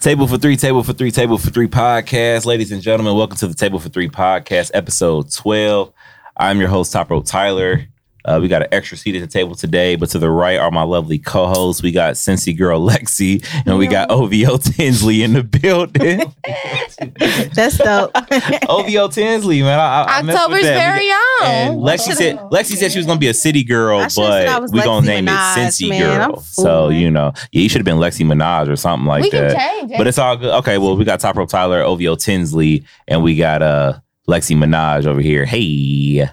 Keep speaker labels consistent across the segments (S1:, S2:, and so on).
S1: Table for Three, Table for Three, Table for Three podcast. Ladies and gentlemen, welcome to the Table for Three podcast, episode 12. I'm your host, Top Row Tyler. Uh, we got an extra seat at the table today, but to the right are my lovely co hosts. We got Cincy Girl Lexi, and we got OVO Tinsley in the building.
S2: That's dope.
S1: OVO Tinsley, man. I, I, I messed with
S3: October's
S1: that.
S3: very own.
S1: And Lexi said Lexi said she was gonna be a city girl,
S2: I should've said I
S1: but
S2: was
S1: we gonna
S2: Lexi
S1: name
S2: Minaj,
S1: it Cincy
S2: man.
S1: Girl.
S2: I'm
S1: So
S2: fooling.
S1: you know, yeah, you should have been Lexi Minaj or something like
S3: we
S1: that.
S3: can change it.
S1: But it's all good. Okay, well, we got Top Rope Tyler, OVO Tinsley, and we got uh Lexi Minaj over here. Hey.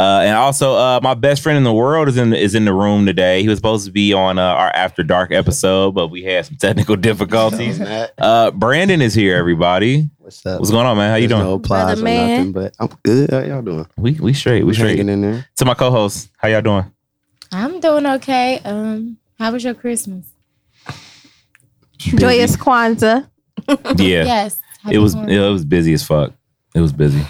S1: Uh, and also, uh, my best friend in the world is in is in the room today. He was supposed to be on uh, our After Dark episode, but we had some technical difficulties. Uh, Brandon is here, everybody.
S4: What's up?
S1: What's going on, man? How you
S4: There's
S1: doing?
S4: No applause
S2: Brother
S4: or
S2: man.
S4: nothing, but I'm good. How y'all doing?
S1: We we straight. We
S4: We
S1: straight.
S4: hanging in there.
S1: To my co-host, how y'all doing?
S3: I'm doing okay. Um, how was your Christmas?
S2: Joyous Kwanzaa.
S1: Yeah,
S3: Yes. Happy
S1: it was
S3: Kwanzaa.
S1: it was busy as fuck. It was busy.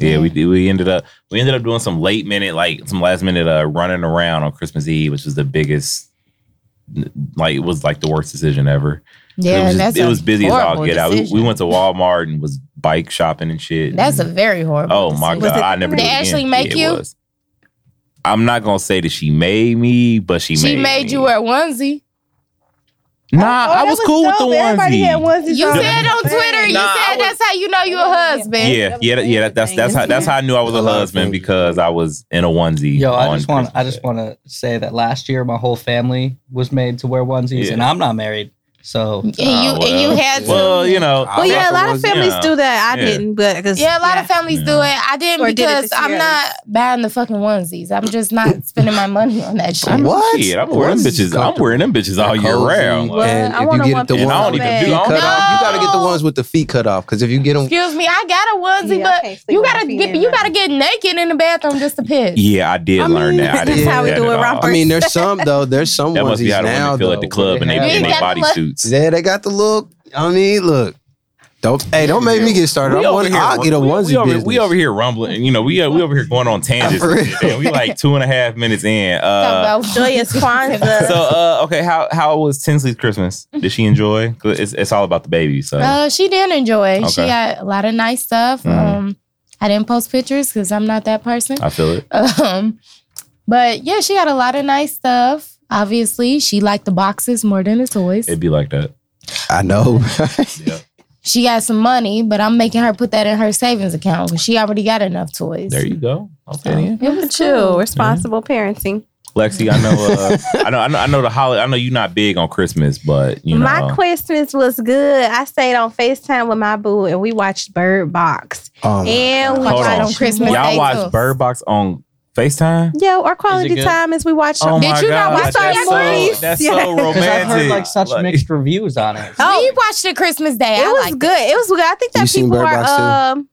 S1: Yeah, we did- we ended up we ended up doing some late minute like some last minute uh running around on Christmas Eve, which was the biggest like it was like the worst decision ever.
S3: yeah,
S1: it was, just-
S3: that's
S1: it
S3: a
S1: was busy as all
S3: horrible
S1: get out. We, we
S3: decision.
S1: went to Walmart and was bike shopping and shit.
S3: That's a
S1: And-
S3: very horrible.
S1: oh my
S3: decision.
S1: god, I never.
S3: Did
S1: do it
S3: Ashley
S1: again.
S3: make
S1: Yeah, it
S3: you?
S1: was. I'm not gonna say that she made me, but she,
S3: She
S1: made
S3: made
S1: me.
S3: you wear a Oh, onesie.
S2: Oh,
S1: Nah, I was, cool with the onesie.
S3: You said on Twitter. you
S1: Nah,
S3: said
S1: I was-
S3: that's how you know you a husband.
S1: Yeah, yeah, that- yeah. That, that's that's how that's how I knew I was a
S4: That's a lot of
S1: husband
S4: things.
S1: because I was in a onesie.
S5: Yo, I
S1: on
S5: just want
S1: Christmas
S5: I just
S1: Day.
S5: want to say that last year my whole family was made to wear onesies,
S1: Yeah.
S5: and I'm not married, so
S3: And you
S1: Ah,
S3: and you
S1: well.
S3: had to.
S1: Well, you know.
S2: Well, yeah, a lot of
S4: Yeah.
S2: families do that. I
S1: Yeah.
S2: didn't, but because
S3: yeah, a lot of families do
S1: Yeah.
S3: it. I didn't
S2: Or did it
S3: because
S2: this
S3: I'm
S2: year.
S3: not buying the fucking onesies. I'm just not spending my money on that shit.
S4: What?
S1: Shit, I'm wearing them
S4: Onesies
S1: bitches. I'm
S4: comfortable.
S1: wearing them bitches all
S4: They're
S1: year
S4: cozy.
S1: round.
S2: Well,
S1: Like,
S4: and
S2: I
S4: if
S2: want
S4: you
S2: a
S4: get
S2: one
S4: the
S2: for
S4: ones
S1: And I don't
S4: with
S1: even
S4: the
S1: do- I
S4: feet
S1: don't
S4: cut
S1: do-
S4: off, you gotta get the
S3: No.
S4: ones with the feet cut off. Because if you get them,
S3: Excuse me, I got a onesie,
S2: Yeah, I can't
S3: but
S2: sleep
S3: you
S2: with my
S3: gotta
S2: feet
S3: get
S2: in
S3: you
S2: there.
S3: gotta get naked in the bathroom just to piss.
S1: yeah, I did
S2: I
S1: learn
S2: mean,
S1: that. I
S2: that's
S1: didn't
S4: how we
S1: that
S2: do it,
S1: at all.
S2: Robert.
S4: I mean, there's some though. There's some
S1: That must
S4: onesies
S1: be how the
S4: now
S1: women feel
S4: though,
S1: at the club
S4: where
S1: and they
S3: have-
S1: be in
S3: You
S1: their
S3: ain't got
S1: body
S3: no-
S1: suits.
S4: Yeah, they got the look. I mean, look. Don't hey, don't make me get started.
S1: We
S4: I'm
S1: over
S4: one,
S1: here-
S4: I'll get a
S1: we-
S4: onesie
S1: we over,
S4: business.
S1: we over here rumbling. You know, we we over here going on tangents.
S4: For
S1: and shit,
S4: real.
S1: and we like two and a half minutes in.
S3: Talking
S1: Uh,
S3: about
S2: Joyous Kwanzaa.
S1: so uh, okay, how how was Tinsley's Christmas? Did she enjoy? 'Cause It's, it's all about the baby. So
S2: Oh,
S3: Uh, she did enjoy. She
S1: Okay.
S3: got a lot of nice stuff.
S1: Mhm.
S3: Um, I didn't post pictures because I'm not that person.
S1: I feel it.
S3: Um, but yeah, she got a lot of nice stuff. Obviously, she liked the boxes more than the toys.
S1: It'd be like that.
S4: I know.
S1: Yeah.
S3: She got some money, but I'm making her put that in her savings account because she already got enough toys.
S1: There you go.
S3: So,
S1: Okay.
S3: it was
S2: Chill,
S3: cool.
S2: responsible parenting.
S1: Lexi, I know, uh, I know, I know, I know the holiday. I know you're not big on Christmas, but you know,
S2: My Christmas was good. I stayed on FaceTime with my boo and we watched Bird Box.
S4: Um,
S2: and we
S1: Hold
S2: watched
S1: on.
S2: on Christmas.
S3: Christmas
S1: y'all
S3: Day
S1: watch
S3: too.
S1: Bird Box on Facetime.
S2: Yeah, or quality
S5: good?
S2: time as we watch.
S1: Oh
S3: Did
S1: my
S3: you not
S1: God,
S2: watch our
S1: that's so,
S2: movies?
S1: that's
S2: Yeah.
S1: so
S2: 'Cause
S5: because
S1: romantic.
S5: I've heard like such mixed reviews on it.
S3: we watched Oh. it Christmas Day.
S2: it
S3: I
S2: was
S3: liked
S2: good. It was good. I think that
S4: You seen
S2: people
S4: Bird
S2: are.
S4: Box, too?
S2: um,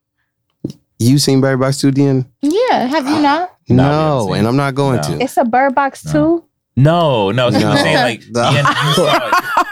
S4: you seen Bird Box 2 DN?
S3: It. Yeah, have
S1: Uh,
S3: you not?
S1: No, we haven't
S4: No,
S1: seen
S4: and I'm not going
S1: No.
S4: to.
S2: it's a Bird Box
S1: No.
S2: too.
S1: No, no, she was
S4: No.
S1: saying like,
S4: No.
S1: yeah, you saw it.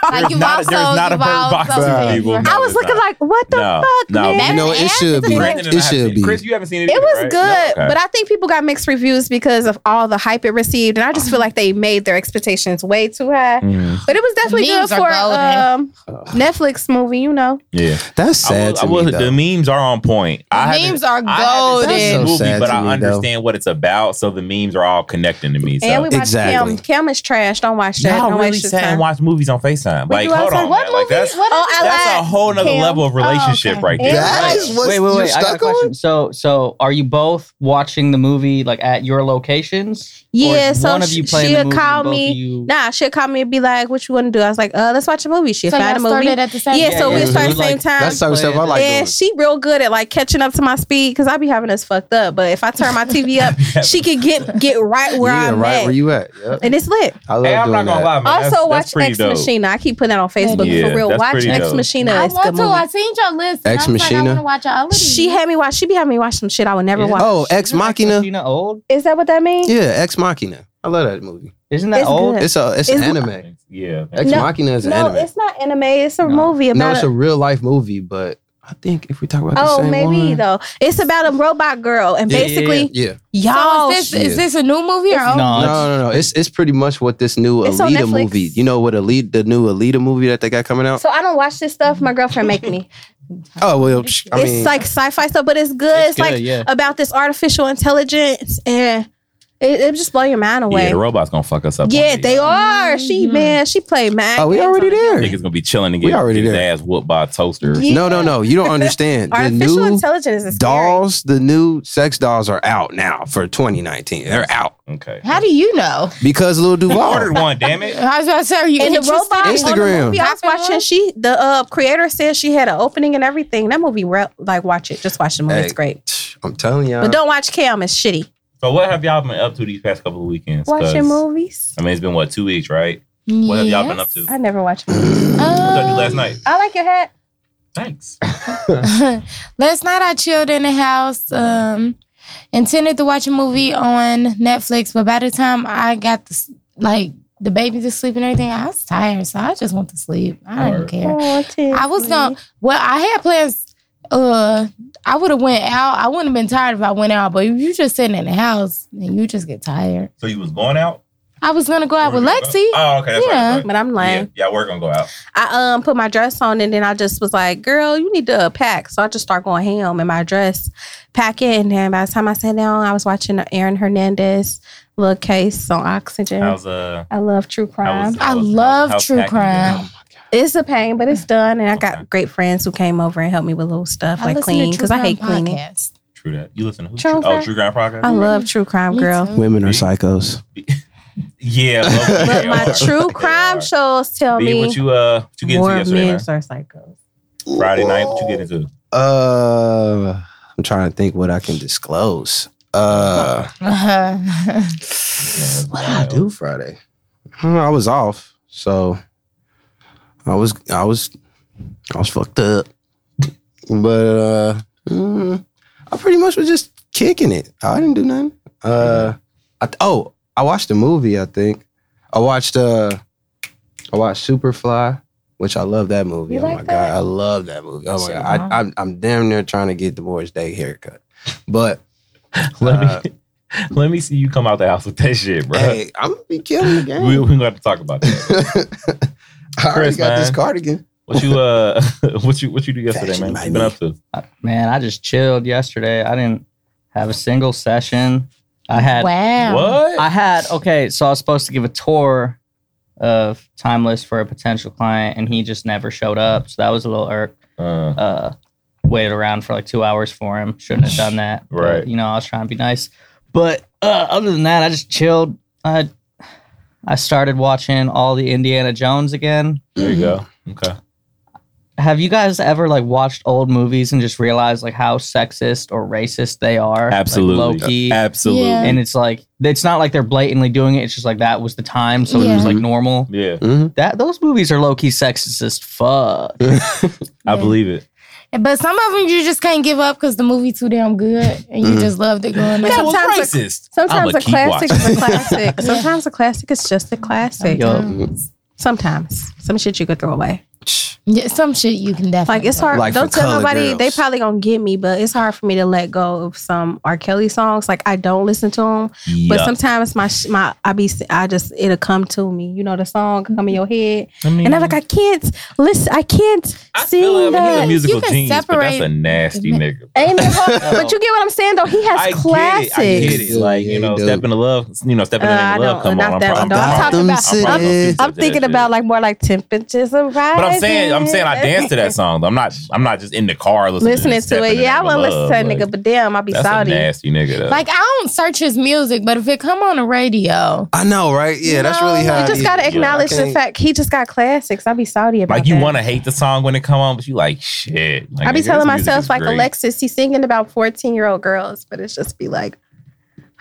S3: Like
S1: There's
S3: you've
S1: not, a-
S3: also-
S1: there's not a
S3: you've
S1: Bird Box
S3: also
S1: for
S4: seen
S1: people.
S3: it.
S1: No,
S2: I was
S1: there's
S2: looking
S1: not.
S2: like, what the
S1: No,
S2: fuck,
S1: no,
S2: man?
S1: we-
S4: You know, it
S3: That's
S4: should be.
S1: Brandon and I
S4: It
S1: have
S4: should
S1: seen
S4: be.
S1: Chris, you haven't seen it.
S2: It
S1: either,
S2: was
S1: right?
S2: good,
S1: No? Okay.
S2: but I think people got mixed reviews because of all the hype it received, and I just feel like they made their expectations way too high.
S1: Mhm.
S2: But it was definitely good
S3: Memes are
S2: for
S3: golden.
S2: um,
S4: Uh,
S2: Netflix movie, you know.
S1: Yeah,
S4: That's
S1: I
S4: sad
S1: was, I was,
S4: to me.
S1: the
S4: though.
S1: memes are on point. I haven't-
S3: Memes are
S1: I haven't seen
S3: golden.
S4: That's
S1: the
S4: so
S1: movie,
S4: sad
S1: but
S4: to
S1: I
S4: me, though.
S1: understand what it's about, so the memes are all connecting to me. So.
S2: and we watched
S4: Exactly.
S2: Kim. Kim is trash. Don't watch that.
S1: Y'all
S2: Don't
S1: really
S2: waste your
S1: sat and
S2: time.
S1: watched movies on FaceTime.
S2: We
S1: like,
S2: do
S1: hold
S2: outside-
S1: on,
S3: what
S1: man.
S3: movie?
S1: Like, that's
S3: what
S2: Oh, I
S1: that's a
S2: lied.
S1: whole nother
S3: Kim.
S1: level of relationship
S3: Oh, okay.
S1: right there.
S2: Yeah.
S4: That is what
S5: wait, wait,
S4: you're
S5: wait! I got a
S4: stuck on?
S5: question. So, so are you both watching the movie like at your locations? Or
S2: Yeah,
S5: is
S2: so
S5: one of you
S2: sh-
S5: playing
S2: she'll
S5: the movie
S2: call
S5: and both of
S2: me-
S5: you-
S2: Nah, she'll call me and be like, "What you want to do?" I was like, "Uh, let's watch a movie." She
S3: So
S2: will
S3: y'all
S2: find a movie.
S3: started at the same
S2: Yeah, so
S3: time?
S2: we
S5: yeah.
S2: started
S5: Like,
S2: same time.
S4: That's the type of stuff I like
S2: and
S4: doing.
S2: she real good at like catching up to my speed because I be having us fucked up. But if I turn my TV up, she could get get right where
S4: yeah,
S2: I'm
S4: right
S2: at,
S4: where you at. Yep.
S2: and it's lit.
S4: I love
S1: Hey, I'm not
S4: doing
S1: gonna
S4: that.
S1: lie, man.
S2: also,
S1: that's,
S2: watch
S1: that's pretty
S2: Ex
S1: dope.
S2: Machina. I keep putting that on Facebook
S1: Yeah,
S2: for real.
S1: that's
S2: Watch
S1: pretty
S2: Ex
S1: dope.
S2: Machina.
S3: I
S2: It's a good
S3: want to.
S2: movie.
S3: I seen your list. and
S4: Ex
S3: I was like, I
S4: Machina.
S3: want to watch all of these.
S2: She had me watch. She be having me watch some shit I would never
S5: Is-
S2: watch.
S4: Oh, Ex
S5: Isn't Ex
S4: Machina.
S5: Machina old?
S2: Is that what that means?
S4: Yeah, Ex Machina. I love that movie.
S5: Isn't that
S2: It's
S5: old?
S2: good.
S4: It's a it's an
S2: It's-
S4: anime.
S1: Yeah.
S4: Ex
S2: No,
S4: Machina is an
S2: no,
S4: anime.
S2: it's not anime. It's a
S5: No.
S2: movie about
S4: No, it's
S2: a-
S4: a real life movie, but I think if we talk about the
S2: Oh,
S4: same
S2: maybe
S4: one-
S2: though. It's about a robot girl, and
S5: Yeah, yeah,
S2: basically,
S4: Yeah.
S3: So
S2: y'all.
S3: is this,
S4: shit.
S3: is this a new movie or
S5: No,
S3: old?
S4: No,
S5: it's-
S4: no, no. It's it's pretty much what this new
S2: It's on
S4: Alita
S2: Netflix.
S4: movie. You know what Alita, the new Alita movie that they got coming out?
S2: so I don't watch this stuff. My girlfriend make me.
S4: Oh well, psh, I
S2: it's
S4: mean,
S2: like sci-fi stuff, but it's good. It's,
S5: It's
S2: like
S5: good, yeah.
S2: about this artificial intelligence, and it, it just blow your mind
S1: Yeah,
S2: away.
S1: the
S2: Yeah,
S1: robot's gonna fuck us up. one day.
S2: they are. She
S3: Mhm.
S2: man, she played mad.
S4: oh, we
S2: games
S4: already
S2: on it.
S1: Nigga's
S4: there.
S1: gonna be chilling and
S4: We
S1: get
S4: already
S1: his
S4: there.
S1: ass whooped by a toaster.
S2: Yeah.
S4: No, no, no. You don't understand. the
S2: Artificial
S4: new
S2: intelligence is scary.
S4: dolls, the new sex dolls are out now for 2019. They're out
S1: Okay.
S3: How do you know?
S4: because Lil
S1: you ordered
S4: Duval.
S1: one? Damn it.
S3: I was about to say, are you
S2: And the
S3: interested?
S2: robot on the
S4: Instagram.
S2: movie I was
S3: Popular?
S2: watching. She the uh, creator said she had an opening and everything. That movie, re- like, watch it. Just watch the movie.
S4: Hey. Uh-huh.
S2: It's great.
S4: I'm telling y'all.
S2: But don't watch Cam. It's shitty.
S1: So what have y'all been up to these past couple of weekends? 'Cause,
S2: Watching movies.
S1: I mean, it's been what two weeks, right? What have y'all been up to?
S2: I never watch movies.
S1: What did I do last night?
S2: I like your hat.
S1: Thanks.
S3: Um, last night I chilled in the house, um, intended to watch a movie on Netflix, but by the time I got the, s- like the baby to sleep and everything, I was tired, so I just went to sleep. I didn't
S1: Word.
S2: Oh,
S3: care. I was gonna. Well, I had plans. Uh, I would have went out. I wouldn't have been tired if I went out. But if you just sitting in the house and you just get tired.
S1: So you was going out?
S3: I was gonna go out with
S1: Were you
S3: Lexi.
S1: going out? Oh, okay. That's
S3: Yeah.
S1: right.
S2: But I'm
S1: that's right.
S2: lame.
S1: Yeah, yeah, we're gonna go out.
S2: I um put my dress on and then I just was like, girl, you need to pack. So I just start going ham in my dress, pack it. And then by the time I sat down, I was watching Aaron Hernandez little case on oxygen.
S1: How's uh?
S2: I love true
S1: How
S2: crime.
S1: was, how
S3: I
S1: was-
S3: love
S1: how's
S3: true
S1: packing
S3: crime.
S1: been?
S2: it's a pain, but it's done. And I
S1: Okay.
S2: got great friends who came over and helped me with little stuff like
S3: listen to
S2: clean
S3: True
S2: because I
S3: Crime
S2: hate cleaning.
S3: podcasts.
S1: True that. You listen to who?
S2: True
S1: True, oh,
S2: crime. Um,
S1: True Crime Podcast.
S2: I love true crime,
S3: Mm-hmm. Me
S2: girl.
S3: too.
S4: Women are psychos.
S1: yeah,
S2: But
S1: they
S2: my
S1: are.
S2: true
S1: They
S2: crime
S1: are.
S2: shows tell
S1: B,
S2: me
S1: what you uh, what you get into
S2: more
S1: yesterday?
S2: men
S1: man?
S2: are psychos.
S1: Friday night, what you get into?
S4: Uh, I'm trying to think what I can disclose. Uh,
S3: Uh-huh.
S4: what did I do Friday? Hmm, I was off, so I was I was I was fucked up. But uh, mm, I pretty much was just kicking it. I didn't do nothing. Uh, I, oh, I watched a movie. I think I watched uh, I watched Superfly, which I love that movie.
S2: You
S4: oh
S2: like
S4: my
S2: that?
S4: god, I love that movie. Oh my god,
S3: Superfly.
S4: I, I'm I'm damn near trying to get the boys' day haircut, but. uh,
S1: Let me let me see you come out the house with that shit, bro.
S4: Hey, I'm gonna be killing the game.
S1: we we gonna have to talk about that.
S4: I already
S1: Chris,
S4: got this
S1: man.
S4: cardigan.
S1: What you uh, what you what you do yesterday, man?
S4: Fashion by
S1: What you
S4: me.
S1: been up to?
S5: I- man, I just chilled yesterday. I didn't have a single session. I had
S3: wow.
S1: What?
S5: I had okay, so I was supposed to give a tour of Timeless for a potential client, and he just never showed up. So that was a little irk.
S1: Uh,
S5: Uh, waited around for like two hours for him. Shouldn't have done that. But,
S1: Right.
S5: you know, I was trying to be nice, but uh, other than that, I just chilled. I I started watching all the Indiana Jones again.
S1: there you go.
S5: Mm-hmm.
S1: Okay.
S5: Have you guys ever like watched old movies and just realized like how sexist or racist they are? Like,
S1: Absolutely.
S5: low-key.
S1: Absolutely.
S3: Yeah.
S5: and it's like it's not like they're blatantly doing it. It's just like that was the time, so it was
S3: Yeah.
S5: like normal.
S1: Yeah,
S5: That those movies are low key sexist as fuck.
S1: I
S3: Yeah.
S1: believe it.
S3: But some of them you just can't give up because the movie too damn good and you
S1: Mm-hmm.
S4: Mhm.
S3: just loved it going.
S2: That
S3: up.
S2: was Sometimes
S1: racist.
S2: Sometimes a classic is a classic.
S3: Yeah.
S2: Sometimes a classic is just a classic.
S5: Yup.
S2: Sometimes some shit you could throw away.
S3: Yeah, some shit you can definitely
S2: Like it's hard.
S4: Like for
S2: Don't tell
S4: colored
S2: nobody.
S4: girls.
S2: They probably gonna get me, but it's hard for me to let go of some R. Kelly songs. Like I don't listen to them, but sometimes my sh- my I be I just it'll come to me. You know the song come in your head,
S1: I mean,
S2: and I'm like I can't listen. I can't sing
S1: he's a
S2: that.
S1: musical
S3: You can
S1: genius, but that's
S3: separate-
S1: a nasty nigga.
S2: Amen. but you get what I'm saying though. He has
S1: I
S2: classics.
S1: get it. I get it. Like you
S4: Yeah,
S1: know,
S4: you do.
S1: step into love. You know, step into
S2: Uh, I
S1: love.
S2: don't-
S1: Come
S2: not
S1: on, I'm
S2: that
S1: pro- I'm
S2: one. I'm
S1: pro-
S2: talking about-
S1: I'm probably gonna
S4: City.
S1: do
S2: I'm
S1: that
S2: thinking
S1: shit.
S2: about like more like temperatures of rising.
S1: But I'm saying, I'm saying, I dance to that song. though. I'm not, I'm not just in the car listening,
S2: listening to it. Yeah, I want to listen to that nigga, but damn, I be
S1: that's
S2: salty.
S1: a nasty nigga. Though.
S3: Like I don't search his music, but if it come on the radio,
S4: I know, right? Yeah,
S3: You
S4: that's
S3: know,
S4: really
S3: you
S4: how.
S2: You
S4: it
S2: just
S4: is.
S2: gotta
S1: Yeah, I
S2: acknowledge the
S4: can't-
S2: fact he just got classics. I be salty about
S1: like you
S2: that.
S1: want to hate the song when it come on, but you like shit. Like,
S2: I be
S1: nigga, this
S2: telling
S1: music
S2: myself
S1: is
S2: like
S1: great.
S2: Alexis, he's singing about fourteen year old girls, but it's just be like,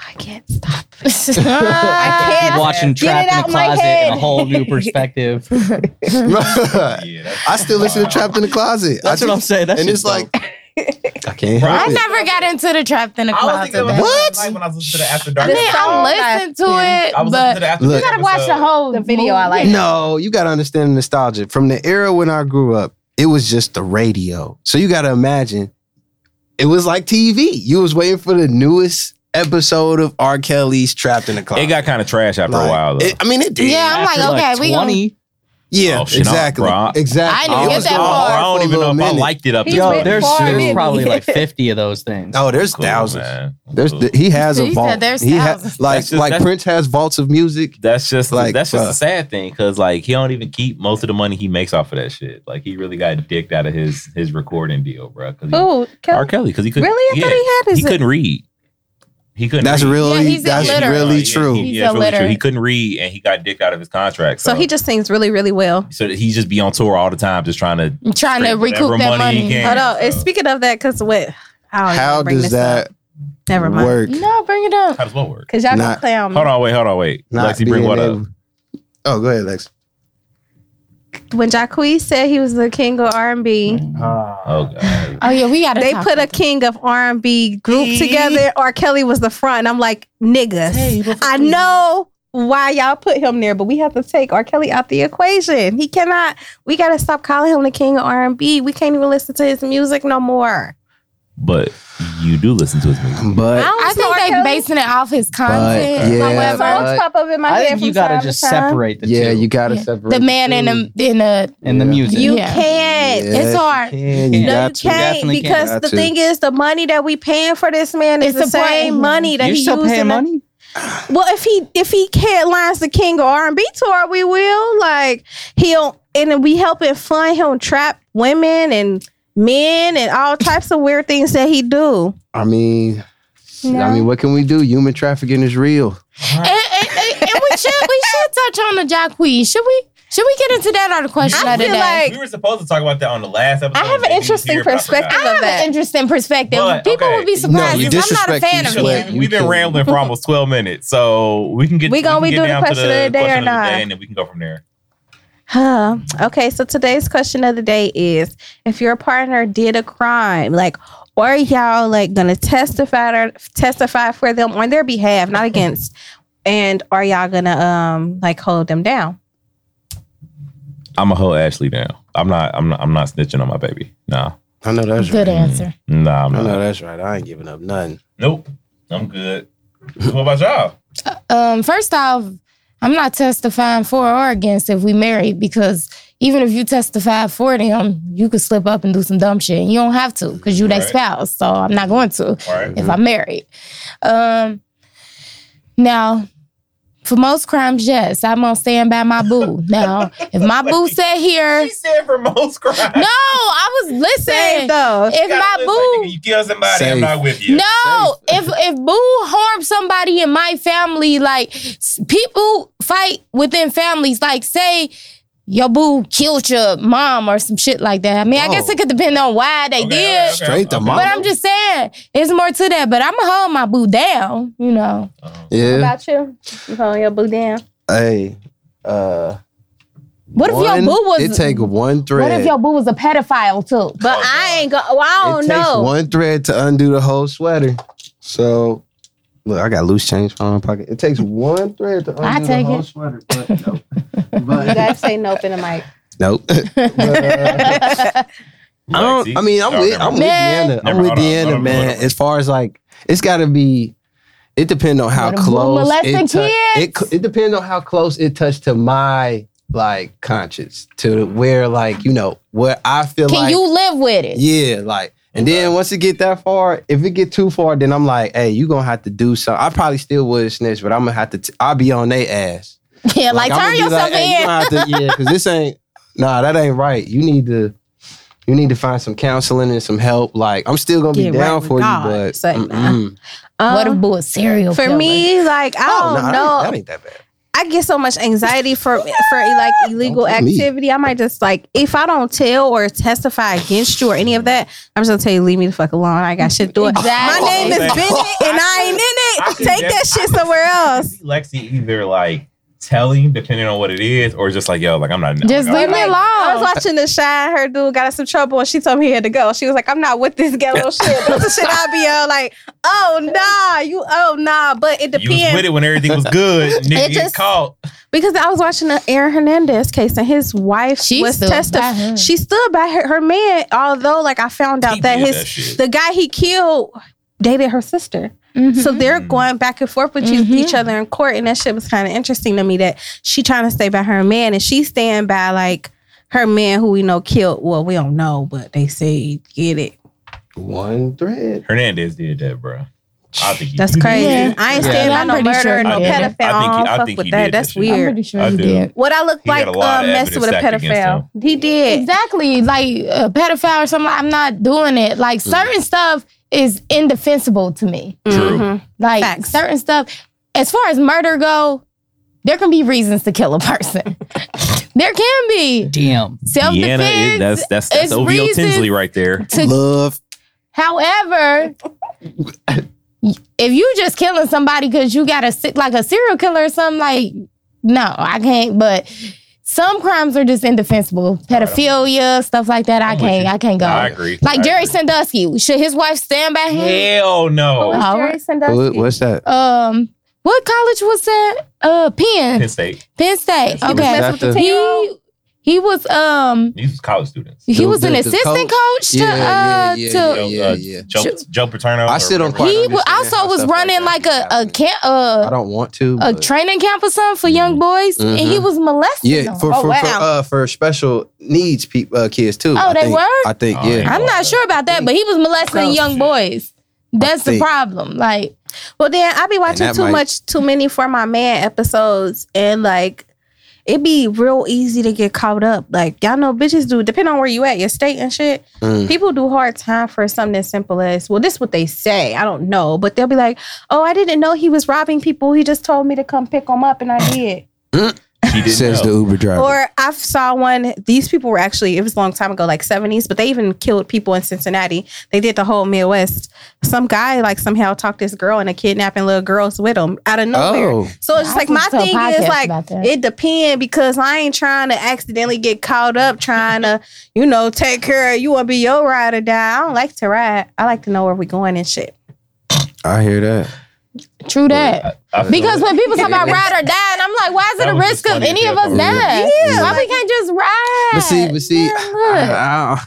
S2: I can't stop.
S3: I
S2: can't
S5: Watching
S2: Get
S5: Trap
S2: it
S5: in the
S2: out my
S5: Closet
S2: head.
S5: in a whole new perspective.
S1: Yeah, that's-
S4: I still listen to Trapped in the Closet.
S5: That's
S4: I
S5: what I'm
S4: just-
S5: saying. That's
S4: and it's like, I can't
S1: Right.
S4: help
S3: I
S4: it.
S3: never got into the trapped in the
S1: I was
S3: closet.
S1: thinking about
S3: though.
S4: What?
S1: Like when I was listening to the After
S3: I
S1: Dark.
S3: mean,
S1: episode.
S3: I listened to
S2: Yeah.
S3: it,
S1: I was listening to
S3: but
S1: the After
S4: Look.
S1: Dark.
S4: You
S3: gotta watch
S1: episode.
S3: the whole
S2: The video I like.
S3: movie.
S4: No, you gotta understand nostalgia from the era when I grew up. it was just the radio. So you got to imagine, it was like TV. You was waiting for the newest episode of R. Kelly's Trapped in the Closet.
S1: It got kind of trash after
S4: Like,
S1: a while though.
S4: it- I mean, it did.
S3: Yeah, I'm
S5: After,
S3: like, okay, we gonna-
S5: twenty.
S4: yeah,
S1: Oh, shit, I'm-
S4: exactly,
S1: bro.
S4: exactly.
S3: I didn't
S4: It
S3: get
S4: was
S3: that
S4: on
S3: far.
S1: I
S4: for
S1: don't
S4: a
S1: even know
S4: little
S1: if I
S4: minute.
S1: liked it up.
S2: He's
S1: until
S5: Yo,
S2: went
S1: then.
S5: there's,
S2: far,
S5: there's
S2: didn't
S5: probably
S2: he?
S5: like fifty of those things.
S4: Oh, there's
S1: Cool,
S4: thousands.
S1: man.
S4: There's
S1: Cool.
S4: he has a
S3: He said
S4: vault.
S3: there's
S4: he
S3: thousands.
S4: has like
S1: That's just-
S4: like
S1: that's-
S4: Prince has vaults of music.
S1: That's just
S4: Like,
S1: that's just
S4: bruh.
S1: a sad thing because like he don't even keep most of the money he makes off of that shit. Like he really got dicked out of his his recording deal, bro. Because
S2: Oh,
S1: R. Kelly, because he couldn't
S2: Really? I
S1: yeah,
S2: thought he had his-
S1: he couldn't read. He couldn't.
S4: That's
S1: read.
S3: Yeah,
S4: really
S3: he's
S4: that's
S3: illiterate.
S4: really
S1: Oh, Yeah,
S4: true.
S1: he-
S3: He's
S1: yeah, it's really true. He
S3: illiterate.
S1: couldn't read and he got dicked out of his contract. So,
S2: so he just sings really, really well.
S1: so he just be on tour all the time, just trying to.
S3: I'm trying to
S1: Whatever
S3: recoup that
S1: money he
S3: money.
S1: can.
S2: Hold on.
S1: so-
S2: And speaking of that, because what? I
S3: Oh,
S2: don't even
S4: How
S2: wanna bring
S4: does
S2: this up.
S4: that
S2: Never mind.
S4: work?
S3: No, bring it up.
S1: How does what work?
S2: Because y'all gonna
S4: Not-
S2: clown me.
S1: Hold on, wait, hold on, wait.
S4: Not
S1: Lexi, bring
S4: being
S1: what up?
S4: able- Oh, go ahead, Lex.
S2: When Jacquees said he was the king of R&B,
S1: Oh god,
S3: Oh yeah, we gotta.
S2: they
S3: talk
S2: put a
S3: about
S2: king of R&B group together. R. Kelly was the front. I'm like, niggas, I know why y'all put him there, but we have to take R. Kelly out the equation. He cannot. We gotta stop calling him the king of R&B. We can't even listen to his music no more.
S1: but you do listen to his music.
S4: But
S2: don't
S3: I
S2: listen to
S3: think
S2: R.
S3: they
S2: Kelly.
S3: basing it off his content.
S4: yeah,
S3: however.
S2: So I'll
S4: but-
S2: pop up in my
S5: I
S2: head
S5: think
S2: from
S5: you gotta
S2: time to
S5: just
S2: time.
S5: separate the
S4: yeah,
S5: two.
S4: you gotta
S3: Yeah.
S4: separate
S3: the man in the in the
S5: and the
S4: Yeah.
S5: music.
S2: You
S3: Yeah.
S2: can't.
S4: Yes,
S3: It's
S4: you
S3: hard.
S4: can, you
S5: No,
S2: No,
S4: got
S2: you
S4: to.
S2: can't
S5: Definitely
S2: because
S4: can't.
S2: the
S4: Got to.
S2: thing is, the money that we paying for this man is
S3: It's
S2: the
S3: important.
S2: same money that
S5: You're
S2: he
S5: still
S2: used
S5: paying
S2: in the-
S5: money.
S2: Well, if he if he headlines the King of R and B tour, we will like he'll and then we helping fund him trap women and men and all types of weird things that he do.
S4: I mean, I
S3: No.
S4: mean, what can we do? Human trafficking is real.
S3: And, and, and, and we should we should touch on the Jacquees. Should we should we get into that on the question
S2: I
S3: of the
S2: feel
S3: day?
S2: like
S1: We were supposed to talk about that on the last episode.
S2: I have an
S1: Maybe
S2: interesting
S1: here, but I forgot.
S2: perspective
S3: I
S2: of
S3: have an
S2: that.
S3: interesting perspective.
S1: But,
S3: People
S1: okay.
S3: would be
S1: No,
S3: surprised.
S4: you
S3: I'm not a
S4: disrespect
S3: fan
S4: you,
S3: of
S4: Sweat.
S3: him.
S1: We've
S4: You
S1: been
S4: can-
S1: rambling for almost 12 minutes, so we can get
S2: We gonna-
S1: can
S2: we
S1: get
S2: doing the
S1: down to
S2: question of the day or
S1: question of the
S2: not?
S1: day, and then we can go from there.
S2: Huh. Okay, so today's question of the day is if your partner did a crime, like or y'all like gonna testify or testify for them on their behalf, not against, and are y'all gonna um like hold them down?
S1: I'm a whole Ashley now. I'm not I'm not I'm not snitching on my baby. Nah.
S4: I know that's
S3: Good
S4: right.
S3: answer.
S1: Nah, I'm
S4: I know
S1: not.
S4: that's right. I ain't giving up nothing.
S1: Nope. I'm good. What about y'all?
S3: Um, first off, I'm not testifying for or against if we married because even if you testify for them, you could slip up and do some dumb shit. And you don't have to because you that
S1: Right. Mm-hmm.
S3: spouse. So I'm not going to.
S1: All right.
S3: if I'm married. Um, now, for most crimes, yes, I'm gonna stand by my boo. Now, if my boo said here,
S1: She said for most crimes.
S3: no, I was
S2: Same
S3: listening.
S2: though.
S3: If my boo,
S1: you kill somebody, I'm
S4: Safe.
S1: not with you.
S3: no, if if boo harmed somebody in my family, like s- people fight within families, like say. Your boo killed your mom or some shit like that. I mean, I guess
S4: Oh.
S3: it could depend on why they
S1: Okay,
S3: did.
S1: okay, Uh-huh. okay,
S4: Straight
S1: okay.
S4: to mama.
S3: But I'm just saying, it's more to that. But I'm gonna hold my boo down, you know.
S1: Uh-huh.
S4: Yeah.
S2: about you? You holding your boo down.
S4: Hey. Uh,
S3: What if
S4: one-
S3: your boo was?
S4: It take one thread.
S3: what if your boo was a pedophile too?
S2: But
S1: Oh,
S2: I
S1: God.
S2: ain't go well, I
S4: it
S2: don't
S4: takes
S2: know.
S4: one thread to undo the whole sweater. So, look, I got loose change from my pocket. It takes one thread to undo
S3: I
S4: the
S3: take
S4: whole
S3: it.
S4: sweater. But nope.
S2: you
S4: But,
S2: gotta say nope in the mic.
S4: nope. But, uh, I don't. I mean, I'm
S1: Oh,
S4: with
S1: never
S4: I'm
S1: mind.
S4: with
S3: Man.
S4: Deanna. I'm
S1: Never-
S4: with
S1: hold on, hold
S4: Deanna,
S1: on,
S4: man.
S1: hold on.
S4: As far as like, it's got to be. It depends on how
S3: Let 'em
S4: close
S3: molest the
S4: it, tou- it.
S3: kids.
S4: c- It depends on how close it touched to my like conscience to where like you know where I feel
S3: Can
S4: like
S3: you live with it?
S4: yeah like. And then once it get that far, if it get too far, then I'm like, hey, you gonna have to do something. I probably still would snitch, but I'm gonna have to. T- I'll be on their ass.
S3: Yeah, like,
S4: I'ma
S3: turn
S4: be
S3: yourself
S4: like, hey, you
S3: in.
S4: gonna have to- yeah, because this ain't. Nah, that ain't right. You need to. You need to find some counseling and some help. Like I'm still gonna be
S2: Get right
S4: down
S2: with
S4: for
S2: God.
S4: you, but
S2: Say, nah.
S4: mm-mm.
S2: Um,
S3: what if boo a serial
S2: for
S3: killer?
S2: me, like I
S4: Oh,
S2: don't
S4: nah,
S2: know.
S4: that ain't, that ain't that bad.
S2: I get so much anxiety for for like illegal
S4: Don't tell me.
S2: activity. I might just like if I don't tell or testify against you or any of that, I'm just gonna tell you leave me the fuck alone. I got shit to do.
S3: Exactly.
S2: My name is Bennett and I ain't in
S1: I
S2: it.
S1: could
S2: Take
S1: def-
S2: that shit
S1: I could
S2: somewhere
S1: see
S2: else.
S1: Lexi either like telling, depending on what it is, or just like, yo, like I'm not.
S3: Just
S1: like,
S3: leave
S1: I'm
S3: me
S1: not-
S3: alone.
S2: I was watching the shine. Her dude got in some trouble, and she told me he had to go. She was like, "I'm not with this ghetto shit. This is shit I be on." Like, oh nah, you oh nah. But it
S1: You was with
S2: depends
S1: it when everything was good. Nigga get
S2: It just-
S1: caught.
S2: because I was watching the Aaron Hernandez case, and his wife
S3: She
S2: was
S3: stood by
S2: testifying.
S3: him.
S2: She stood by her, her man, although like I found out
S1: He
S2: that
S1: did
S2: his
S1: that shit.
S2: the guy he killed dated her sister.
S3: Mm-hmm.
S2: So they're going back and forth with you-
S3: Mhm.
S2: each other in court, and that shit was kind of interesting to me. That she trying to stay by her man, and she staying by like her man who we know killed. Well, we don't know, but they say he did it.
S4: One thread.
S1: Hernandez did that, bro. I think he
S2: That's
S1: did.
S2: crazy.
S3: Yeah.
S2: I ain't
S5: Yeah.
S2: staying
S3: Yeah,
S2: by
S3: I'm
S2: no
S3: pretty
S2: murder
S3: sure
S2: or
S3: he
S2: no
S3: did.
S1: I
S2: pedophile.
S1: think he-
S2: I
S1: I
S2: don't fuck
S1: think
S2: with
S1: he
S2: that.
S1: did
S2: That's
S1: that shit.
S3: I'm
S2: weird.
S3: pretty sure
S1: I
S3: he
S1: do.
S3: did.
S2: What I look
S1: He had
S2: like
S1: a lot
S2: uh,
S1: of
S2: messed with
S1: evidence stacked against
S2: pedophile. He did.
S3: Exactly, like a pedophile or something. I'm not doing it. Like
S1: Mm.
S3: certain stuff is indefensible to me.
S1: True.
S2: Mhm.
S3: Like
S2: Facts.
S3: certain stuff. As far as murder go, there can be reasons to kill a person. there can be
S5: Damn.
S3: self
S1: Deanna is
S3: defense.
S1: that's that's that's
S3: it's
S1: OVO
S3: reasons-
S1: Tinsley right there.
S4: Love.
S3: However, if you just killing somebody because you got a se- like a serial killer or something, like no, I can't. But some crimes are just indefensible. Pedophilia, stuff like that. I
S1: I'm with
S3: can't.
S1: you.
S3: I can't go.
S1: I agree.
S3: Like
S1: I
S3: Jerry
S1: agree.
S3: Sandusky, should his wife stand by him?
S1: Hell
S2: Who
S1: no.
S2: was
S3: Oh.
S2: Jerry Sandusky?
S4: What, what's that?
S3: Um, what college was that? Uh, Penn,
S1: Penn
S3: Penn,
S1: State.
S3: State.
S2: He was
S4: Is
S3: Okay,
S4: that
S2: messing with
S4: the-
S2: the
S3: he he was um
S1: These was college students.
S3: he
S4: The-
S3: was an
S4: the- the
S3: assistant
S4: coach?
S3: coach, to uh to
S1: yeah,
S4: yeah.
S1: Joe, Joe Paterno.
S4: I
S1: or
S4: sit on
S1: whatever.
S4: quite
S3: he
S4: understand
S3: wa-
S4: how
S3: also
S4: stuff
S3: was
S4: like
S3: running
S4: that
S3: like
S4: can
S3: a a
S4: happen.
S3: camp
S4: I
S3: uh,
S4: don't want to.
S3: a
S4: but-
S3: training camp or something for young boys, and he
S4: Mhm.
S3: was molesting
S4: yeah,
S3: them.
S4: for for,
S2: Oh,
S4: for
S2: wow.
S4: uh for special needs peop uh, kids too.
S3: Oh,
S4: I
S3: they
S4: think,
S3: were?
S4: I think
S1: Oh,
S4: yeah.
S1: yeah.
S3: I'm not sure about that, but he was molesting
S1: Gross
S3: young
S1: shit.
S3: boys. That's the
S4: think-
S3: problem. Like
S2: Well, then I be watching
S4: that
S2: too
S4: might-
S2: much, too many for my man episodes, and like it be real easy to get caught up. Like y'all know, bitches do. Depending on where you at, your state and shit,
S4: Mm.
S2: people do hard time for something as simple as well. This what they say. I don't know, but they'll be like, "Oh, I didn't know he was robbing people. He just told me to come pick him up, and I did."
S1: He didn't
S4: Says the
S1: know.
S4: Uber driver.
S2: Or I saw one. These people were actually it was a long time ago, like seventies, but they even killed people in Cincinnati. They did the whole Midwest. Some guy like somehow talked this girl into kidnapping little girls with him out of nowhere.
S4: oh,
S2: So it's just
S3: I
S2: like my
S3: listened to a
S2: thing
S3: podcast
S2: is
S3: about
S2: like
S3: that.
S2: it depends because I ain't trying to accidentally get caught up trying to you know take care of you want to be your ride or die. I don't like to ride. I like to know where we going and shit.
S4: I hear that.
S3: true that.
S1: I feel
S3: Because
S1: it.
S3: when people talk about ride or die, and I'm like, why is it
S1: That
S3: a
S1: was
S3: risk
S1: the
S3: of any
S1: funniest
S3: of us
S1: episode.
S3: dying?
S2: Yeah,
S3: why
S2: like-
S3: we can't just ride?
S4: But see, but see,
S3: Yeah,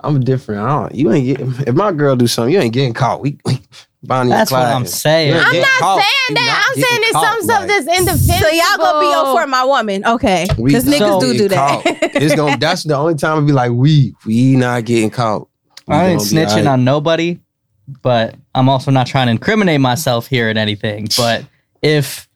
S4: I, am different. I don't, you ain't get if my girl do something, you ain't getting caught. We, we Bonnie
S5: That's
S4: and
S5: what
S4: Clyde.
S5: I'm saying.
S4: Yeah.
S3: I'm
S4: Get
S3: not
S4: caught.
S3: saying
S4: You
S3: that.
S4: not
S3: I'm saying
S4: getting
S3: it's
S4: caught,
S3: some stuff
S4: like-
S3: that's indefensible.
S2: So y'all gonna be on for my woman, okay?
S4: We
S2: Because
S4: not
S2: niggas do
S4: getting
S2: do that.
S4: caught. it's gonna. That's the only time it be like we we not getting caught. We
S5: I ain't
S4: gonna be all
S5: snitching
S4: right.
S5: on nobody, but I'm also not trying to incriminate myself here at anything. But if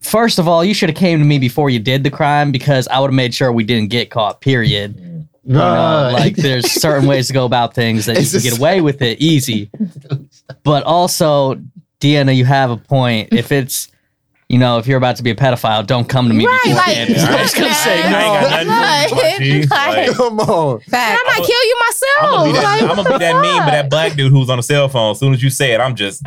S5: first of all, you should have came to me before you did the crime because I would have made sure we didn't get caught. Period. You know,
S4: Right.
S5: like there's certain ways to go about things that you
S4: Uh, It's
S5: can
S4: just-
S5: get away with it easy. But also, Deanna, you have a point. If it's you know, if you're about to be a pedophile, don't come to me.
S3: Right,
S5: before
S3: like-
S5: you did it. I was gonna say
S1: I ain't
S5: no.
S1: got nothing to do with my G's, like-
S4: Come on.
S3: I
S2: Fact.
S3: might
S1: I'ma-
S3: kill you
S1: I'm
S3: myself.
S1: gonna be that,
S3: Like,
S1: I'm gonna be that meme, but that black dude who was on the cell phone. As soon as you say it, I'm just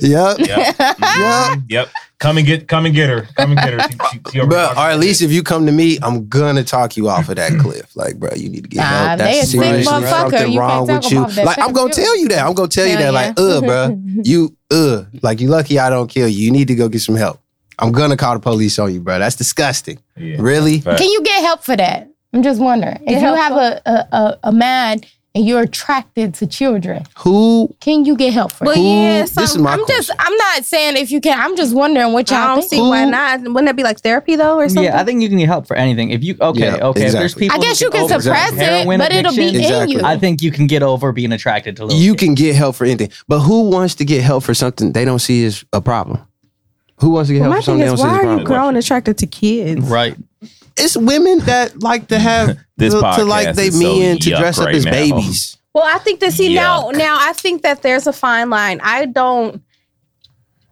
S4: Yep.
S1: yep,
S4: Yep.
S1: yep. Come and get, come and get her, come and get her. She, she, she over
S4: Bruh,
S1: there.
S4: or at least if you come to me, I'm gonna talk you off of that cliff. Like, bruh, you need to get
S3: Nah,
S4: help.
S3: they a
S4: That's
S3: sick
S4: seriously
S3: motherfucker.
S4: something
S3: You
S4: wrong
S3: can't talk
S4: with you.
S3: about that.
S4: Like, I'm gonna tell you that. I'm gonna tell you
S3: Hell
S4: that. Like, uh, bruh, you, uh, like you lucky I don't kill you. You need to go get some help. I'm gonna call the police on you, bruh. That's disgusting.
S1: Yeah.
S4: Really?
S1: Fact.
S3: Can you get help for that? I'm just wondering.
S2: Get
S3: if you
S2: help
S3: have a, a, a, a man and you're attracted to children,
S4: Who?
S3: can you get help for
S2: But
S3: that?
S4: Who-
S2: yeah,
S4: this
S2: some-
S4: is my
S3: I'm just,
S4: question.
S3: I'm not saying if you can. I'm just wondering what
S2: I
S3: y'all
S2: don't see
S3: think.
S2: why not. Wouldn't that be like therapy though, or something?
S5: Yeah, I think you can get help for anything. If you okay,
S4: Yeah,
S5: okay. If there's
S4: exactly.
S5: people,
S3: I guess
S5: who
S3: you can
S4: "Oh,
S5: over
S3: suppress it,
S5: heroin
S3: but it'll be
S5: addiction,
S4: Exactly.
S3: in you.
S5: I think you can get over being attracted to little.
S4: You
S5: kids.
S4: can get help for anything, but who wants to get help for something they don't see as a problem? Who wants to get
S2: Well,
S4: help
S2: my
S4: for something
S2: thing
S4: they
S2: is,
S4: don't see as
S2: why
S4: a
S2: are you
S4: problem?
S2: grown attracted to kids?
S5: right.
S4: It's women that like to have
S1: This
S4: to, to
S1: podcast
S4: like they
S1: is so
S4: men to
S1: yuck
S4: dress up
S1: right
S4: as
S1: now.
S4: babies.
S2: Well, I think that see now
S1: Yuck.
S2: now I think that there's a fine line. I don't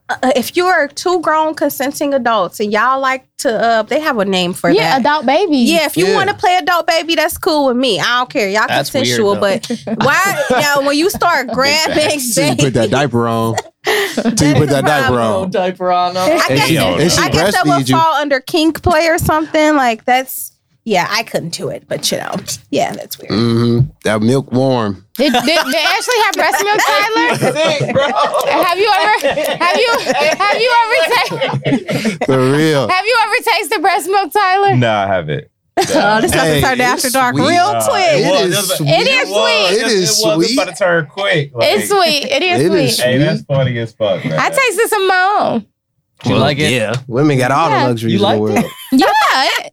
S2: uh, if you are two grown consenting adults and y'all like to, uh, they have a name for
S3: yeah,
S2: that.
S3: adult babies.
S2: Yeah, if you
S4: Yeah.
S2: want to play adult baby, that's cool with me. I don't care. Y'all
S5: That's weird,
S2: consensual,
S5: though.
S2: but why now when you start grabbing
S1: facts.
S4: Till you put that diaper on. Till you
S2: That's
S4: put
S2: the
S4: that diaper
S2: problem.
S4: on.
S5: diaper on.
S2: I
S4: And
S2: guess,
S4: she, and she
S2: I guess that would
S4: breastfeed you.
S2: fall under kink play or something. Like that's yeah, I couldn't do it, but you know, yeah, that's weird.
S4: hmm That milk warm.
S3: Did, did, did Ashley have breast milk, Tyler? have you ever have you have you ever ta-
S4: For real.
S3: have you ever tasted breast milk, Tyler?
S1: No, I haven't.
S2: Oh, this
S4: Hey,
S2: doesn't turn
S4: it's
S2: after dark.
S4: sweet.
S2: Real
S1: Uh,
S2: quick.
S4: it
S1: was.
S4: is
S1: It was-
S4: sweet.
S3: It is sweet.
S4: It
S1: was.
S4: is
S1: It's
S4: sweet.
S1: about to turn quick. Like,
S3: It's sweet. It is
S4: It
S3: sweet.
S4: is
S1: Hey, that's funny as fuck. Man.
S3: I tasted some of my own.
S5: You like it?
S4: Yeah. Women got all
S3: Yeah.
S4: the luxuries
S5: You
S4: in
S5: like
S4: the world.
S5: it?
S4: It,
S3: Yeah, it-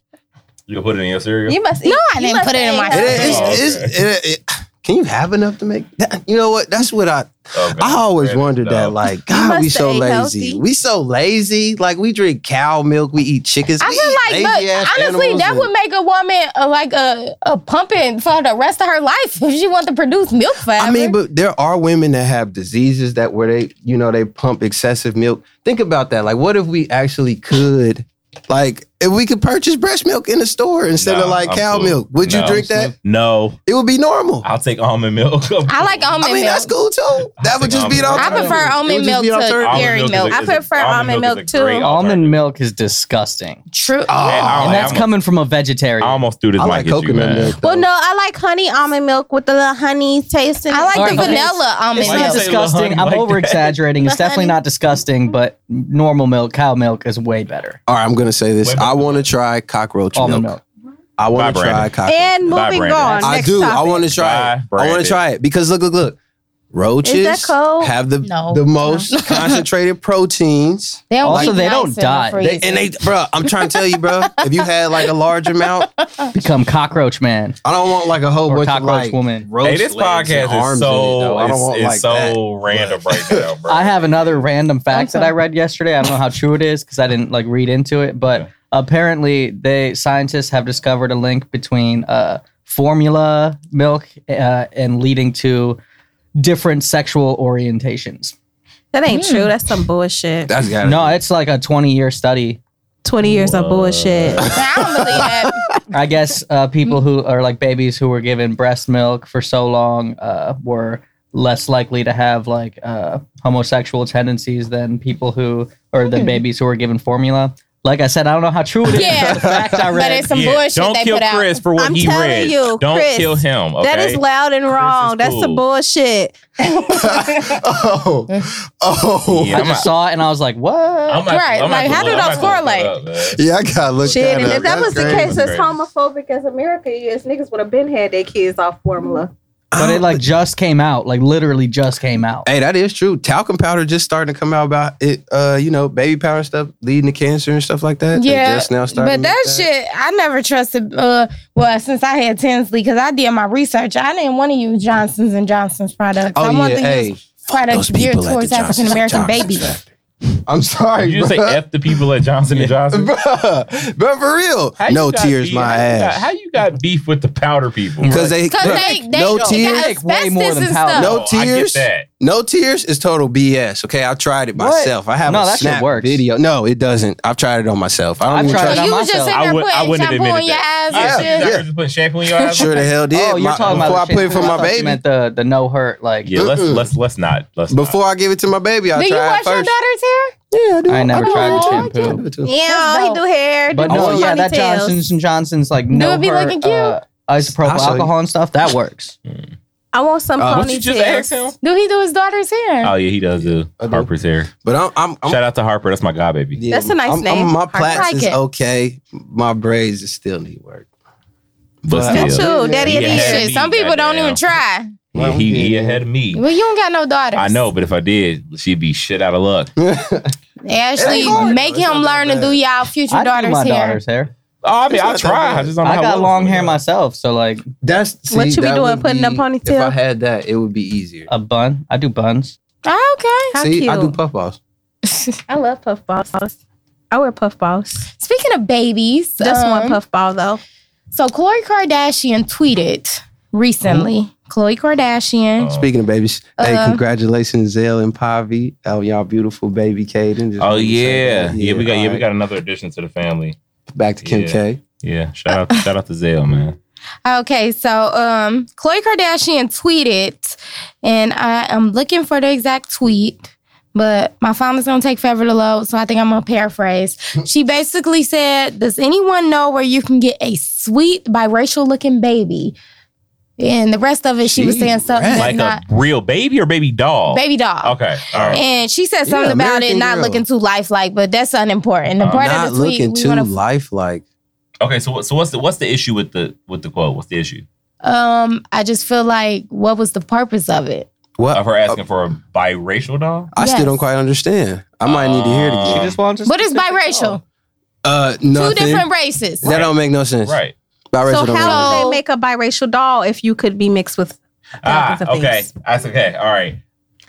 S1: you can put it in your cereal.
S2: You must.
S3: No,
S2: eat-
S3: I
S2: you
S3: didn't
S2: must
S3: put it in
S2: eat
S3: my
S2: that.
S1: cereal.
S4: is- it's-
S1: Oh,
S4: it- it- can you have enough to make that? You know what? That's what I
S1: Okay.
S4: I always
S1: Credit,
S4: wondered
S1: Oh, no.
S4: that. Like, God,
S2: must
S4: we so
S2: stay
S4: lazy.
S2: healthy.
S4: We so lazy. Like, we drink cow milk. We eat chickens.
S3: I
S4: we eat
S3: feel like,
S4: lazy-ass
S3: but honestly,
S4: animals
S3: that
S4: and-
S3: would make a woman uh, like a a pumping for the rest of her life if she want to produce milk forever.
S4: I mean, but there are women that have diseases that where they, you know, they pump excessive milk. Think about that. Like, what if we actually could, like, if we could purchase breast milk in the store instead
S1: Nah,
S4: of like
S1: I'm
S4: cow
S1: cool.
S4: milk, would
S1: Nah,
S4: you drink
S1: I'm
S4: that?
S1: No,
S4: It would be normal.
S1: I'll take almond milk.
S3: I like almond
S4: I mean,
S3: milk.
S4: that's cool too. That would just be an
S1: I
S3: I
S4: alternative.
S3: prefer
S4: It would
S3: almond
S4: just
S3: milk
S4: be an
S3: to
S4: alternative.
S3: dairy
S1: Almond
S3: milk.
S2: I
S1: is a-
S2: prefer almond milk,
S1: is a great
S2: too.
S5: Almond
S1: alternative.
S5: milk is disgusting.
S3: True.
S1: Man, I don't
S4: Oh,
S5: And
S1: like
S5: that's
S1: almond-
S5: coming from a vegetarian.
S1: I almost threw this
S4: I
S1: mic
S4: like
S1: at you,
S4: coconut
S1: man.
S4: milk.
S2: Well,
S4: though.
S2: no, I like honey almond milk with the little honey taste. In
S3: I
S2: it.
S3: like
S5: Alright,
S3: the
S5: okay.
S3: vanilla almond
S5: It's
S1: Why you
S5: not
S3: milk.
S1: say little honey
S5: disgusting. I'm
S1: like
S5: over exaggerating. It's
S2: Little
S5: definitely
S2: honey.
S5: not disgusting, but normal milk, cow milk is way better.
S4: All right, I'm gonna say this.
S1: Wait,
S4: I
S1: wait,
S4: want to try cockroach
S5: Almond
S4: milk.
S5: milk.
S4: I want
S1: Bye,
S4: to try
S1: Brandon.
S4: cockroach.
S2: And
S1: Bye,
S2: moving
S1: Brandon.
S2: on.
S4: I
S2: next
S4: do. I
S2: topic.
S4: want to try it.
S1: Bye,
S4: I want
S1: Brandon.
S4: to try it because look, look, look. Roaches
S2: cold?
S4: have the
S3: No.
S4: the most concentrated proteins.
S3: They don't
S5: Also,
S3: keep
S5: they
S3: nice
S5: don't
S3: in the
S5: die. They-
S4: They,
S3: freezer.
S4: and they, bro, I'm trying to tell you, bro. If you had like a large amount,
S5: Become cockroach man.
S4: I don't want like a whole
S5: Or
S4: bunch of
S5: cockroach
S4: like
S5: woman.
S4: roach
S1: Hey, this
S4: legs and
S1: podcast
S4: arms
S1: is
S4: in it, though. I
S1: so
S4: don't
S1: it's,
S4: want
S1: it's
S4: like that.
S1: so random right now, bro.
S5: I have another random fact that
S3: Okay.
S5: I read yesterday. I don't know how true it is because I didn't like read into it, but
S1: Okay.
S5: apparently they scientists have discovered a link between uh, formula milk uh, and leading to different sexual orientations.
S2: That ain't
S3: Mm.
S2: true. That's some bullshit.
S4: That's got
S5: No, it's like a 20 year study.
S2: Twenty years of bullshit.
S3: I don't believe that.
S5: I guess uh, people who are like babies who were given breast milk for so long uh, were less likely to have like uh, homosexual tendencies than people who or than
S3: Hmm.
S5: babies who were given formula. Like I said, I don't know how true it is.
S3: Yeah.
S5: but the fact I
S3: But
S5: read.
S3: it's some
S1: Yeah,
S3: bullshit
S1: Don't
S3: they
S1: kill
S3: put out.
S1: Chris for what
S2: I'm
S1: he
S2: telling
S1: read.
S2: you,
S1: Don't
S2: Chris,
S1: kill him. Okay.
S2: That is loud and
S1: Chris is
S2: wrong. That's some
S1: cool.
S2: bullshit.
S4: oh, oh,
S1: Yeah.
S5: I
S1: I'm
S5: just
S1: a-
S5: saw it and I was like, "What?"
S1: I'm not-
S3: Right,
S1: I'm not
S3: like, how
S1: gonna-
S3: do
S1: I'm not gonna
S3: those correlate?
S1: look up, man.
S4: yeah. I gotta look
S2: Shit,
S4: that
S2: and
S4: up.
S2: if that was the
S4: crazy.
S2: case, as
S1: Crazy.
S2: homophobic as America is, niggas would have been had their kids off formula.
S5: but it like just came out, like literally just came out.
S4: Hey, that is true. Talcum powder just starting to come out about it. Uh, you know, baby powder and stuff leading to cancer and stuff like that. They
S3: Yeah,
S4: just now starting.
S3: But
S4: to
S3: that
S4: make
S3: shit, I never trusted. Uh, well, since I had Tinsley, because I did my research, I didn't want to use Johnson's and Johnson's products.
S4: Oh
S3: I
S4: yeah,
S3: wanted to
S4: hey,
S3: use products
S4: those
S3: geared
S4: people at
S3: towards
S4: the Johnson
S3: African American babies.
S4: I'm sorry,
S1: Did you just say
S4: bruh.
S1: F the people at Johnson and Johnson?
S4: Bruh, but for real,
S1: How you
S4: no
S1: got
S4: tears,
S1: beef-
S4: my
S1: how you got-
S4: ass.
S1: how you got beef with the powder people?
S4: Because they,
S3: Because
S4: bruh,
S3: they, they,
S4: no
S3: got
S4: tears,
S5: They make way more
S3: asbestos
S5: than
S3: and
S5: powder.
S3: stuff.
S4: No
S1: I get
S4: tears?
S1: that.
S4: no tears is total BS. Okay, I tried it
S5: What?
S4: myself. I have
S5: No,
S4: a
S5: that shit
S4: snap
S5: works.
S4: video. No, it doesn't. I've tried it on myself. I don't
S5: I've
S4: even
S5: tried
S4: try.
S5: it
S3: So
S5: on
S3: you
S5: myself.
S3: was just sitting
S1: I
S3: there
S1: would- I
S3: putting
S1: wouldn't
S3: shampoo
S1: admit
S3: on your eyes
S1: Yeah,
S3: and
S1: you
S3: shit.
S1: guys just putting shampoo in your eyes.
S4: Sure the hell did.
S5: Oh, you're
S4: My-
S5: talking
S4: before
S5: about the
S4: I put it
S5: shampoo.
S4: for
S5: I
S4: my
S5: thought you
S4: baby.
S5: meant the the no hurt like.
S1: Yeah, let's
S4: Mm-mm.
S1: let's let's not let's not.
S4: Before I give it to my baby, I
S3: Do you
S4: try
S3: wash
S4: it
S3: your
S4: first.
S3: daughter's hair?
S4: Yeah, I do.
S5: I never
S4: do.
S3: Oh,
S5: tried
S4: I
S5: shampoo.
S4: do. I do.
S2: Yeah, he
S3: dope.
S2: do hair.
S5: But
S2: do
S5: no,
S2: little
S5: yeah, that
S2: ponytails.
S5: Johnson's and Johnson's like
S3: Do
S5: no
S3: it be
S5: hurt,
S3: looking cute?
S5: uh, isopropyl
S4: I'll show you.
S5: alcohol and stuff that works.
S2: I want some
S4: Uh,
S1: Don't you just ask him?
S2: ponytails.
S3: Do he do his daughter's hair?
S1: Oh yeah, he does do
S4: I do.
S1: Harper's hair.
S4: But I'm. I'm, I'm
S1: Shout out to Harper. That's my god baby.
S4: yeah,
S2: That's a nice
S4: I'm- I'm-
S2: name.
S4: my
S2: I
S4: plaits
S3: like
S4: is
S3: it.
S4: okay. My braids is still need work.
S1: But
S4: But-
S2: Me
S1: still,
S2: too. Daddy
S1: Yeah.
S2: it is.
S1: had
S3: Shit,
S1: me,
S3: some people don't
S1: goddamn.
S3: even try.
S1: Yeah, he, he ahead of me.
S3: Well, you don't got no daughters.
S1: I know, but if I did, she'd be shit out of luck.
S3: Actually,
S4: It ain't hard.
S3: make
S4: It's not
S3: him
S4: that
S3: learn to
S4: bad.
S3: do y'all future
S5: I do
S3: daughter's
S5: my
S3: hair.
S5: daughter's hair.
S1: Oh, I mean,
S4: It's
S1: I
S4: not
S1: try.
S4: that
S1: I just don't know
S5: I
S1: how
S5: got
S1: well
S5: long
S1: it's
S5: hair
S1: going.
S5: myself, so like
S4: That's
S2: What you be
S4: that
S2: doing,
S4: would
S2: putting a
S4: be-
S2: ponytail? Oh,
S4: If I had that, it would be easier.
S5: a bun. I do buns.
S3: Oh, okay.
S2: How
S4: See,
S2: cute.
S4: I do puff balls.
S2: I love puff balls. I wear puff balls.
S3: Speaking of babies,
S2: Just
S3: um,
S2: one puff ball though.
S3: So Khloe Kardashian tweeted recently Khloe Kardashian.
S1: Oh.
S4: Speaking of babies, hey,
S2: Uh-huh.
S3: Uh,
S4: congratulations, Zell and Pavi. Oh, y'all beautiful baby Caden. Just
S1: Oh
S4: wanted to say
S1: yeah.
S4: that.
S1: yeah, we got yeah we
S4: alright.
S1: got another addition to the family.
S4: back to Kim
S1: yeah.
S4: K.
S1: Yeah, shout out shout out to Zale, man.
S3: Okay, so um Khloe Kardashian tweeted, and I am looking for the exact tweet, but my phone is gonna take forever to load, so I think I'm gonna paraphrase. She basically said, Does anyone know where you can get a sweet biracial looking baby? And the rest of it, she was
S4: Gee,
S3: saying something
S4: right.
S3: that's
S1: Like
S3: not
S1: a real baby or baby doll?
S3: baby doll.
S1: Okay. All right.
S3: And she said
S4: Yeah,
S3: something about it
S4: American
S3: not
S4: girl.
S3: looking too lifelike, but that's unimportant. The
S1: Uh,
S3: part
S4: Not
S3: of the tweet
S4: looking
S3: we
S4: too
S3: wanna-
S4: lifelike.
S1: Okay, so what so what's the what's the issue with the with the quote? What's the issue?
S3: um, I just feel like what was the purpose of it?
S4: What?
S1: Of her asking for a biracial doll?
S4: I
S3: Yes.
S4: still don't quite understand. I might need to hear it
S1: Uh,
S4: again.
S1: She
S5: just wants.
S3: What is biracial?
S4: Uh, nothing.
S3: Two different races.
S4: That don't make no sense.
S1: Right.
S4: Biracial
S2: So
S4: don't make no
S2: how
S4: sense.
S2: do they make a biracial doll if you could be mixed with?
S1: Ah,
S2: thousands of
S1: okay.
S2: things.
S1: That's okay. All right.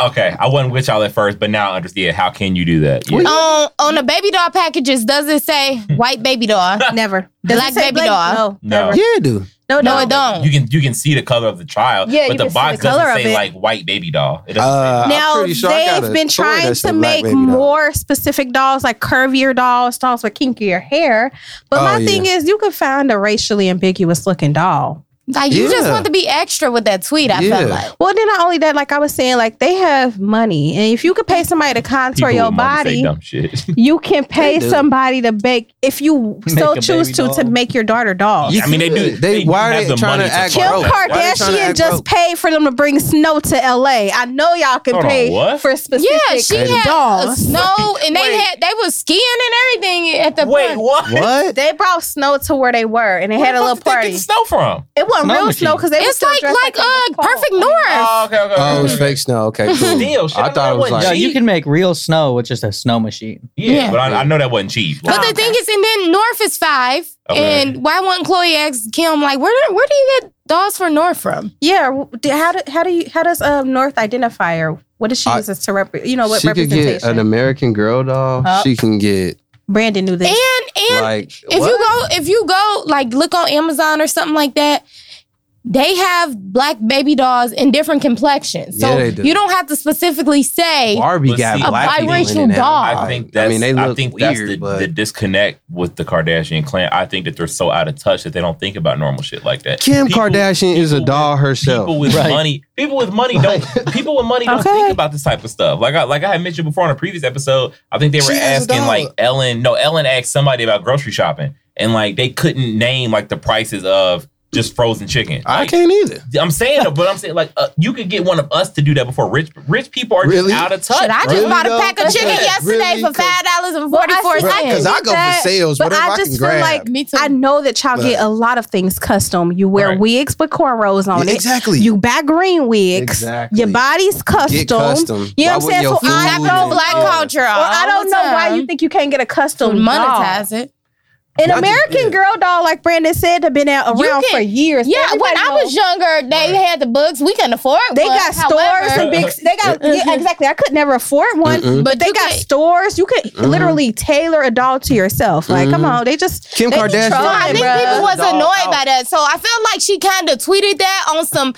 S1: Okay. I wasn't with y'all at first, but now I understand. How can you do that? Yeah.
S3: on on the baby doll packages does it say white baby doll?
S2: Never.
S3: Black
S2: it say
S3: baby doll.
S2: No,
S1: No.
S2: never.
S4: Yeah, dude.
S2: No,
S3: No,
S2: no.
S3: it don't.
S1: You can you can see the color of the child,
S2: Yeah,
S1: but
S2: you
S1: the
S2: can see
S1: box
S2: the color
S1: doesn't
S2: of
S1: say
S2: it.
S1: like white baby doll. It doesn't
S4: Uh, I'm
S2: Now
S4: pretty sure I got
S2: they've
S4: a
S2: been
S4: story
S2: trying
S4: that's
S2: to
S4: the Black
S2: make
S4: Baby doll.
S2: more specific dolls, like curvier dolls, dolls with kinkier hair. But
S4: Oh,
S2: my
S4: yeah.
S2: thing is, you could find a racially ambiguous looking doll.
S3: Like you just
S4: Yeah.
S3: want to be extra with that tweet. I
S4: Yeah.
S3: felt like
S2: Well, then not only that, like I was saying, like they have money, and if you could pay somebody to
S1: People
S2: contour
S1: with
S2: your
S1: money say
S2: body,
S1: dumb shit.
S2: you can pay
S4: do.
S2: somebody to bake if you
S5: Make a
S2: so
S5: baby
S2: choose to
S5: doll.
S2: to make your daughter doll.
S1: I mean, they do.
S4: could. They- why are
S1: have
S4: they
S1: the
S4: trying
S1: money
S4: to act
S1: fund
S2: Kim
S4: broke?
S1: that.
S4: Why they trying to
S2: Kardashian
S4: act
S2: just
S4: broke?
S2: paid for them to bring snow to LA. I know y'all can
S1: Hold on,
S2: pay
S1: what?
S2: for specific
S3: yeah, she had
S2: dolls.
S3: dolls. snow and they
S2: Wait.
S3: had they was skiing and everything at the
S1: Wait,
S3: park.
S1: what?
S4: What?
S2: They brought snow to where they were, and they
S1: Where
S2: had
S1: the fuck
S2: a little
S1: did they
S2: party.
S1: Get snow from.
S2: It wasn't
S5: Snow
S2: real
S5: machine.
S2: snow because they
S3: It's
S2: were
S3: like like uh perfect north.
S1: Oh, okay, okay.
S4: Oh, it was fake snow. Okay, cool.
S1: Still, shit, I
S4: I thought
S1: know it
S4: it was
S1: wasn't
S5: Yeah,
S4: like
S1: cheap.
S5: you can make real snow with just a snow machine.
S1: Yeah,
S3: Yeah.
S1: but I, I know that wasn't cheap.
S3: but
S1: Like,
S3: the
S2: okay.
S3: thing is, and then North is five,
S1: Okay.
S3: and why wouldn't Chloe ask Kim like, where do- where do you get dolls for North from?
S2: Yeah, w- do- how do how do you how does um North identify her? What does she
S4: I-
S2: use as to represent? You know what
S4: she could
S2: representation?
S4: get an American Girl doll.
S5: Huh?
S4: She can get
S2: Brandon knew this.
S3: And and
S4: like
S3: Oh. If
S4: what?
S3: you go, if you go, like look on Amazon or something like that, they have black baby dolls in different complexions. So
S4: Yeah, they do.
S3: you don't have to specifically say
S4: Barbie
S1: But
S4: got
S1: see, a
S4: black people in
S3: biracial
S4: it now.
S3: doll.
S1: I think that's, I mean, they look I think that's the, the disconnect with the Kardashian clan. I think that they're so out of touch that they don't think about normal shit like that.
S4: Kim
S1: People-
S4: Kardashian is a
S1: people
S4: doll herself.
S1: People with
S5: Right.
S1: money, people with money don't, people with money don't
S2: Okay.
S1: think about this type of stuff. Like I, like I had mentioned before on a previous episode, I think they were
S4: She is a
S1: asking
S4: dog.
S1: like Ellen. No, Ellen asked somebody about grocery shopping, and like they couldn't name like the prices of just frozen chicken.
S4: I
S1: Like,
S4: can't either.
S1: I'm saying, but I'm saying like uh, you could get one of us to do that before rich rich people are
S4: Really?
S1: just out of touch.
S3: Should I just
S4: Really
S3: bought a
S4: though?
S3: pack of chicken
S4: Really?
S3: yesterday for
S4: Really?
S3: five dollars and
S2: Well,
S3: forty
S2: I
S3: four
S2: see-
S4: Right, because
S3: cents?
S4: I go
S2: that,
S4: for sales,
S2: but
S4: whatever
S2: I
S4: I,
S2: just feel
S4: can grab.
S2: like-
S3: Me too.
S2: I know that y'all get a lot of things custom. You wear
S1: Right.
S2: wigs with cornrows on
S4: Yeah,
S2: it.
S4: exactly.
S2: You buy green wigs.
S4: Exactly.
S2: Your body's custom.
S4: get custom.
S2: You know
S4: Why
S2: what I'm saying? So
S4: wouldn't your
S2: I
S4: food
S3: Tap on
S4: and-
S3: black
S4: yeah.
S3: culture.
S2: Well, I don't know why you think you can't get a
S3: to
S2: custom
S3: monetize
S2: doll.
S3: it.
S2: An
S4: Not just-
S2: American
S4: yeah.
S2: girl doll, like Brandon said, have been out
S3: You
S2: around
S3: can-
S2: for years.
S3: Yeah, when
S2: Everybody
S3: I
S2: knows-
S3: was younger, they
S1: Right.
S3: had the books. We couldn't afford.
S2: They
S3: one.
S2: got stores
S3: However,
S2: and big. They got yeah, exactly. I could never afford one,
S4: Mm-mm.
S2: but they
S3: you
S2: got
S3: could-
S2: stores. You could literally tailor a doll to yourself. Like, come
S4: Mhm.
S2: on, they just
S4: Kim
S2: they be
S4: Kardashian-
S3: So I
S2: trolling,
S3: think
S2: bruh.
S3: people was
S4: Dog
S3: annoyed
S4: out.
S3: by that. So I felt like she kind of tweeted that on some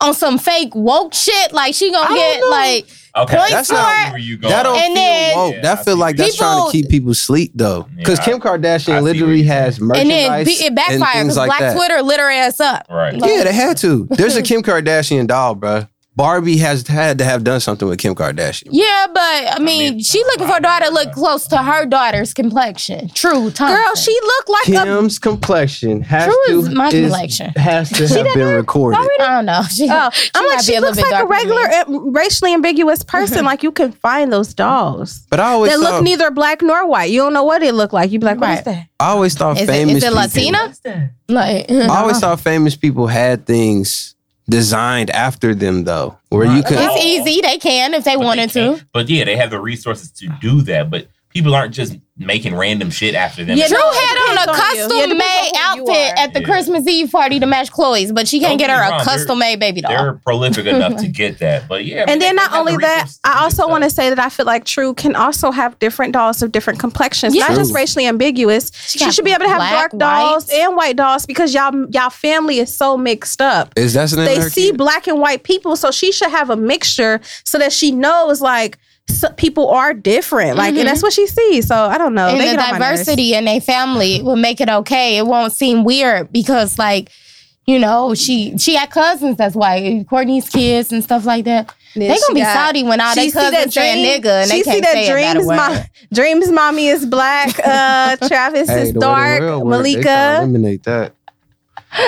S3: on some fake woke shit. Like she
S4: I
S3: gonna
S4: don't
S3: get
S4: know.
S3: like
S1: Okay,
S3: Point
S4: That's
S1: I
S4: not-
S1: see where you going.
S4: That don't
S3: And
S4: feel
S3: then-
S4: woke.
S1: Yeah, I
S4: that
S1: see
S4: feel like that's trying
S3: people-
S4: to keep people sleep though, because
S1: Yeah,
S4: Kim
S1: I
S4: Kardashian
S1: see what
S4: literally
S1: you're
S4: has merchandise
S3: and then be, it
S4: and
S3: backfired
S4: things
S3: because
S4: like
S3: Black
S4: that.
S3: Twitter litter ass up.
S1: right.
S4: Yeah, they had to. There's a Kim Kardashian doll, bruh. Barbie has had to have done something with Kim Kardashian.
S3: Yeah, but I mean,
S1: mean,
S3: she looking for a daughter that look close to her daughter's complexion. True, Thompson.
S2: Girl, she looked like a.
S4: Kim's complexion has
S3: True
S4: to
S3: is my
S4: is-
S3: complexion.
S4: has to have been recorded.
S3: I don't know. She,
S2: Oh,
S3: she
S2: I'm
S3: might
S2: like
S3: be
S2: she
S3: little
S2: looks
S3: bit
S2: like a
S3: darker than me.
S2: regular, uh, racially ambiguous
S4: Mm-hmm.
S2: person. like you can find those dolls
S4: But I always
S2: that
S4: thought,
S2: look neither black nor white. You don't know what it looked like. You be like, what is
S3: Right.
S2: that?
S4: I always thought
S3: Is it,
S4: famous
S3: is it
S4: people-
S3: Latina? Uh-huh. Like,
S4: I always thought famous people had things designed after them though, where you
S1: Right.
S4: could.
S1: That's
S3: it's easy. They can if they
S1: Oh. But they
S3: wanted to.
S1: can't- But yeah, they have the resources to do that. But people aren't just making random shit after them.
S2: Yeah,
S3: Drew
S2: no, it
S3: had on a
S2: depends on you.
S3: custom
S2: Yeah, it
S3: made
S2: depends on who you
S3: outfit
S2: are.
S3: at the
S1: Yeah.
S3: Christmas Eve party to match Chloe's, but she
S1: Don't
S3: can't get
S1: get
S3: her
S1: me
S3: a
S1: wrong,
S3: custom made baby doll.
S1: They're prolific enough to get that, but yeah. I mean,
S2: And then
S1: they-
S2: not
S1: they have
S2: only
S1: the
S2: that,
S1: resources
S2: I
S1: do
S2: also
S1: stuff.
S2: want to say that I feel like True can also have different dolls of different complexions,
S3: Yeah.
S2: not just
S4: True.
S2: racially ambiguous. She,
S3: got
S2: should be able to have
S3: black,
S2: dark dolls
S3: white.
S2: and white dolls because y'all y'all family is so mixed up.
S4: Is that the name
S2: They
S4: of her
S2: see
S4: kid?
S2: black and white people, so she should have a mixture so that she knows like so people are different. Like
S3: Mhm.
S2: and that's what she sees. So I don't know.
S3: and
S2: Oh, They
S3: the
S2: get on my nerves.
S3: diversity in their family will make it okay. It won't seem weird because, like, you know, she she had cousins that's white, Courtney's kids and stuff like that.
S2: Yeah,
S3: They gonna
S2: she
S3: be
S2: got-
S3: salty when all
S2: she
S3: they
S2: see that
S3: cousins saying
S2: dream-
S3: nigga and they
S2: she see
S3: can't
S2: that
S3: say a better
S2: dreams,
S3: word.
S2: mom, dreams, mommy is black. Uh, Travis
S4: Hey,
S2: is
S4: the way the
S2: dark.
S4: world work, They try to
S2: Malika.
S4: eliminate that.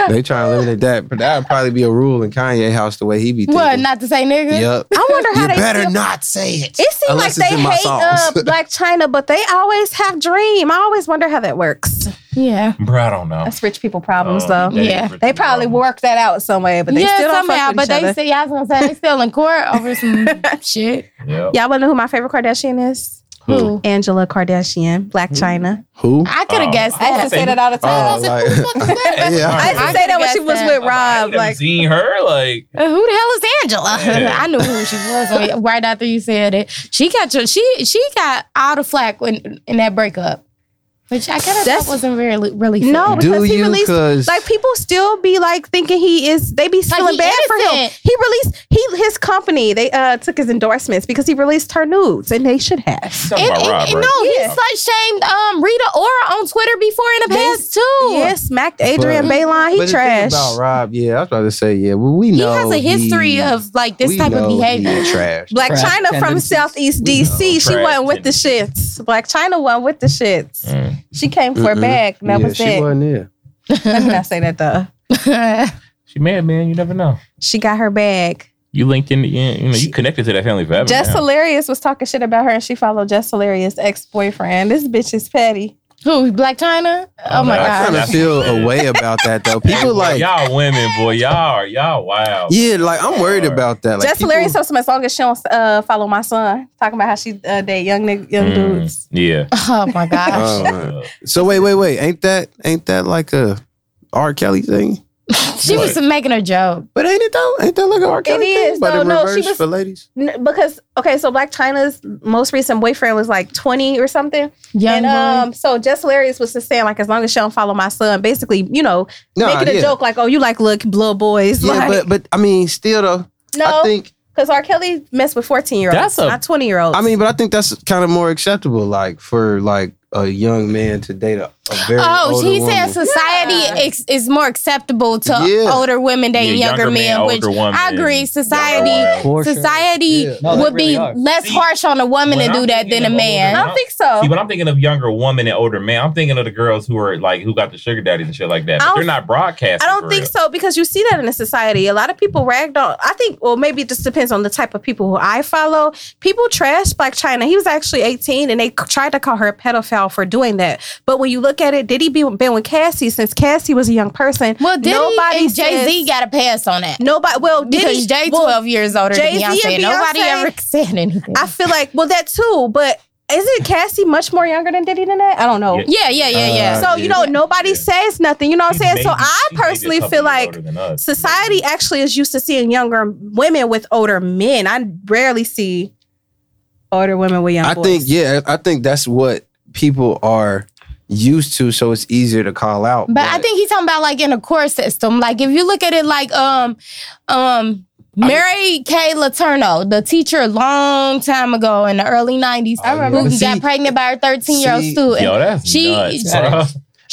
S4: They try to eliminate that, but that would probably be a rule in Kanye house the way he be thinking.
S3: What? Not to say nigga.
S4: Yep.
S2: I wonder how
S4: You
S2: they
S4: better
S2: feel-
S4: not say it.
S2: It seems like
S4: Unless it's
S2: they
S4: in my
S2: hate uh,
S4: songs.
S2: Black China, but they always have dream. I always wonder how that works.
S3: Yeah.
S1: Bro, I don't know.
S2: That's rich people problems,
S1: Um,
S2: though.
S1: that is
S3: Yeah.
S1: rich
S2: They
S1: people
S2: probably
S1: problem.
S2: work that out some way, but they
S3: yeah,
S2: still don't
S3: somehow,
S2: fuck with
S3: but
S2: each
S3: they
S2: other.
S3: say y'all gonna say they still in court over some shit.
S1: Yep.
S2: Y'all want to know who my favorite Kardashian is?
S3: Who?
S2: Angela Kardashian, Black China.
S4: Who?
S3: I could have
S1: Oh,
S3: guessed
S1: I
S2: I used
S3: that.
S2: to say that all the
S4: Oh,
S2: time.
S4: like,
S2: I
S4: yeah.
S2: used to
S3: I
S2: say that when she
S3: could've
S2: was
S1: I'm
S2: with
S3: guessed
S1: like, I
S2: Rob.
S1: haven't
S2: Like,
S1: seen her like
S3: Uh, who the hell is Angela?
S1: Yeah.
S3: I knew who she was when- right after you said it. She got your, she she got all the flack when, in that breakup, which I kind of
S2: That's-
S3: thought wasn't really really fair.
S2: no,
S4: Do
S2: because he
S4: you?
S2: released
S4: Because
S2: like people still be like thinking he is they be feeling
S3: he
S2: bad for him
S3: innocent.
S2: he released he his company they uh took his endorsements because he released her nudes and they should have
S1: something
S3: And,
S1: about
S3: and-
S1: Rob,
S3: and
S1: right?
S3: no,
S2: Yeah.
S3: he slut shamed um, Rita Ora on Twitter before in the
S2: They-
S3: past too.
S2: yeah smacked adrian
S4: But-
S2: Baylon. he
S4: but the thing
S2: trash
S4: about Rob, yeah, I was about to say, yeah, well, we
S3: he
S4: know
S3: has a history
S4: he-
S3: of like this
S4: we
S3: type of
S4: know
S3: behavior.
S4: He trash.
S2: Black
S5: Trash
S2: China from
S5: tendencies.
S2: Southeast
S4: We know.
S2: DC, she
S1: Trash
S2: wasn't with the shits. Black China wasn't with the shits.
S1: Mm.
S2: She came for a
S4: Mm-mm.
S2: bag. and That
S4: yeah,
S2: was
S4: she
S2: it.
S4: wasn't there.
S2: Let me not say that though.
S1: She mad, man. You never know.
S2: She got her bag.
S1: You linked in, you know, you
S2: She-
S1: connected to that family forever.
S2: Jess
S1: now.
S2: Hilarious was talking shit about her, and she followed Jess Hilarious' ex boyfriend. This bitch is petty.
S3: who Black China? Oh,
S1: Oh,
S3: my
S1: that's-
S4: I
S3: god.
S4: kind of
S1: That's-
S4: feel a way about that though. People like,
S1: y'all women, boy. Y'all are y'all wild.
S4: yeah, like I'm worried about that. Like,
S2: Jess
S4: people-
S2: Hilarious told somebody as long as she don't uh, follow my son, talking about how she uh, date young nigg- young
S1: Mm,
S2: dudes.
S1: Yeah.
S3: Oh my gosh.
S4: Oh, man. so wait, wait, wait. Ain't that ain't that like a R. Kelly thing? Uh,
S3: she was making a joke.
S4: But ain't it though? Ain't that like a R. Kelly thing?
S2: is,
S4: but
S2: though.
S4: in
S2: No, she
S4: reverse
S2: was-
S4: for ladies.
S2: N- Because okay, so Black China's most recent boyfriend was like twenty or something,
S3: Young
S2: and
S3: boy.
S2: um, so Jess Hilarious was just saying like, as long as she don't follow my son, basically, you know,
S4: No,
S2: making a
S4: yeah.
S2: joke like, oh, you like look little boys,
S4: Yeah,
S2: like
S4: but but I mean, still though, I
S2: no,
S4: think
S2: because R. Kelly messed with fourteen year olds,
S1: That's a-
S2: not twenty year olds.
S4: I mean, but I think that's kind of more acceptable, like for like a young man to date a, a very
S3: Oh,
S4: older
S3: he
S4: woman.
S3: said society
S2: Yeah.
S3: ex- is more acceptable to
S4: Yeah.
S3: older women
S1: Yeah,
S3: dating
S1: younger
S3: younger, men,
S1: man,
S3: which
S1: older woman.
S3: I agree.
S1: Younger
S3: Society,
S1: woman.
S5: For sure.
S3: society
S4: Yeah. No,
S5: they
S3: would be
S5: really are.
S3: less
S1: See,
S3: harsh on a woman to
S1: when
S3: do
S1: I'm
S3: that than
S1: thinking
S3: a
S1: of
S3: man.
S1: older-
S2: I don't think so.
S1: See, when I'm thinking of younger woman and older man, I'm thinking of the girls who are like who got the sugar daddies and shit like that. But
S2: I don't-
S1: they're not broadcasting.
S2: I
S1: for
S2: don't think
S1: real.
S2: so because you see that in the society. A lot of people ragged on. I think, well, maybe it just depends on the type of people who I follow. People trash Black China. He was actually 18 and they c- tried to call her a pedophile for doing that. But when you look at it, did he be, been with Cassie since Cassie was a young person?
S3: Well, Diddy
S2: Nobody
S3: and Jay Z
S2: says-
S3: got a pass on that
S2: Nobody, well, did
S3: because
S2: he,
S3: Jay
S2: well,
S3: twelve years older
S2: Jay-Z
S3: than
S2: and
S3: Beyonce. Nobody
S2: Beyonce-
S3: ever said anything.
S2: I feel like, well, that too, but isn't Cassie much more younger than Diddy than that? I don't know.
S1: Yeah.
S3: yeah, yeah, yeah,
S4: Uh,
S3: yeah.
S2: So, you know, nobody
S1: Yeah.
S2: says nothing. You know what I'm
S1: She
S2: saying?
S1: may
S2: So
S1: be-
S2: I
S1: she may be a
S2: personally
S1: couple
S2: feel
S1: years
S2: like
S1: older than us.
S2: society actually is used to seeing younger women with older men. I rarely see older women with young
S4: I
S2: boys.
S4: think yeah, I think that's what people are used to, so it's easier to call out.
S3: But I think he's talking about like in a core system. Like if you look at it like um um Mary Kay Letourneau, the teacher a long time ago in the early 90s,
S4: I remember.
S3: who
S4: But
S3: got
S4: see-
S3: pregnant by her 13-year-old
S4: see-
S3: student.
S1: Yo, that's
S3: She-
S1: nuts,
S5: That
S1: bro.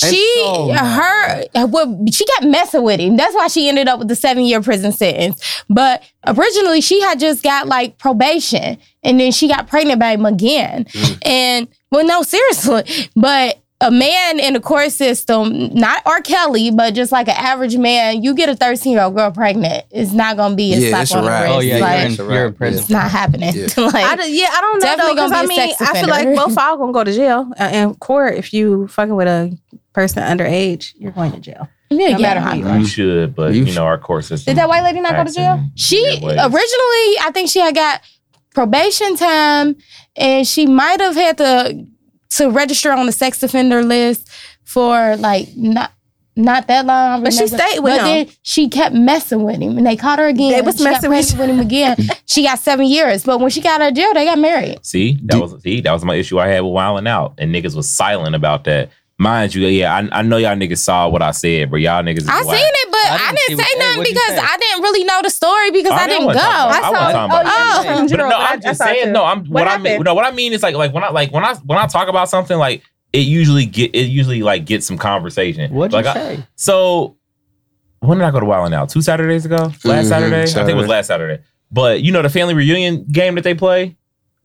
S4: And
S3: She
S4: so-
S3: her well, she got messing with him. That's why she ended up with the seven year prison sentence. But originally she had just got like probation, and then she got pregnant by him again.
S4: Mm.
S3: And well, no, seriously, but. A man in the court system, not R. Kelly, but just like an average man, you get a 13 year old girl pregnant. It's not going to be a
S4: Yeah,
S3: slap
S4: it's
S3: on
S4: a
S3: the
S4: wrap.
S3: wrist.
S5: Oh yeah,
S4: Like-
S5: you're in, you're in prison.
S3: It's not happening.
S4: Yeah.
S3: like,
S2: I do, yeah, I don't know though
S3: Definitely
S2: because
S3: gonna
S2: I
S3: be a
S2: mean,
S3: sex
S2: I feel like
S3: offender.
S2: both all gonna go to jail uh, in court if you fucking with a person underage. You're going to jail.
S3: yeah,
S2: no matter
S3: yeah.
S2: who you
S1: You should, but
S4: You
S1: you know our court system.
S2: Did that white lady not go to
S1: acts in
S2: jail?
S3: She
S1: weird ways.
S3: originally, I think she had got probation time, and she might have had to to register on the sex offender list for like not not that long. I
S2: But she
S3: remember.
S2: stayed with
S3: but
S2: him.
S3: then she kept messing with him, and they caught her again.
S2: They was
S3: She got
S2: messing with-
S3: pregnant with him again. she got seven years, but when she got out of jail, they got married.
S1: See, that was see, that was my issue I had with wilding out, and niggas was silent about that. Mind you, yeah, I, I know y'all niggas saw what I said, but y'all niggas. is
S3: I
S1: whack.
S3: seen it, but
S5: I
S3: I
S5: didn't see
S3: didn't,
S5: what-
S3: say
S5: hey,
S3: nothing
S5: what'd you
S3: because
S5: say?
S3: I didn't really know the story because I,
S1: I
S3: didn't
S1: wasn't
S3: go.
S1: talking
S2: I
S1: about- I wasn't
S2: saw.
S1: talking
S2: Oh,
S1: about
S2: yeah,
S5: that.
S1: But no, I'm
S2: I
S1: just
S2: saw
S1: saying.
S2: too.
S1: No, I'm what, I mean.
S2: happened?
S1: No, what I mean is like like when I like when I when I talk about something like it usually get it usually like gets some conversation.
S5: What'd
S1: like
S5: you
S1: I-
S5: say?
S1: so when did I go to Wild 'N Out? Two Saturdays ago, last
S4: Mhm,
S1: Saturday. I think it was
S4: Saturday.
S1: last Saturday. But you know the family reunion game that they play,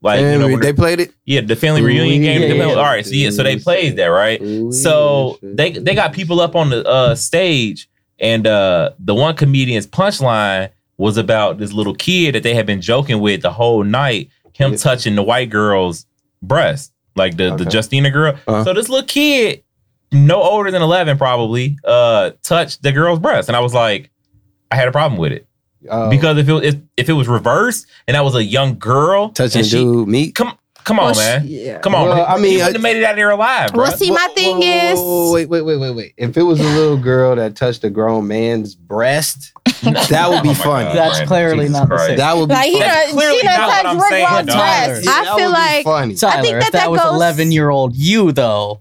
S1: like you
S4: And
S1: know, when
S4: they played it.
S1: yeah, the family reunion game. that they
S5: Yeah,
S1: play.
S5: yeah.
S1: All right, so yeah, so they played that right. So they they got people up on the uh, stage, and uh, the one comedian's punchline was about this little kid that they had been joking with the whole night, him
S4: Yeah.
S1: touching the white girl's breast, like the, the
S4: Okay.
S1: Justina girl.
S4: Uh-huh.
S1: So this little kid, no older than eleven probably, uh, touched the girl's breast, and I was like, I had a problem with it
S4: Oh,
S1: because if it if, if it was reversed and that was a young girl
S4: touching
S1: and she-
S4: dude meat.
S1: come come on
S2: Well,
S1: man,
S2: she- yeah.
S1: come on,
S4: Well,
S1: man.
S4: I mean,
S1: you wouldn't
S4: I-
S1: have made it out of there alive, bro.
S3: Well, see, my thing is-
S4: wait, wait, wait, wait, wait. If it was a little girl that touched a grown man's breast, that would be
S1: Oh my
S4: fun.
S1: God,
S5: That's
S1: Brandon.
S5: clearly
S1: Jesus
S5: not the
S1: Christ.
S5: same.
S4: that would be
S3: Like he
S4: funny.
S1: That's
S3: done,
S1: clearly
S3: she
S1: not
S3: done
S1: what I'm
S3: touched Rick
S1: saying, dog.
S3: Ross' dress.
S4: Yeah,
S2: I
S4: that
S2: feel
S4: would be
S2: like-
S4: funny.
S5: Tyler,
S2: think that
S5: if that,
S2: that
S5: was
S2: goes-
S5: 11 year old you, though,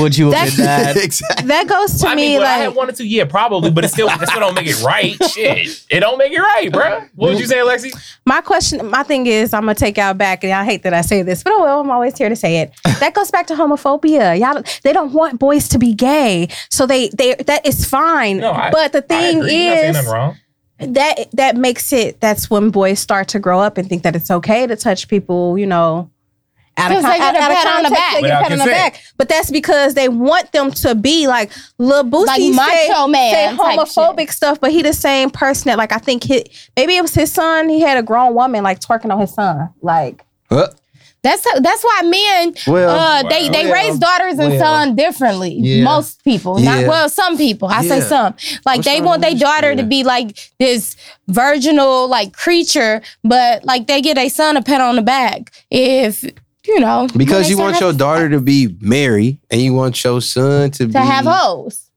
S5: would you have did that?
S4: exactly.
S2: That goes to
S1: I
S2: me
S1: mean, would I
S2: like
S1: had one or two, yeah, probably, but it still, that still don't make it right. Shit, it don't make it right, bro. What would you say, Alexi?
S2: My question, my thing is, I'm gonna take y'all back, and I hate that I say this, but oh well, I'm always here to say it. That goes back to homophobia. Y'all, they don't want boys to be gay, so they they that is fine.
S1: No, I-
S2: but the
S1: I
S2: thing
S1: agree. You're not saying
S2: is,
S1: nothing wrong.
S2: that that makes it. That's when boys start to grow up and think that it's okay to touch people. You know. Out
S3: Feels like
S2: out,
S3: a
S2: out
S3: pat on the
S2: context,
S3: back.
S2: they get
S1: Without
S2: pat on the
S1: consent.
S2: back. But that's because they want them to be like Lil Boosie
S3: Like
S2: say-
S3: macho man
S2: say
S3: type
S2: homophobic stuff, but he the same person that like I think he maybe it was his son. He had a grown woman like twerking on his son. Like
S4: Huh?
S3: That's that's why men
S4: Well,
S3: uh, they they
S4: Well,
S3: raise daughters and
S4: well.
S3: son differently.
S4: Yeah.
S3: Most people, not
S4: Yeah.
S3: well, some people. I say
S4: Yeah.
S3: some. Like
S4: What's
S3: they
S4: wrong
S3: want
S4: with
S3: their
S4: this?
S3: daughter to
S4: Yeah.
S3: be like this virginal like creature, but like they get a son a pat on the back if you know when
S4: because
S3: they
S4: you
S3: son
S4: want
S3: have-
S4: your daughter to be married and you want your son to, be
S3: to have hoes.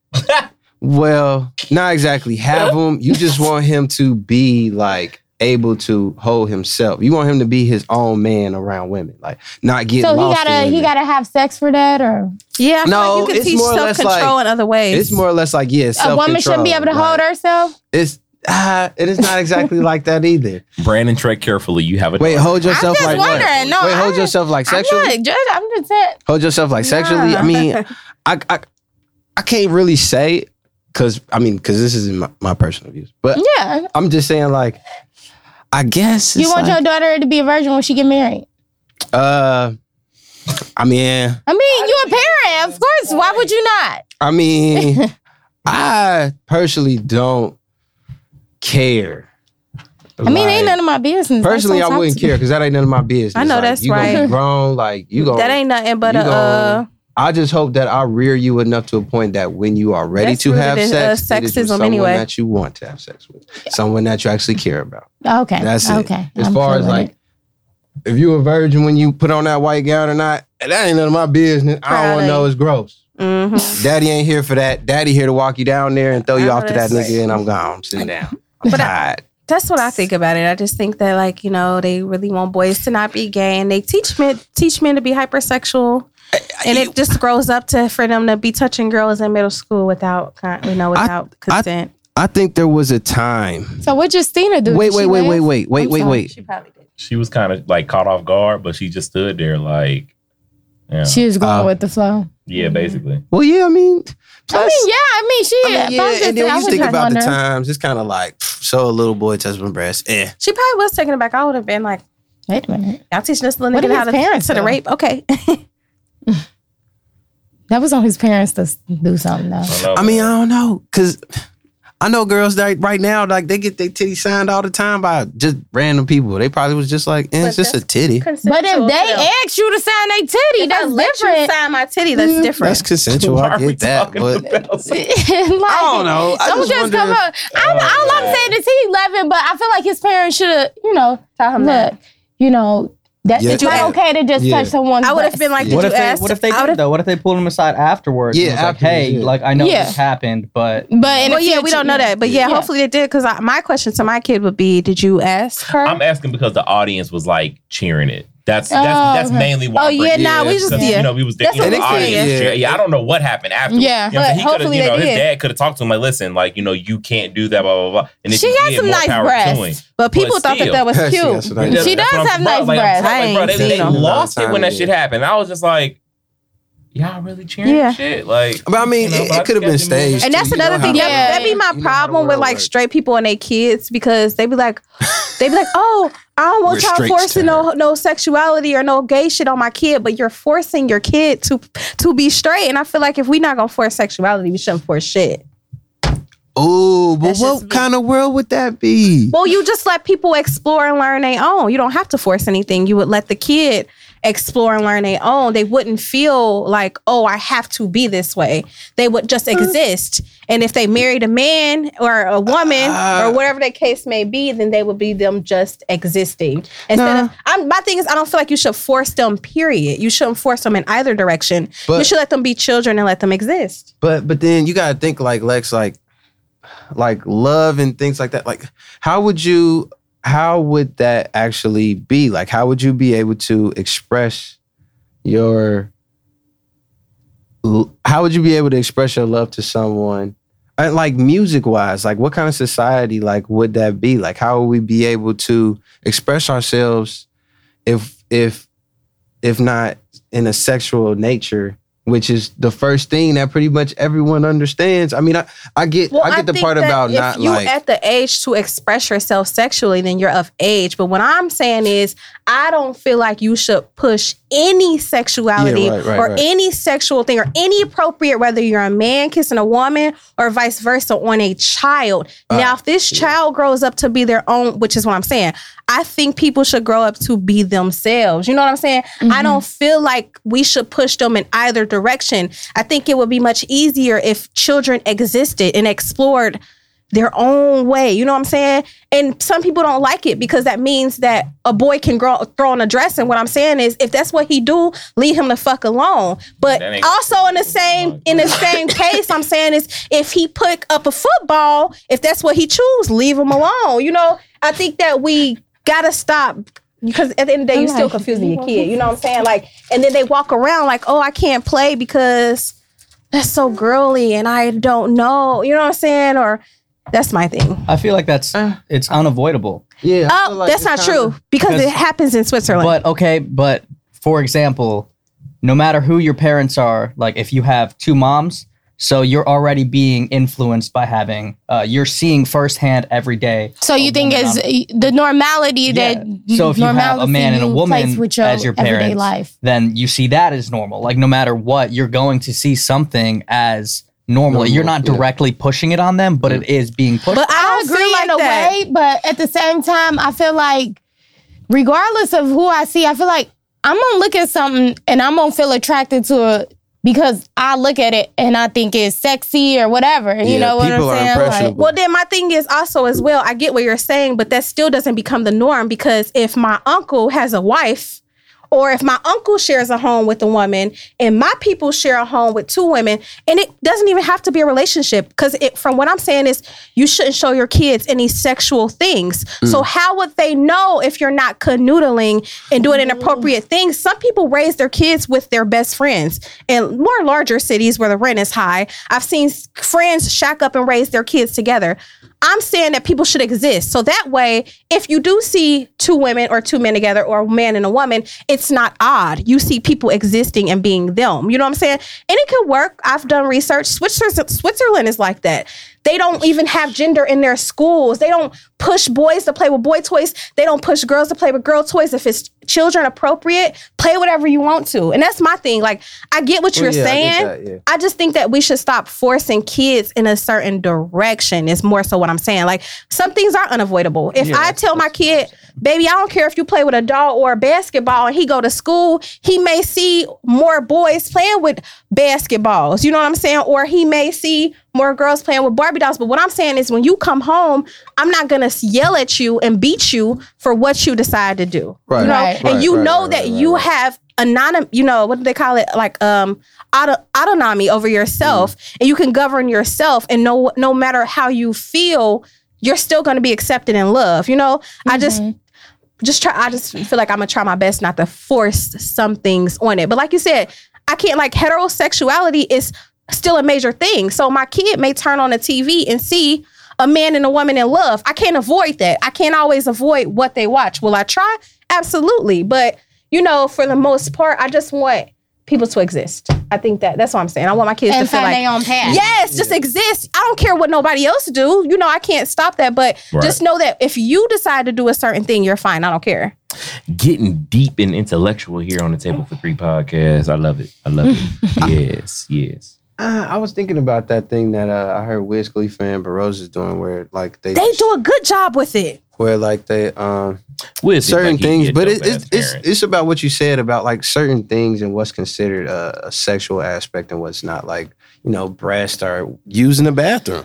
S4: Well, not exactly have him. You just want him to be like able to hold himself. You want him to be his own man around women, like not get
S3: So he
S4: lost. in
S3: gotta he
S4: women.
S3: gotta have sex for that, or
S2: yeah, I feel
S4: No,
S2: like you can
S4: it's
S2: teach
S4: more or less
S2: self control
S4: like-
S2: in other ways.
S4: It's more or less like yeah,
S3: a woman shouldn't be able to hold herself.
S4: It's ah, and it's not exactly like that either.
S1: Brandon, tread carefully. You have a
S4: Wait, hold yourself
S3: just
S4: like what?
S3: wondering. No,
S4: Wait, hold
S3: I'm-
S4: yourself like
S3: I'm
S4: sexually.
S3: not judge. I'm just saying.
S4: hold yourself like sexually. I mean, I I, I can't really say because I mean because this isn't my, my personal views, but
S3: Yeah,
S4: I'm just saying like I guess it's
S3: you want
S4: like,
S3: your daughter to be a virgin when she get married.
S4: uh. I mean,
S3: I mean, you a parent, of course. Why would you not?
S4: I mean, I personally don't care.
S3: I mean, ain't none of my business.
S4: Personally,
S3: That's what
S4: I
S3: I'm
S4: wouldn't
S3: talking
S4: care because that ain't none of my business.
S2: I know,
S4: Like,
S2: that's
S4: you gonna be
S2: right.
S4: grown, like you going
S2: that ain't nothing but
S4: you
S2: a uh,
S4: I just hope that I rear you enough to a point that when you are ready
S2: That's
S4: to
S2: rooted
S4: have
S2: in, uh,
S4: sex, it is with
S2: sexism
S4: someone
S2: anyway.
S4: that you want to have sex with, someone that you actually care about.
S3: about. Okay.
S4: That's it.
S3: Okay.
S4: As
S3: I'm
S4: far as
S3: feeling
S4: like,
S3: it.
S4: if you a virgin when you put on that white gown or not, that ain't none of my business. I
S2: Proud
S4: don't want
S2: of
S4: to know.
S2: you.
S4: It's gross.
S2: mhm.
S4: Daddy ain't here for that. Daddy here to walk you down there and throw
S2: I
S4: you
S2: know
S4: off to that
S2: that's
S4: nigga,
S2: right.
S4: and I'm gone. I'm sitting down. I'm
S2: But I-
S4: tired.
S2: That's what I think about it. I just think that like you know they really want boys to not be gay, and they teach men teach men to be hypersexual, and it just grows up to for them to be touching girls in middle school without con- you know without
S4: I-
S2: consent.
S4: I, think there was a time.
S3: So what Justina do?
S4: Wait,
S3: Did
S4: wait,
S3: she
S4: wait,
S3: laugh?
S4: wait, wait, wait,
S3: I'm
S4: wait,
S3: sorry.
S4: wait.
S2: she probably did.
S1: She was kind of like caught off guard, but she just stood there like, yeah,
S3: She was going
S4: Uh,
S3: with the flow.
S1: yeah, basically.
S4: Well, yeah, I mean, plus,
S3: I mean, yeah. I mean, she.
S4: I mean,
S3: but I'm
S4: yeah,
S3: just
S4: and
S3: saying,
S4: then
S3: I
S4: when
S3: was
S4: you think
S3: just
S4: about the
S3: wondering.
S4: times, it's kind of like, pff, so a little boy touched my breast. Eh.
S2: She probably was taken aback. I would have been like.
S3: Wait a minute.
S2: Y'all teaching this little
S3: What
S2: nigga
S3: did
S2: how to
S3: his parents
S2: to the
S3: do?
S2: rape? Okay.
S3: That was on his parents to s- do something though.
S1: don't know,
S4: I mean, I don't know, cause I know girls that right now, like they get their titty signed all the time by just random people. They probably was just like, eh,
S2: But
S4: it's just
S2: that's
S4: a titty.
S3: But if they ask you to sign their titty,
S2: that's
S3: that's
S2: let you
S3: different.
S2: sign my titty, that's
S4: Yeah,
S2: different.
S4: That's consensual.
S1: Why
S4: I
S1: are we
S4: get that,
S1: talking
S4: but
S1: about-
S3: Like,
S4: I don't know. I
S3: Don't
S4: just,
S3: just
S4: wonder Oh,
S3: come
S4: if-
S3: up. I'm, all I'm saying is he 11, but I feel like his parents should have, you know,
S2: Tell him
S3: look,
S2: that.
S3: you know,
S6: That's
S4: Yeah.
S6: it's not okay to just
S4: Yeah.
S6: touch someone's.
S2: I would have
S6: breast.
S2: been like, did
S5: What
S2: you
S5: if, they,
S2: ask?
S5: what if they
S2: I
S5: did
S2: would've-
S5: though? What if they pulled him aside afterwards? and
S4: Yeah,
S5: was like,
S4: afterwards,
S5: hey,
S4: yeah.
S5: like I know
S6: Yeah.
S5: this happened, but
S6: but in the
S2: Well, yeah, we
S6: future-
S2: don't know that, but yeah,
S6: Yeah.
S2: hopefully they did. Because my question to my kid would be, did you ask her?
S1: I'm asking because the audience was like cheering it. That's that's
S6: Oh,
S1: that's
S6: okay.
S1: mainly why.
S2: Oh,
S1: I'm
S2: yeah,
S1: bringing it
S2: nah,
S1: up,
S2: we just-
S1: 'cause,
S2: yeah.
S1: You know, we was the,
S2: That's
S1: you know,
S2: what
S1: the
S2: we
S1: audience.
S4: said.
S1: cheering. Yeah, I don't know what happened after.
S6: Yeah.
S1: you know,
S2: But
S1: he coulda-
S2: hopefully
S1: you
S2: they
S1: know, his
S2: did.
S1: dad could have talked to him like, listen, like you know, you can't do that, blah blah blah. And if
S6: She
S1: he
S6: got
S1: did,
S6: some
S1: more
S6: nice
S1: power to
S6: breasts.
S1: him.
S2: but people
S1: But
S2: thought
S1: still.
S2: that that was
S4: She got
S2: cute.
S4: some nice
S1: Yeah,
S6: She
S1: that's
S6: does
S1: what I'm-
S6: have
S1: bro,
S6: nice
S1: like, I'm
S6: breasts. I
S1: telling you,
S2: ain't
S1: bro, they,
S2: seen
S1: they
S2: them.
S1: lost it when that
S4: Yeah.
S1: shit happened. I was just like, y'all really cheering
S2: Yeah.
S1: shit? Like,
S4: But I mean,
S1: you know,
S4: it-
S1: but
S4: it
S1: I
S4: could
S1: kept
S4: have been
S1: it moving.
S4: staged.
S2: And that's
S4: too, you know
S2: another thing.
S4: how-
S2: That,
S6: Yeah.
S2: that be my
S4: You know how the
S2: problem with
S4: world
S2: like
S4: works.
S2: straight people and their kids because they be like, they be like, oh, I don't want y'all
S4: Restricts
S2: forcing no
S4: her.
S2: no sexuality or no gay shit on my kid, but you're forcing your kid to to be straight. And I feel like if we not gonna force sexuality, we shouldn't force shit.
S4: Ooh, but
S2: That's just me.
S4: what kind of world would that be?
S2: Well, you just let people explore and learn their own. You don't have to force anything. You would let the kid explore and learn their own. They wouldn't feel like, oh, I have to be this way. They would just exist. And if they married a man or a woman or whatever the case may be, then they would be them just existing. Instead of I'm, my thing is, I don't feel like you should force them. Period. You shouldn't force them in either direction. you
S4: But-
S2: should let them be children and let them exist.
S4: But but then you gotta think like Lex, like like love and things like that. Like how would you how would that actually be? Like how would you be able to express your how would you be able to express your love to someone? And, like music wise, like what kind of society like would that be? Like how would we be able to express ourselves if if if not in a sexual nature? which is the first thing that pretty much everyone understands. I mean, I, I get I get the
S2: think
S4: part
S2: that
S4: about
S2: if
S4: not
S2: you
S4: like
S2: at the age to express yourself sexually, then you're of age. But what I'm saying is, I don't feel like you should push any sexuality
S4: Yeah, right, right,
S2: or
S4: right.
S2: any sexual thing or any appropriate, whether you're a man kissing a woman or vice versa, on a child.
S1: Uh,
S2: now, if this child grows up to be their own, which is what I'm saying, I think people should grow up to be themselves. You know what I'm saying? I don't feel like we should push them in either direction. I think it would be much easier if children existed and explored their own way. You know what I'm saying? And some people don't like it because that means that a boy can grow, throw on a dress. And what I'm saying is, if that's what he do, leave him the fuck alone. But
S1: That ain't-
S2: also in the
S4: Oh
S2: same in the same case, I'm saying is, if he put up a football, if that's what he choose, leave him alone. You know, I think that we gotta stop. Because at the end of the day, you're still confusing your kid. You know what I'm saying? Like, and then they walk around like, oh, I can't play because that's so girly and I don't know. You know what I'm saying? Or that's my thing.
S5: I feel like that's it's unavoidable.
S4: yeah. I
S2: Oh,
S4: feel like
S2: that's
S4: it's
S2: not
S4: kinda-
S2: true because it
S5: because-
S2: happens in Switzerland.
S5: But okay, but for example, no matter who your parents are, like if you have two moms, so you're already being influenced by having uh, you're seeing firsthand every day.
S3: So you
S5: a
S3: think
S5: woman
S3: is
S5: on-
S3: the normality that
S5: Yeah. So if you have a
S3: normality
S5: man and a
S3: you
S5: woman
S3: place with your
S5: as your
S3: everyday
S5: parents,
S3: life.
S5: then you see that as normal. Like no matter what, you're going to see something as normal.
S4: Normal,
S5: You're not
S4: yeah.
S5: directly pushing it on them, but it is being pushed.
S2: But I
S3: I
S2: don't
S3: agree
S2: feel
S3: in a
S2: like that.
S3: way, but at the same time, I feel like regardless of who I see, I feel like I'm gonna look at something and I'm gonna feel attracted to it because I look at it and I think it's sexy or whatever.
S4: Yeah,
S3: you know what I'm
S4: people are
S3: saying?
S4: impressionable.
S2: Well, then my thing is also as well. I get what you're saying, but that still doesn't become the norm because if my uncle has a wife, or if my uncle shares a home with a woman, and my people share a home with two women, and it doesn't even have to be a relationship because it. From what I'm saying is, you shouldn't show your kids any sexual things. So how would they know if you're not canoodling and doing inappropriate things? Some people raise their kids with their best friends, and more larger cities where the rent is high. I've seen s- friends shack up and raise their kids together. I'm saying that people should exist. So that way, if you do see two women or two men together or a man and a woman, it's not odd. You see people existing and being them. You know what I'm saying? And it could work. I've done research. Switzerland, Switzerland is like that. They don't even have gender in their schools. They don't push boys to play with boy toys. They don't push girls to play with girl toys. If it's children appropriate, play whatever you want to. And that's my thing. Like, I get what you're
S4: Well, Oh, yeah, I get
S2: saying.
S4: that, yeah.
S2: I just think that we should stop forcing kids in a certain direction. Is more so what I'm saying. Like some things are unavoidable. If I tell my kid Baby, I don't care if you play with a doll or a basketball and he go to school, he may see more boys playing with basketballs. You know what I'm saying? Or he may see more girls playing with Barbie dolls. But what I'm saying is when you come home, I'm not gonna s- yell at you and beat you for what you decide to do.
S4: Right.
S2: You know?
S3: Right.
S2: And you
S4: Right, right,
S2: know
S4: right,
S2: that
S4: right,
S2: you
S4: right.
S2: have anonym, you know, what do they call it? Like um auto- autonomy over yourself
S4: Mm.
S2: and you can govern yourself and no no matter how you feel, you're still gonna be accepted and loved. You know, I just
S3: Mhm.
S2: just try I just feel like I'm gonna try my best not to force some things on it. But like you said, I can't like heterosexuality is still a major thing. So my kid may turn on the TV and see a man and a woman in love. I can't avoid that. I can't always avoid what they watch. Will I try? Absolutely. But you know, for the most part, I just want people to exist. I think that that's what I'm saying. I want my kids
S3: and
S2: to feel
S3: find
S2: like
S3: their own path.
S2: Yes, just exist. I don't care what nobody else do. You know, I can't stop that. But
S1: Right.
S2: just know that if you decide to do a certain thing, you're fine. I don't care.
S1: Getting deep and intellectual here on the Table for Three podcast. I love it. I love it. yes, yes.
S4: Uh, I was thinking about that thing that uh, I heard Wiz Khalifa and Barrows is doing, where like they,
S2: They do a good job with it.
S4: where like they um
S1: With
S4: certain things, but it, it's it's it's about what you said about like certain things and what's considered a, a sexual aspect and what's not, like you know, breast or using the bathroom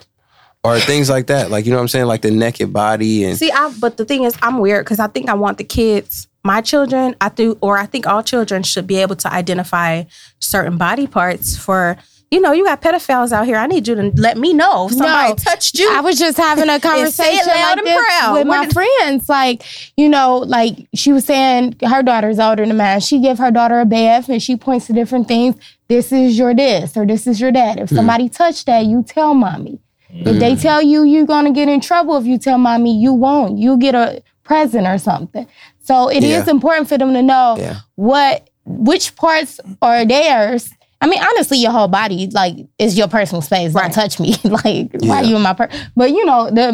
S4: or things like that. Like you know what I'm saying, like the naked body and
S2: See, I but the thing is, I'm weird because I think I want the kids, my children, I do, or I think all children should be able to identify certain body parts for. You know, you got pedophiles out here. I need you to let me know if somebody
S3: No.
S2: touched you.
S3: I was just having a conversation
S2: loud
S3: like
S2: and
S3: this
S2: proud.
S3: with
S2: What
S3: my
S2: did-
S3: friends. Like, you know, like she was saying her daughter's older than mine. She give her daughter a bath and she points to different things. This is your this or this is your that. If somebody touched that, you tell mommy. If they tell you you're gonna get in trouble if you tell mommy, you won't. You get a present or something. So it is
S4: Yeah.
S3: important for them to know
S4: Yeah.
S3: what which parts are theirs. I mean, honestly, your whole body like is your personal space.
S2: Right.
S3: Don't touch me. like, why
S4: Yeah.
S3: you in my per? But you know, the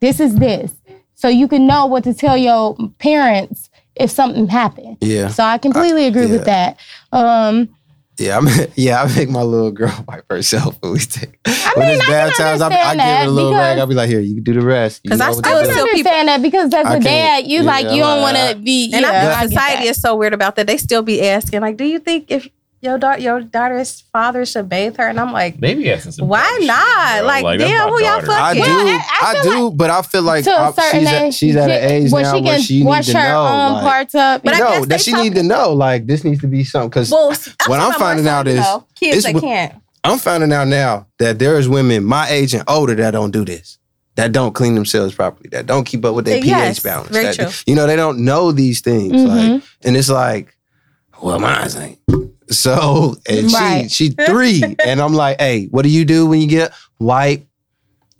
S3: this is this, so you can know what to tell your parents if something happened.
S4: yeah.
S3: So I completely agree with that. Um,
S4: Yeah, I'm, yeah, I make my little girl wipe herself when we take. I
S3: mean, I can
S4: I, be- I
S3: understand
S4: give her
S3: that
S4: a little rag.
S3: because-
S4: I'll be like, here, you can do the rest. You
S2: 'Cause I
S4: know what
S2: still
S4: to
S3: I
S4: do.
S3: can
S2: So people-
S3: understand that because as
S4: I
S3: a
S4: can't-
S3: dad, you
S4: yeah,
S3: like you don't want
S4: I-
S3: to be.
S2: And I
S3: yeah, I
S2: think
S3: get
S2: society
S3: that.
S2: is so weird about that. They still be asking, like, do you think if your daughter, your daughter's father should bathe her? And I'm like,
S1: maybe asking some.
S2: Why
S1: dumb shit,
S2: not?
S1: bro.
S2: Like,
S1: that's
S2: damn,
S1: my
S2: who y'all
S1: daughter.
S2: fuck-
S4: I do,
S2: Well,
S3: I- I
S4: I,
S3: feel
S4: do, but I feel like
S3: to
S4: I,
S3: a certain
S4: she's, at,
S3: age,
S4: she's at an age
S3: where
S4: now
S3: she um,
S4: where
S3: can
S4: she
S3: wash
S4: needs to
S3: her
S4: know.
S3: own
S4: like,
S3: parts up.
S2: But I
S4: no,
S2: guess
S4: that
S2: they
S4: she
S2: talk-
S4: need to know. Like this needs to be something because
S2: Well, that's
S4: What I'm
S2: my
S4: finding
S2: son,
S4: out
S2: you
S4: is
S2: know, kids
S4: it's
S2: that
S4: wh-
S2: can't.
S4: I'm finding out now that there's women my age and older that don't do this. That don't clean themselves properly. That don't keep up with their
S2: Yes,
S4: pH balance.
S2: very
S4: that-
S2: true.
S4: You know, they don't know these things. Like,
S3: Mhm.
S4: and it's like, well, mine's ain't. So, and
S3: Right.
S4: she she three, and I'm like, hey, what do you do when you get wipe,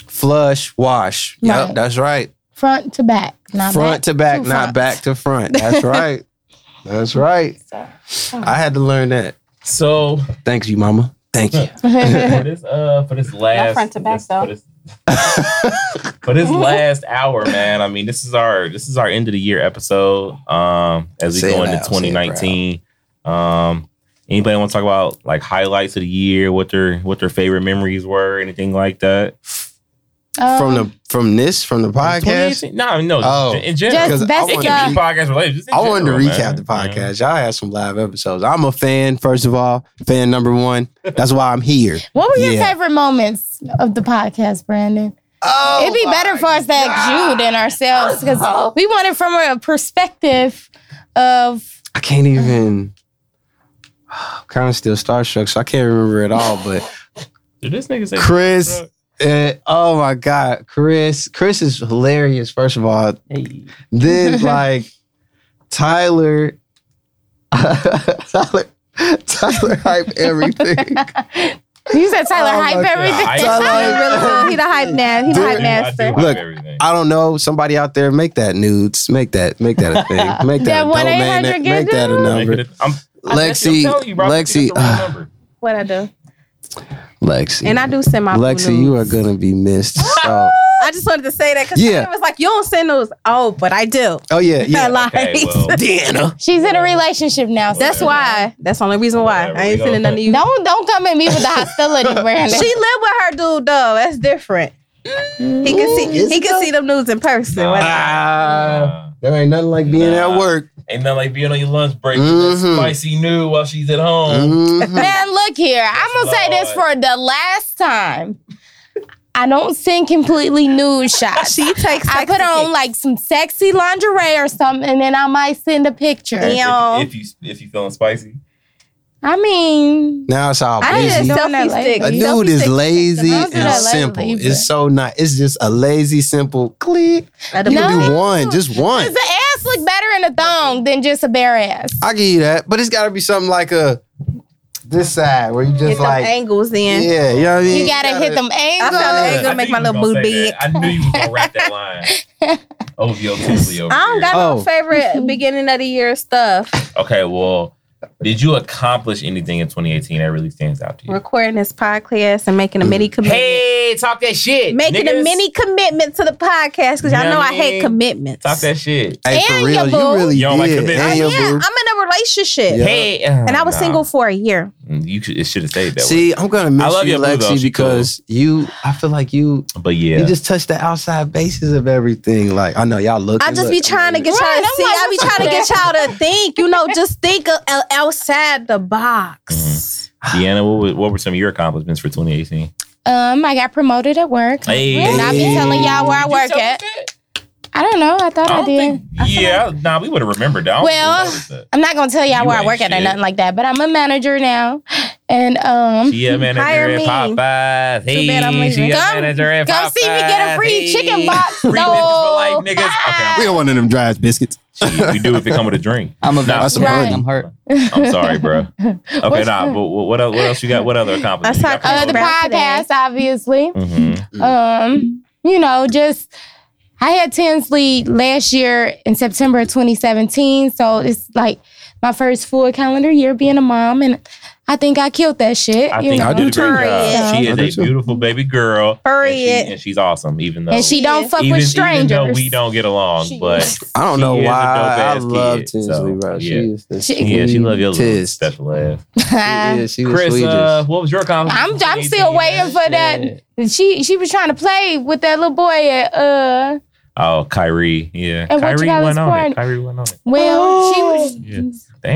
S4: flush, wash?
S3: Right.
S4: Yep, that's right.
S3: front to back, not
S4: front
S3: back.
S4: to back,
S3: to
S4: not
S3: front.
S4: back to front. That's right. that's right. I had to learn that.
S1: So
S4: Thanks, you, mama. Thank you.
S1: for this, uh, for this last
S2: front to back,
S1: this- for this, for this last hour, man. I mean, this is our this is our end of the year episode. Um, as we
S4: Say it
S1: go into
S4: loud, say it
S1: 2019. Um, anybody want to talk about like highlights of the year? What their what their favorite memories were? Anything like that?
S3: Um,
S4: from the from this from the podcast.
S1: 2018? No, no.
S4: Oh.
S1: Oh, in general,
S3: Just
S4: Because
S3: best
S4: I
S1: it
S4: wanted
S3: stuff.
S4: to
S1: can
S4: re-
S1: be podcast related. just in
S4: I wanted to
S1: general,
S4: recap
S1: man.
S4: the podcast. Y'all had some live episodes. I'm a fan, first of all, fan number one. That's why I'm here.
S3: What were your
S4: Yeah.
S3: favorite moments of the podcast, Brandon?
S4: Oh,
S3: It'd be better for us to ask you than ourselves because we want it from a perspective of
S4: I can't even. I'm kind of still starstruck, so I can't remember it all. But
S1: Did this nigga say
S4: Chris, eh, oh my god, Chris, Chris is hilarious. First of all,
S5: Hey.
S4: then like Tyler, Tyler, Tyler hype everything.
S3: you said Tyler
S4: Oh my
S3: hype
S4: God.
S3: everything.
S1: I-
S2: He really cool. He the hype man. He the
S4: Dude,
S1: I
S2: hype
S1: do- I
S2: master.
S1: do
S4: Look,
S1: hype everything.
S4: I don't know. Somebody out there, make that nudes. Make that. Make that a thing. Make
S3: That
S4: that.
S3: 1-800
S4: a domain. Make that a
S3: get
S1: Make
S4: number.
S1: it a- I'm- I'm
S4: Lexi,
S1: telling you, bro, I'm
S4: Lexi,
S1: thinking that's the
S4: uh,
S1: wrong number.
S2: What I do.
S4: Lexi.
S2: And I do send my
S4: Lexi,
S2: nudes.
S4: you are gonna be missed. So.
S2: I just wanted to say that because
S4: Yeah.
S2: yeah. was like, you don't send those. Oh, but I do.
S4: Oh yeah,
S2: I
S4: yeah. Oh,
S2: lied.
S1: Okay, well,
S4: Deanna.
S3: She's in a relationship now. so-
S2: That's why. That's the only reason why.
S1: Whatever,
S2: I ain't
S1: we
S2: sending
S1: go.
S2: none of you.
S3: Don't don't come at me with the hostility,
S2: She
S3: Brandon.
S2: lived with her dude though. Mm. That's different. He can see. He can see them nudes in person.
S1: Nah.
S2: Whatever.
S4: Ah.
S1: Uh,
S4: There ain't nothing like being
S1: Nah.
S4: at work.
S1: Ain't nothing like being on your lunch break with that
S4: Mhm.
S1: spicy new while she's at home.
S4: Mhm.
S3: Man, look here. I'm gonna say this for the last time. I don't send completely nude shots.
S2: She takes.
S3: I put on like some sexy lingerie or something, and then I might send a picture.
S2: Yeah.
S1: If, if you if you feeling spicy,
S3: I mean,
S4: now it's all
S2: I
S3: just
S4: busy.
S2: selfie
S3: don't- Doing that
S2: stick.
S3: lately.
S4: A
S3: selfie
S4: dude is lazy
S3: Those
S4: and
S3: are lazy,
S4: simple.
S3: but-
S4: It's so nice. It's just a lazy, simple click.
S2: Let
S4: You
S2: them
S3: No.
S4: can do one, just
S3: does
S4: one.
S3: the ass look better in a thong than just a bare ass?
S4: I give you that, but it's got to be something like a this side where you
S2: Get
S4: just
S2: them
S4: like
S2: angles in.
S4: yeah, you know what I mean.
S3: you gotta hit them angles.
S2: I ain't
S1: Yeah,
S2: gonna
S1: I
S2: make
S1: knew
S2: my
S1: you was
S2: little
S1: gonna
S2: booty
S1: say that. I knew you was gonna wrap that line. OVO Tinsley over
S2: I don't
S1: here.
S2: got no
S4: Oh.
S2: favorite beginning of the year stuff.
S1: okay, well, did you accomplish anything in 2018 that really stands out to you?
S2: Recording this podcast and making a mini commitment.
S1: Hey, talk that shit.
S2: making a
S1: niggas.
S2: mini commitment to the podcast because y'all
S1: Yeah,
S2: know I
S1: man.
S2: hate commitments.
S1: Talk that shit.
S4: Hey, for
S3: And
S4: real,
S3: your
S4: you
S3: boo.
S4: really
S1: You don't like
S4: did.
S1: commitment.
S4: And
S2: yeah,
S4: your
S2: I'm in
S4: boo.
S2: a relationship.
S4: Yeah.
S1: Hey, oh
S2: And I was single for a year.
S1: You should, it should have stayed that way.
S4: See, I'm gonna miss
S1: I love
S4: you,
S1: your boo, though.
S4: Lexi,
S1: She
S4: because you. I feel like you.
S1: But yeah,
S4: You just touch the outside bases of everything. Like I know y'all look.
S2: I just be trying to get
S3: Right,
S2: y'all to
S3: I'm
S2: see.
S3: like,
S2: I be
S3: what's
S2: trying to get
S3: up?
S2: y'all to think, you know, just think o- o- outside the box.
S1: Deanna, what, was, what were some of your accomplishments for 2018?
S3: Um, I got promoted at work.
S1: Hey.
S3: And I be telling y'all where I work at. I don't know. I thought I,
S1: I don't
S3: did.
S1: think. Yeah, nah, we would have remembered that. I don't
S3: Well,
S1: think we noticed
S3: I'm not gonna tell y'all
S1: You
S3: where I
S1: ain't
S3: work at or
S1: shit.
S3: nothing like that, but I'm a manager now. And
S1: that.
S3: um
S1: She a manager
S2: hire
S1: at
S2: me.
S1: Popeyes. Hey,
S2: bad I'm
S1: she
S2: leaving.
S1: a
S3: Come-
S1: manager at
S3: go
S1: Popeyes.
S3: see me get a free
S1: Hey.
S3: chicken box.
S1: Free bitches
S3: though.
S1: for life, niggas.
S4: We
S1: Okay,
S4: don't want none of them dried biscuits.
S1: Shit, we do if it come with a drink.
S5: I'm a
S1: Nah,
S5: nah,
S4: that's some
S3: Right. honey.
S5: I'm hurt.
S1: I'm sorry, bro. Okay,
S3: What's-
S1: nah. But what what else, what else you got? What other accomplishments?
S2: That's how
S3: Uh, the
S2: Around today.
S3: podcast, obviously.
S1: hmm
S3: Um, you know, just I had Tinsley last year in September of 2017, so it's like my first full calendar year being a mom, and I think I killed that shit.
S1: I
S3: you
S1: think
S3: know?
S1: I did a great
S2: Period.
S1: job. She
S4: I do
S1: is a
S4: too.
S1: beautiful baby girl. And, she-
S2: Period.
S1: and she's awesome, even though
S3: and she don't fuck
S1: even,
S3: with
S1: even
S3: strangers.
S1: though we don't get along, but
S4: I don't
S1: She
S4: know
S1: is a
S4: why.
S1: dope-ass
S4: I love
S1: kid,
S4: Tinsley,
S1: so,
S4: bro.
S1: yeah.
S4: She is the
S3: She-
S1: yeah, she love your little
S4: sweetest.
S1: special ass.
S4: She is. She Mm, was
S1: Chris,
S4: sweetest.
S1: uh, what was your comment?
S3: I'm I'm still waiting for that. She she was trying to play with that little boy at uh
S1: Oh, Kyrie, yeah.
S3: And what you
S1: Kyrie
S3: got
S1: went
S3: us
S1: on it.
S3: for?
S1: Kyrie went on it.
S3: well she was
S1: Yeah.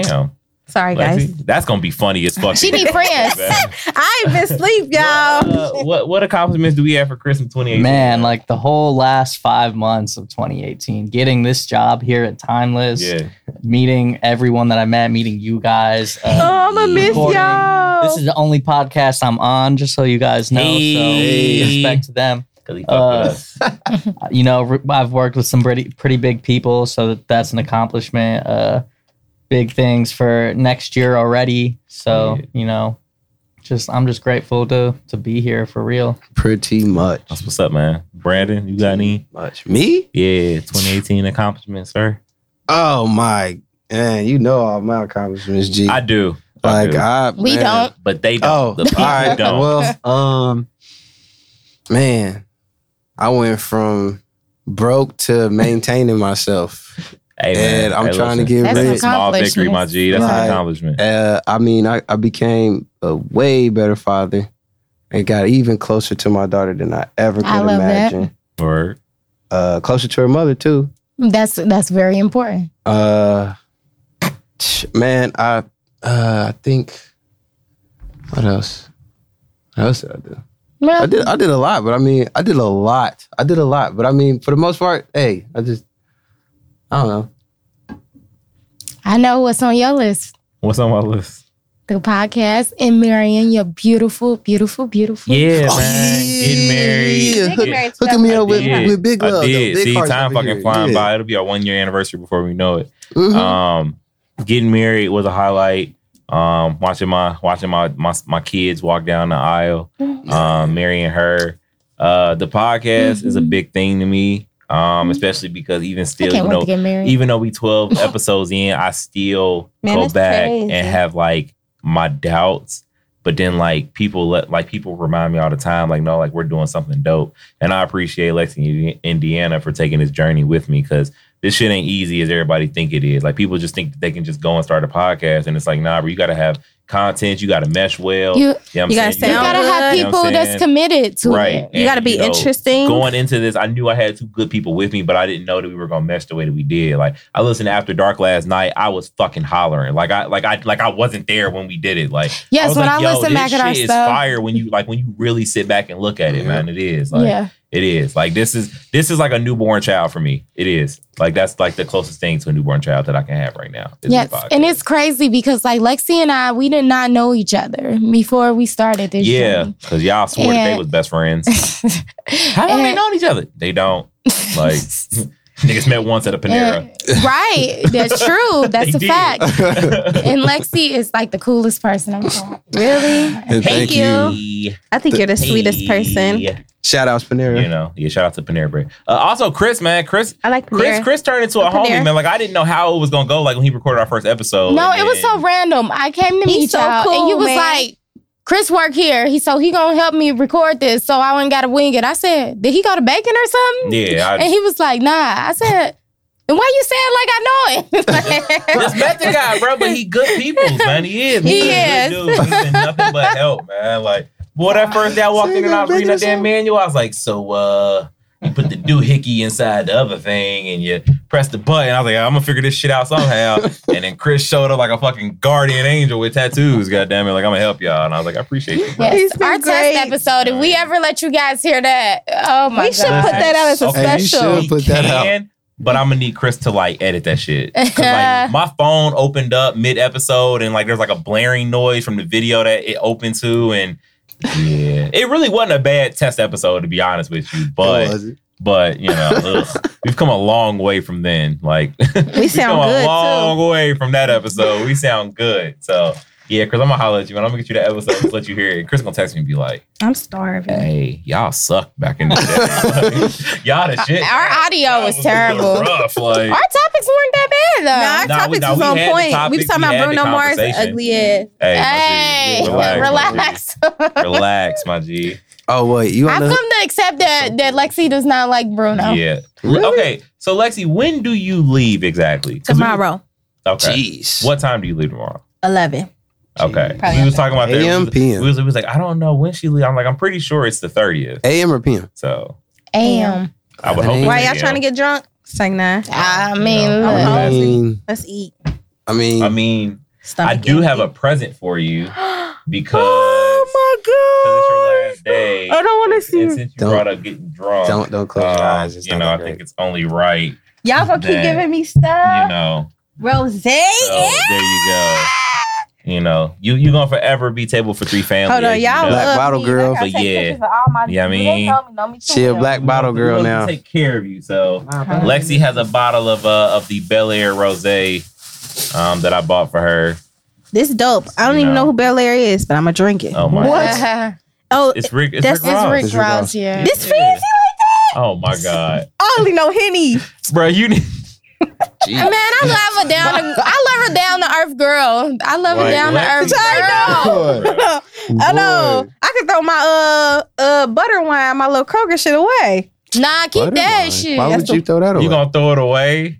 S1: Damn,
S2: Sorry, guys.
S1: Lexi, that's gonna be funny as fuck.
S3: She need friends.
S2: I ain't been sleep, y'all.
S1: Uh, what what accomplishments do we have for Chris in 2018?
S5: Man, like the whole last five months of 2018, getting this job here at Timeless,
S1: yeah,
S5: meeting everyone that I met, meeting you guys.
S2: Oh,
S5: Uh,
S2: I'ma miss
S5: recording.
S2: y'all.
S5: this is the only podcast I'm on, just so you guys know.
S1: Hey.
S5: So respect to them.
S1: because he fucked
S5: Uh,
S1: with us.
S5: you know, re- I've worked with some pretty pretty big people, so that, that's an accomplishment. Uh, big things for next year already. So
S1: Yeah.
S5: you know, just I'm just grateful to to be here for real.
S4: Pretty much.
S1: That's what's up, man. Brandon, you got any?
S4: Much. Me?
S1: Yeah, 2018 accomplishments, sir.
S4: Oh my. Man, you know all my accomplishments, G.
S1: I do. I
S4: like
S1: do.
S4: I.
S3: We
S4: man.
S3: don't.
S1: but they don't.
S4: Oh,
S1: the people
S4: all right.
S1: don't.
S4: Well, um, man, I went from broke to maintaining myself.
S1: hey, man.
S4: and I'm
S1: Hey,
S4: trying
S1: listen.
S4: to get
S3: That's
S4: rich.
S3: an
S1: Small victory, my G. That's an
S4: Right.
S1: accomplishment.
S4: Uh, I mean, I, I became a way better father and got even closer to my daughter than I ever could
S3: I love that.
S4: imagine.
S1: Word.
S4: Uh, closer to her mother too.
S3: that's that's very important.
S4: Uh, man, I uh, I think what else? What else did I do?
S3: Well,
S4: I did I did a lot, but I mean, I did a lot. I did a lot, but I mean, for the most part, hey, I just I don't know.
S3: I know what's on your list.
S1: What's on my list?
S3: The podcast and marrying your beautiful, beautiful, beautiful.
S1: Yeah,
S4: Oh,
S1: man. Getting
S4: yeah.
S1: married.
S4: Yeah.
S1: Get-
S2: Get married to
S4: Hooking me
S2: that
S4: up with,
S1: did.
S4: with big
S1: I
S4: love. though.
S1: did.
S4: Big
S1: See,
S4: hearts
S1: time
S4: over
S1: fucking
S4: here.
S1: flying
S4: Yeah.
S1: by. It'll be our one year anniversary before we know it.
S4: Mhm.
S1: Um, getting married was a highlight. Um, watching my watching my my, my kids walk down the aisle,
S3: Mm-hmm.
S1: um, marrying her. Uh, the podcast is a big thing to me. Um, especially because even
S3: Mm-hmm. I
S1: still,
S3: can't
S1: you
S3: wait
S1: know,
S3: to get married.
S1: even though we 12 episodes in, I still
S2: Man,
S1: go
S2: that's
S1: back
S2: crazy.
S1: and have like my doubts. But then like people let like people remind me all the time, like, no, like we're doing something dope. And I appreciate Lexington, Indiana for taking this journey with me because this shit ain't easy as everybody think it is. Like people just think that they can just go and start a podcast and it's like, nah, but you gotta have content. You got to mesh well.
S3: You-
S1: know what I'm
S2: You gotta
S1: saying?
S2: sound
S3: You gotta have
S1: You know what
S3: people
S1: I'm
S3: that's
S1: saying?
S3: committed to
S1: Right.
S3: it.
S2: You got to
S1: And,
S2: be
S1: you know,
S2: interesting.
S1: Going into this, I knew I had two good people with me, but I didn't know that we were gonna mesh the way that we did. Like I listened to After Dark last night, I was fucking hollering. Like I like I like I wasn't there when we did it. Like
S3: Yes,
S1: was
S3: when
S1: like,
S3: I
S1: yo, this
S3: listen back at our
S1: shit is
S3: stuff.
S1: fire when you like when you really sit back and look at it,
S4: Yeah.
S1: man. It is like
S3: yeah.
S1: it is like this is this is like a newborn child for me. It is like that's like the closest thing to a newborn child that I can have right now. is
S3: Yes.
S1: this podcast.
S3: And it's crazy because like Lexi and I, we did not know each other before we started this.
S1: yeah,
S3: journey.
S1: because y'all swore that they
S3: And-
S1: was best friends. How don't they
S3: And-
S1: know each other? They don't. Like niggas met once at a Panera.
S3: And- right. That's true. That's
S1: They
S3: a
S1: did.
S3: fact. And Lexi is like the coolest person I've met.
S2: really?
S4: And thank
S2: you.
S4: you.
S2: I think you're the sweetest person.
S1: Hey.
S4: Shout out Panera.
S1: You know, yeah. Shout out to Panera Bread. Uh, also, Chris, man, Chris,
S2: I like
S1: Chris,
S2: Panera.
S1: Chris turned into a
S2: Panera.
S1: homie, man. Like I didn't know how it was gonna go. Like when he recorded our first episode.
S3: No,
S1: and
S3: it was
S1: then-
S3: so random. I came to
S2: He's
S3: meet
S2: so
S3: y'all, and
S2: cool,
S3: you was
S2: man.
S3: like, "Chris work here." He so he gonna help me record this, so I ain't gotta wing it. I said, "Did he go to bacon or something?"
S1: Yeah, I
S3: And he was like, "Nah." I said, "Then why you saying like I know it?"
S1: just met the guy, bro. But he good people, man. He is.
S3: He
S1: man. He's a good dude. He's been nothing but help, man. Like, boy, that first day I walked in and I was reading that damn manual, I was like, so uh you put the doohickey inside the other thing and you press the button. I was like, I'm gonna figure this shit out somehow. and then Chris showed up like a fucking guardian angel with tattoos. God damn it, like I'm gonna help y'all. And I was like, I appreciate you. Bro.
S3: Yes,
S2: He's been
S3: our
S2: great.
S3: test episode. If we ever let you guys hear that, oh my
S2: We should put
S3: god,
S2: that out as a
S1: Okay.
S4: Hey, you
S2: special.
S4: should put that out.
S1: Can, But I'm gonna need Chris to like edit that shit. 'Cause, like, my phone opened up mid episode and like there's like a blaring noise from the video that it opened to and yeah, it really wasn't a bad test episode to be honest with you.
S4: It
S1: But
S4: wasn't.
S1: but you know, ugh, we've come a long way from then. Like
S2: We
S1: we've
S2: sound
S1: come a
S2: good
S1: long
S2: too.
S1: way from that episode. We sound good. So yeah, Chris, I'm gonna holler at you and I'm gonna get you that episode just let you hear it. Chris gonna text me and be like,
S2: I'm starving.
S1: "Hey, y'all sucked back in the day. y'all the shit.
S3: our audio
S1: That
S3: was,
S1: a little
S3: terrible.
S1: Rough, like,
S3: Our topics weren't that
S2: Nah, our
S3: bad though.
S1: Nah, we-
S2: topics
S1: nah,
S2: was
S1: we
S2: on
S1: had the
S2: point. we
S1: topics,
S2: was talking
S1: we
S2: about
S1: had the
S2: Bruno Mars
S1: conversation.
S2: ugly ass.
S1: hey, my
S3: hey,
S1: G,
S3: relax.
S1: my G. relax, my G.
S4: Oh wait, you
S3: I've
S4: want to?
S3: come to accept that that Lexi does not like Bruno.
S1: Yeah.
S4: Really?
S1: Okay, so Lexi, when do you leave exactly? 'Cause we-
S2: Tomorrow,
S1: Okay.
S4: Jeez.
S1: What time do you leave tomorrow?
S2: eleven.
S1: Okay.
S3: Probably
S1: we was talking about that.
S4: AM,
S1: We was-
S4: PM.
S1: We was, we was like, I don't know when she leaves. I'm like, I'm pretty sure it's the 30th.
S4: AM or PM?
S1: So
S3: Am.
S1: I would hope.
S4: Why
S1: it's
S2: Why y'all
S1: 8
S2: trying to get drunk? It's like nah.
S3: I
S1: You
S3: mean,
S1: know,
S3: look.
S4: I
S2: Uh,
S4: mean,
S2: Let's eat.
S4: I mean,
S1: I mean,
S2: Stomach
S1: I do
S2: empty.
S1: have a present for you because
S2: oh
S1: it's your last day.
S2: my god! I don't want to see
S1: And
S2: you.
S1: since you
S4: Don't-
S1: brought up getting drunk,
S4: don't don't close your
S1: um,
S4: eyes. It's
S1: you
S4: not
S1: know, I
S4: that
S1: think
S4: great.
S1: it's only right.
S2: Y'all gonna keep
S1: That,
S2: giving me stuff.
S1: You know,
S2: Rose.
S1: So there you go. You know, you you gonna forever be table for three families.
S2: Hold on, y'all.
S4: Black
S2: love
S4: bottle
S2: me. I
S4: girl.
S2: gotta
S1: But
S2: take
S1: yeah.
S2: pictures of all my
S1: Yeah, I
S2: dudes.
S1: mean,
S2: They know me, know me too
S4: she a
S2: well.
S4: black bottle girl now.
S1: Take care of you. So
S2: Uh-huh.
S1: Lexi has a bottle of uh of the Bel Air Rosé um that I bought for her.
S2: This dope. I don't
S1: You
S2: even
S1: know.
S2: know who Bel Air is, but I'm gonna drink it.
S1: Oh my!
S2: What? Oh,
S1: It's Rick. It's
S2: That's-
S1: Rick Ross.
S3: It's Rick
S4: It's Rick
S3: Ross,
S4: Ross.
S3: yeah.
S2: This fancy like
S1: Oh my god,
S2: I only know Henny.
S1: bro! You need
S3: Man, I love a down to, I love a down to earth girl. I love
S1: Like,
S3: a down to earth
S1: Lexi.
S3: girl.
S4: Boy,
S2: I know.
S4: boy.
S2: I could throw my uh uh butter wine, my little Kroger shit away.
S3: Nah, keep
S4: Butter
S3: that
S4: wine.
S3: shit.
S4: Why would
S2: That's
S4: you throw that away?
S1: you gonna throw it away,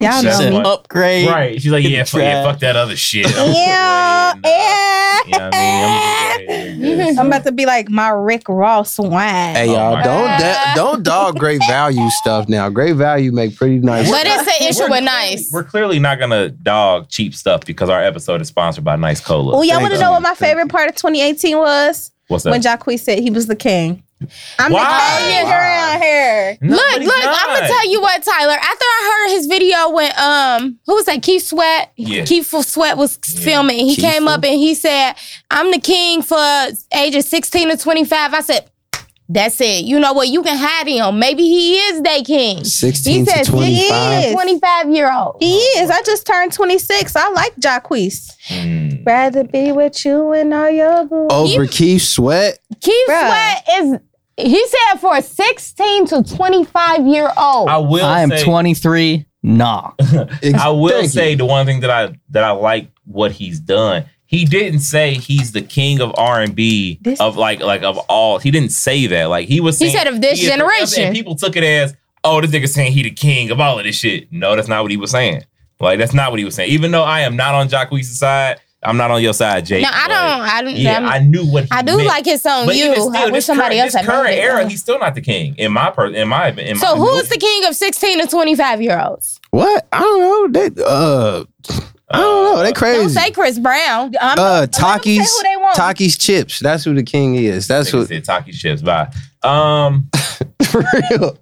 S2: Y'all
S5: It's
S1: Shut
S2: know
S5: an
S1: up.
S2: me.
S5: upgrade.
S1: right? She's like,
S5: Get
S1: yeah,
S5: the
S1: fuck, yeah,
S5: trash.
S1: fuck that other shit. I'm
S2: Yeah,
S1: gonna go
S2: yeah.
S1: ahead and, uh, You know what I mean? I'm gonna go ahead and do this.
S2: I'm about to be like my Rick Ross wine.
S4: Hey
S1: Oh
S4: y'all,
S1: my
S4: don't
S3: God.
S4: da- don't dog great value stuff now. Great value make pretty nice.
S3: But
S4: stuff.
S3: it's an issue
S1: We're
S3: with
S1: clearly-
S3: nice.
S1: We're clearly not gonna dog cheap stuff because our episode is sponsored by Nice Cola.
S2: Oh, y'all
S4: thank
S2: want to
S4: you.
S2: know what my
S4: Thank
S2: favorite part of 2018 was?
S1: What's
S2: When
S1: up?
S2: Jacque said he was the king. I'm
S1: Why?
S2: the king
S4: Why?
S2: around here.
S1: No,
S3: look,
S1: but he's
S3: look, I'm gonna
S1: not.
S3: tell you what, Tyler. After I heard his video when um who was that? Keith Sweat.
S1: Yeah.
S3: Keith Sweat was
S1: Yeah.
S3: filming. He
S4: Keith
S3: came
S4: Sweat.
S3: up and he said, I'm the king for ages 16 to 25. I said, That's it. You know what? You can have him. Maybe he is they king.
S4: sixteen to
S3: says,
S4: twenty five.
S2: Yes.
S3: 25 year old.
S2: He is. I just turned 26. I like Jacquees.
S1: Mm.
S2: Rather be with you and all your boo.
S4: Over
S3: You-
S4: Keith Sweat.
S3: Keith
S2: Bruh.
S3: Sweat is he said for a 16 to 25 year old.
S1: I will.
S5: I am
S1: say,
S5: 23. Nah.
S1: I will
S4: Thank
S1: say
S4: you.
S1: the one thing that I that I like what he's done. He didn't say he's the king of R and B
S2: This-
S1: of like like of all. He didn't say that. Like he was.
S3: He
S1: Saying,
S3: said of this
S1: is-
S3: generation.
S1: And people took it as, oh, this nigga saying he the king of all of this shit. No, that's not what he was saying. Like that's not what he was saying. Even though I am not on Jacquees' side, I'm not on your side, Jake.
S3: No, I
S1: but
S3: don't. I don't.
S1: Yeah,
S3: I'm-
S1: I knew what he
S3: I do
S1: meant.
S3: like his song
S1: But
S3: "You."
S1: even still,
S3: I wish
S1: this
S3: somebody
S1: current,
S3: else
S1: This
S3: had known
S1: current
S3: it,
S1: era,
S3: though.
S1: he's still not the king in my per- in my in
S3: So
S1: my
S3: who is the king of sixteen to twenty five year olds?
S4: What? I don't know. They uh I don't know. They crazy.
S3: Don't say Chris Brown. I'm,
S4: uh
S3: let them say
S4: Takis
S3: who they want.
S4: Takis chips. That's who the king is. That's
S1: That's what
S4: what
S1: said Taki Ships. Bye. Um,
S4: for real.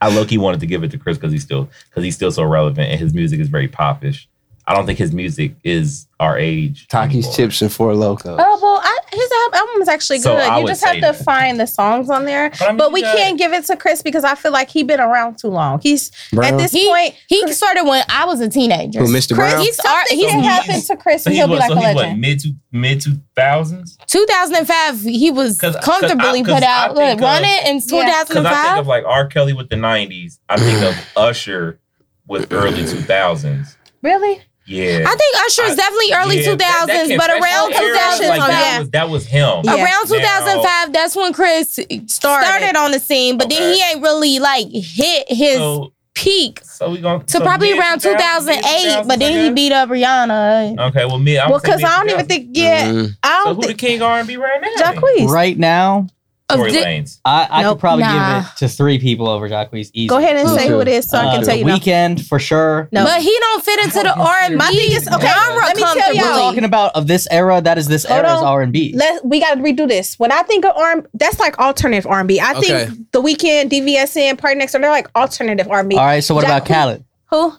S1: I low key wanted to give it to Chris because he's still because he's still so relevant and his music is very popish. I don't think his music is our age.
S4: Takis
S1: anymore.
S4: chips and four loco.
S2: Oh well, I, his al- album is actually
S1: So
S2: good.
S1: I
S2: you
S1: would
S2: just have
S1: say
S2: to
S1: that.
S2: find the songs on there.
S1: But I mean,
S2: but we
S1: you got-
S2: can't give it to Chris because I feel like he been around too long. He's
S4: Brown.
S2: at this
S3: He-
S2: point.
S3: he started when I was a teenager.
S4: who Mr.
S2: Chris,
S4: Brown?
S2: he's something
S3: So he's-
S2: can happen to Chris,
S1: So
S2: and
S1: he's
S2: he'll be
S1: what?
S2: like
S1: So
S2: a
S1: he's what?
S2: legend.
S1: Mid two mid two thousands.
S3: 2005, he was
S1: 'Cause- 'cause
S3: comfortably
S1: I- 'cause
S3: put
S1: I
S3: out. Look,
S1: think of-
S3: Run It in
S1: Because I think
S3: 2005.
S1: of like R. Kelly with the '90s. I think of Usher with early 2000s.
S2: Really?
S1: Yeah,
S3: I think Usher's
S1: I-
S3: definitely early
S1: Yeah,
S3: 2000s,
S1: that- that
S3: but
S1: confessional
S3: around
S1: era,
S3: 2005,
S1: like, that, was, that was him.
S2: Yeah.
S3: around 2005, that's when Chris started, on the scene. But then
S1: Okay.
S3: he ain't really like hit his
S1: So,
S3: peak.
S1: so we going
S3: So, probably around 2008, but then he beat up Rihanna.
S1: Okay, well, me. I'm
S2: Well, because I don't even think. Yeah, I
S4: Mm.
S1: Mm-hmm. So
S2: don't
S1: who the
S2: think
S1: king R&B right now? then?
S2: Jacquees.
S5: Right now,
S2: Oh,
S3: Of
S1: Tory
S3: thi-
S1: Lanez.
S5: I, I
S2: Nope.
S5: could probably
S3: Nah.
S5: give it to three people over Jacquees. Easy.
S2: Go ahead and
S4: Who
S2: say
S4: too?
S2: who it is, so I
S5: Uh,
S2: can tell you.
S5: the
S2: now.
S5: weekend for sure.
S2: No.
S3: But he don't fit into the R&B
S2: My thing is- okay,
S3: genre
S2: let me tell
S5: We're
S2: y'all.
S3: comfortably.
S5: talking about of this era. That is this
S2: Hold
S5: era's
S2: on.
S5: R and B.
S2: Let we got to redo this. When I think of R, that's like alternative R and B. I
S4: Okay.
S2: think The Weekend, DVSN, Party Next Door, they're like alternative R and B.
S5: All right. So what about
S2: Jacquees-
S5: Khaled?
S2: Who?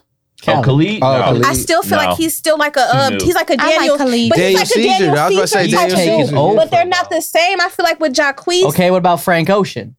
S1: Oh, Khalid.
S5: Oh,
S1: No.
S4: Khalid.
S2: I still feel
S1: No.
S2: like he's still like a
S1: Too
S2: uh,
S1: new.
S2: he's like a
S3: I like
S2: Daniel,
S3: Khalid.
S2: but he's
S4: Daniel
S2: like a
S4: Caesar.
S2: Daniel
S4: I was about to say
S2: Caesar
S4: Daniel
S2: type
S5: Caesar.
S2: of dude.
S5: Over.
S2: But they're not the same. I feel like with Jacquees,
S5: Okay. What about Frank Ocean?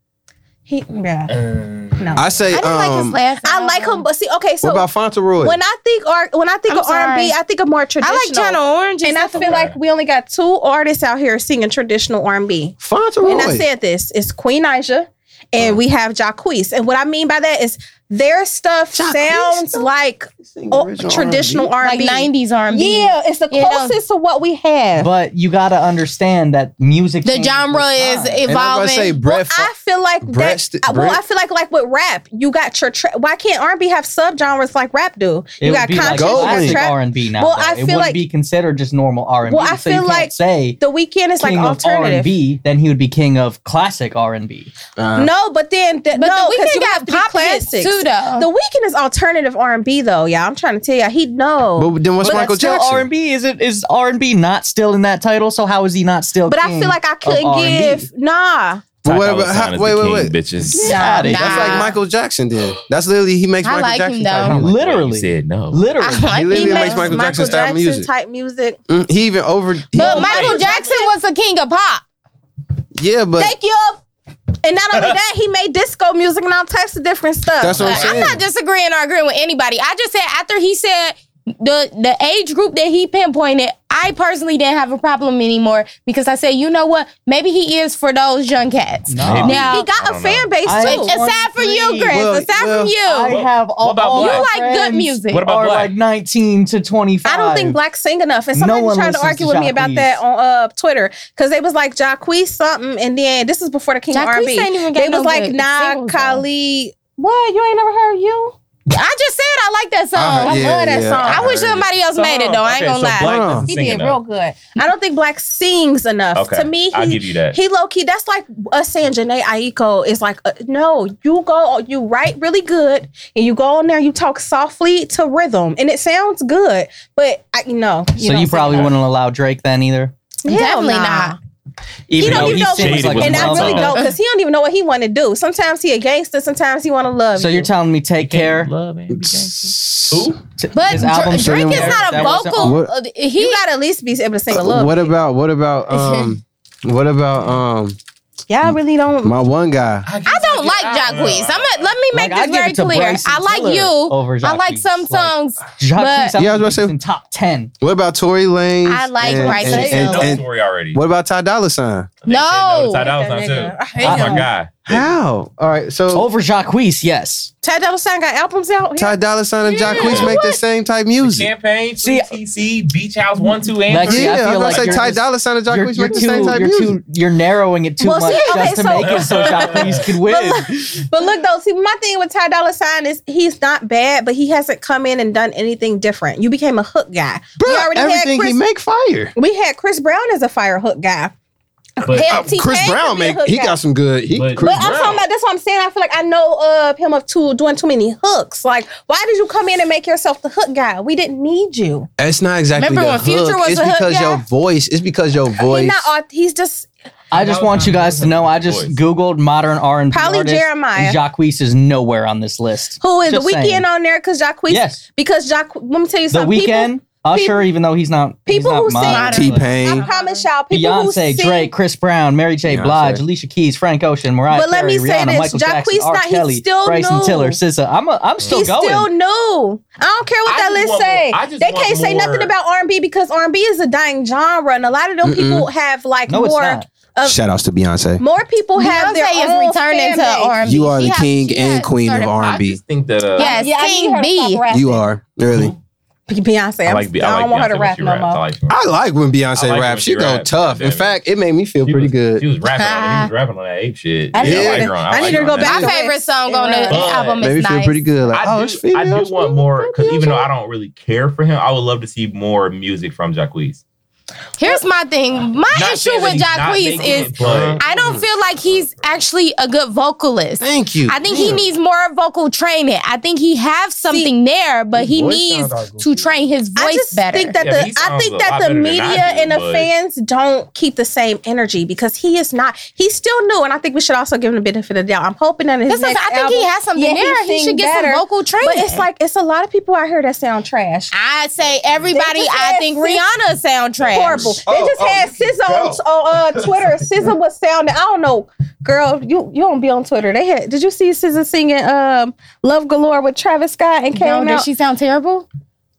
S2: he yeah,
S1: Um,
S2: no.
S4: I say
S3: I didn't like
S4: um
S3: his last.
S2: I like him,
S3: album.
S2: but see, okay, so
S4: what about Fauntleroy?
S2: when I think R, when I think
S3: I'm
S2: of R and B,
S3: sorry.
S2: I think of more traditional.
S3: I like Channel Orange.
S2: and I feel
S1: Okay.
S2: like we only got two artists out here singing traditional R and B.
S4: Fauntleroy.
S2: And I said this: it's Queen Aja, and we have Jacquees. And what I mean by that is their stuff
S4: Jacquees
S2: sounds
S4: stuff?
S2: like o- oh, traditional R
S3: like
S2: and B.
S3: 90s R&B.
S2: Yeah, it's the
S3: Yeah.
S2: closest to what we have.
S5: But you gotta understand that music.
S3: The
S5: changes
S3: genre
S5: with
S3: is
S5: time.
S4: Mm-hmm. And I was about
S3: evolving.
S4: to say
S2: well,
S4: Brett. Fa-
S2: I feel like that.
S4: Brett st-
S2: I- well,
S4: Brett-
S2: I feel like like with rap, you got your tra- why can't R and B have subgenres like rap do?
S5: It
S2: You
S5: would
S2: got
S5: be like
S2: conscious
S4: Goldie.
S2: you got
S5: classic
S2: trap.
S5: R and B now.
S2: Well,
S5: though.
S2: I
S5: it
S2: feel
S5: wouldn't
S2: like-
S5: be considered just normal R and B.
S2: Well, I
S5: so you
S2: feel
S5: can't
S2: like
S5: say
S2: The weekend is like
S5: king of R and
S2: alternative.
S5: B. Then he would be king of classic R and B.
S4: uh,
S2: No, but then th- no,
S3: But the
S2: because
S3: weekend
S2: you
S3: got
S2: have to be
S3: pop hits
S2: classics.
S3: too, though.
S2: The weekend is alternative R and B though. Yeah, I'm trying to tell you, he know.
S4: But then what's
S5: But
S4: Michael
S5: that's still
S4: Jackson?
S5: R and B is it is R and B not still in that title? So how is he not still?
S2: But I
S5: king
S2: feel like I
S5: of
S2: couldn't
S5: R&B?
S2: give nah.
S4: But what
S1: Ty Dolla
S4: about-
S1: Sign is
S4: wait,
S1: the
S4: wait,
S1: king,
S4: wait.
S1: Bitches.
S5: Outta here.
S4: That's
S3: Nah.
S4: like Michael Jackson did. That's literally he makes
S3: I
S4: Michael
S3: like him,
S4: Jackson.
S3: though.
S4: type music.
S1: You
S5: Literally,
S1: said no.
S5: literally.
S4: He
S3: like
S4: literally
S3: him.
S4: makes Michael Jackson style music.
S2: type music.
S4: Mm, he even over. he-
S3: But
S2: Michael
S3: Michael Jackson was the king of pop.
S4: yeah, but
S2: Thank you. And not only that, he made disco music and all types of different stuff.
S4: That's what I'm
S3: I'm
S4: saying.
S3: not disagreeing or agreeing with anybody. I just said after he said the the age group that he pinpointed, I personally didn't have a problem anymore because I said, you know what? Maybe he is for those young cats.
S5: No.
S1: Maybe.
S3: Now,
S2: he
S1: I
S2: got a
S1: don't
S2: fan
S1: know.
S2: base
S5: I-
S2: too.
S5: It's-
S3: aside from you,
S5: 23.
S3: Chris,
S4: Well,
S3: aside
S4: well,
S3: from you,
S5: I have all.
S1: about
S5: all
S1: Black?
S5: my
S3: you like good
S5: friends
S3: music.
S1: What about
S5: are
S1: Black?
S5: like nineteen to twenty five.
S2: I don't think blacks sing enough. And
S5: No
S2: somebody
S5: one
S2: tried to
S5: listens
S2: argue
S5: to
S2: with me about
S5: Jacquees.
S2: that on uh, Twitter because they was like Jacquees something, and then this is before the King of
S3: Jacquees
S2: R&B.
S3: ain't even got
S2: They
S3: no
S2: was like,
S3: good
S2: Nah,
S3: singles, though.
S2: Khalid. What you ain't never heard you?
S3: I just said I like that song.
S4: I heard-
S3: I,
S4: yeah,
S2: love that
S4: yeah,
S2: song. I
S3: wish
S4: heard it.
S3: somebody else made it though. I ain't
S1: Okay,
S3: gonna
S1: so
S3: lie.
S1: Black
S4: Hold
S1: doesn't
S4: on.
S2: He
S1: sing
S2: did
S1: enough.
S2: real good. I don't think Black sings enough.
S1: Okay,
S2: To me, he,
S1: I'll give you that.
S2: He low key. That's like us saying Janae Aiko is like, uh, no, you go, you write really good, and you go on there, you talk softly to rhythm, and it sounds good. But I, no,
S5: So you probably wouldn't allow Drake then either.
S3: Definitely not.
S2: He
S5: Even
S2: don't
S5: though
S2: even know,
S5: sings
S1: Jaded
S5: like
S1: was
S5: a
S2: and I
S1: wild
S5: mother.
S1: song.
S2: really don't, because he don't even know what he want to do. Sometimes he a gangster, sometimes he want to love.
S5: So
S2: you.
S5: you're telling me take care.
S1: Love and be gangster.
S4: Who?
S1: Who?
S5: T-
S3: But
S5: his
S3: Dra-
S5: album
S3: Drake is
S5: Care,
S3: not a
S5: that wasn't
S3: vocal.
S5: on-
S4: What-
S3: uh,
S2: he,
S3: He
S2: you gotta at least be able to sing a little.
S4: Uh, What
S2: bit.
S4: about what about um what about um
S2: Y'all really don't.
S4: my one guy?
S3: I don't like Jacquees.
S1: Uh,
S3: I'm a, let me make
S5: Like, I
S3: this
S5: give
S3: very
S5: it to
S3: clear.
S5: Bryson
S3: I like
S5: Tiller
S3: you.
S5: Over
S3: I like
S5: Jacquees.
S3: some
S5: Like,
S3: songs.
S5: Jacquees,
S3: but-
S5: I
S4: Yeah, I was about to say-
S5: in top ten.
S4: What about Tory Lanez?
S3: I like
S4: and,
S3: Bryson
S4: and,
S1: They
S4: and,
S1: know
S3: Hill.
S1: the
S4: and
S1: story already.
S4: What about Ty Dolla Sign?
S1: They said
S3: No.
S1: Ty Dolla
S2: That
S1: Sign too.
S2: nigga. I hate
S1: Oh
S2: him.
S1: my god.
S4: How? All right. So
S5: Over Jacques, yes.
S2: Ty Dolla Sign got albums out.
S4: Ty Dolla Sign and
S1: Yeah,
S4: Jacquees make the same type music.
S1: Campaign,
S5: See-
S1: TC, Beach House, one, two, and
S5: Lexi,
S1: three.
S5: I
S4: Yeah,
S5: feel
S4: I'm gonna
S5: like
S4: say
S5: you're
S4: Ty
S5: just-
S4: Dolla Sign and Jacquees
S5: you're
S4: make the same
S5: too,
S4: type
S5: you're,
S4: music.
S5: too, you're narrowing it too
S2: Well,
S5: much
S2: see, okay,
S5: just to
S2: so-
S5: make it so Jacques could win.
S2: But look, but look though, see my thing with Ty Dolla Sign is he's not bad, but he hasn't come in and done anything different. You became a hook guy. we
S4: Bruh,
S2: already
S4: everything
S2: had Chris.
S4: he make fire.
S2: we had Chris Brown as a fire hook guy.
S6: But-
S2: Hell,
S4: Uh,
S2: T-Pain
S4: Chris
S2: could
S4: Brown
S2: be a
S4: make
S2: hook
S4: he
S2: guy.
S4: got some good. He
S6: But-
S4: Chris
S2: But I'm talking about that's what I'm saying. I feel like I know of him of too doing too many hooks. Like, why did you come in and make yourself the hook guy? We didn't need you.
S4: It's not exactly
S3: Remember
S4: the
S3: when Future
S4: hook.
S3: was
S4: it's
S3: a hook
S4: because
S3: guy?
S4: your voice. It's because your voice.
S2: He's not. au- He's just
S5: I just want you guys to know I just
S1: Voice.
S5: Googled modern R&B
S2: Probably
S5: artists,
S2: Jeremiah.
S5: and Jacques is nowhere on this list.
S2: who is
S5: Just
S2: the weekend
S5: saying.
S2: on there because Jacquees.
S5: Yes.
S2: Because Jacque. Let me tell you
S5: The
S2: something. People-
S5: Weekend, Usher, even though he's not
S2: people who
S5: he's
S2: sing-
S5: not modern,
S4: T
S5: but-
S2: I
S4: Pain.
S2: promise y'all, people
S5: Beyonce,
S2: who sing,
S5: Drake, Chris Brown, Mary J.
S4: Beyonce.
S5: Blige, Alicia Keys, Frank Ocean, Mariah
S2: But let
S5: Carey,
S2: me say
S5: Rihanna,
S2: this, Jacquees
S5: Michael Jackson, R.
S2: not- he's
S5: Kelly,
S2: still
S5: Grayson
S2: new.
S5: Tiller, SZA. I'm a, I'm still
S2: He's
S5: going.
S2: still new. I don't care what
S1: I
S2: that
S1: just
S2: list
S1: want
S2: say.
S1: more- I just
S2: They
S1: want
S2: can't say
S1: more.
S2: nothing about R&B because R&B is a dying genre, and a lot of them
S4: Mm-mm.
S2: people have like
S5: no, it's
S2: more.
S5: not.
S2: of-
S4: Shout outs to Beyonce.
S2: More people have their
S3: Beyonce
S2: own
S3: is returning
S2: fan
S3: to
S2: base.
S3: R&B.
S4: You are
S3: She
S4: the
S3: has-
S4: king
S3: she
S4: and
S3: has
S4: queen of
S3: certified-
S1: I
S4: R&B.
S1: just think that uh,
S3: Yeah. Yes,
S2: I need
S3: King
S2: her to stop
S3: B.
S2: rapping.
S4: You are really.
S2: Beyonce.
S1: I
S2: I'm-
S1: like. Be-
S2: I
S1: I
S2: don't
S1: like
S2: want her to
S1: Beyonce when
S2: rap
S1: she
S2: no
S1: raps. I
S2: more.
S1: like her.
S4: I like when
S1: I
S4: Beyonce
S1: like when
S4: raps.
S1: she
S4: She go
S1: raps.
S4: tough. In
S1: Yeah.
S4: fact, it made me feel
S1: She
S4: pretty
S1: was- She
S4: good.
S1: was rapping. on, he was rapping on that ape shit.
S2: I
S1: yeah,
S4: need-
S1: I like her on. I,
S2: I
S1: like
S2: need her to
S1: on
S2: go
S1: that.
S2: back
S3: My favorite song on the
S2: But-
S3: album
S4: Made me
S3: is
S4: feel
S3: nice.
S4: pretty good. Like, oh,
S1: I
S4: it's
S1: do, I do
S4: females,
S1: want
S4: man.
S1: more because even though I don't really care for him, I would love to see more music from Jacquees.
S3: Here's my thing. My
S1: Not
S3: issue
S1: saying that
S3: with
S1: he's not
S3: Jacquees
S1: making
S3: is
S1: it, but-
S3: I don't feel like he's actually a good vocalist.
S4: Thank you.
S3: I think he needs more vocal training. I think he has something there, but he
S6: voice
S3: needs
S6: sound
S3: to train his voice
S2: I just
S3: better.
S2: think that
S1: Yeah, but he
S2: the I
S1: sounds
S2: think
S1: a
S2: that
S1: lot
S2: the
S1: better than
S2: media
S1: I do,
S2: and the
S1: but-
S2: fans don't keep the same energy because he is not. He's still new, and I think we should also give him the benefit of the doubt. I'm hoping that in his
S3: That's what I'm
S2: next
S3: saying. I think
S2: album,
S3: he has something
S2: Yeah, he
S3: there. He,
S2: sing
S3: should get
S2: better,
S3: some vocal training.
S2: but it's like it's a lot of people out here that sound trash.
S3: I'd say everybody.
S2: They just
S3: I
S2: had
S3: think
S2: six-
S3: Rihanna sound trash.
S2: Horrible. they
S4: Oh,
S2: just
S4: oh,
S2: had
S4: you can
S2: SZA on,
S4: go.
S2: on uh, Twitter. SZA was sounding. I don't know, girl. You you don't be on Twitter. They had. Did you see SZA singing um, "Love Galore" with Travis Scott and
S3: No,
S2: came out?
S3: does she sound terrible?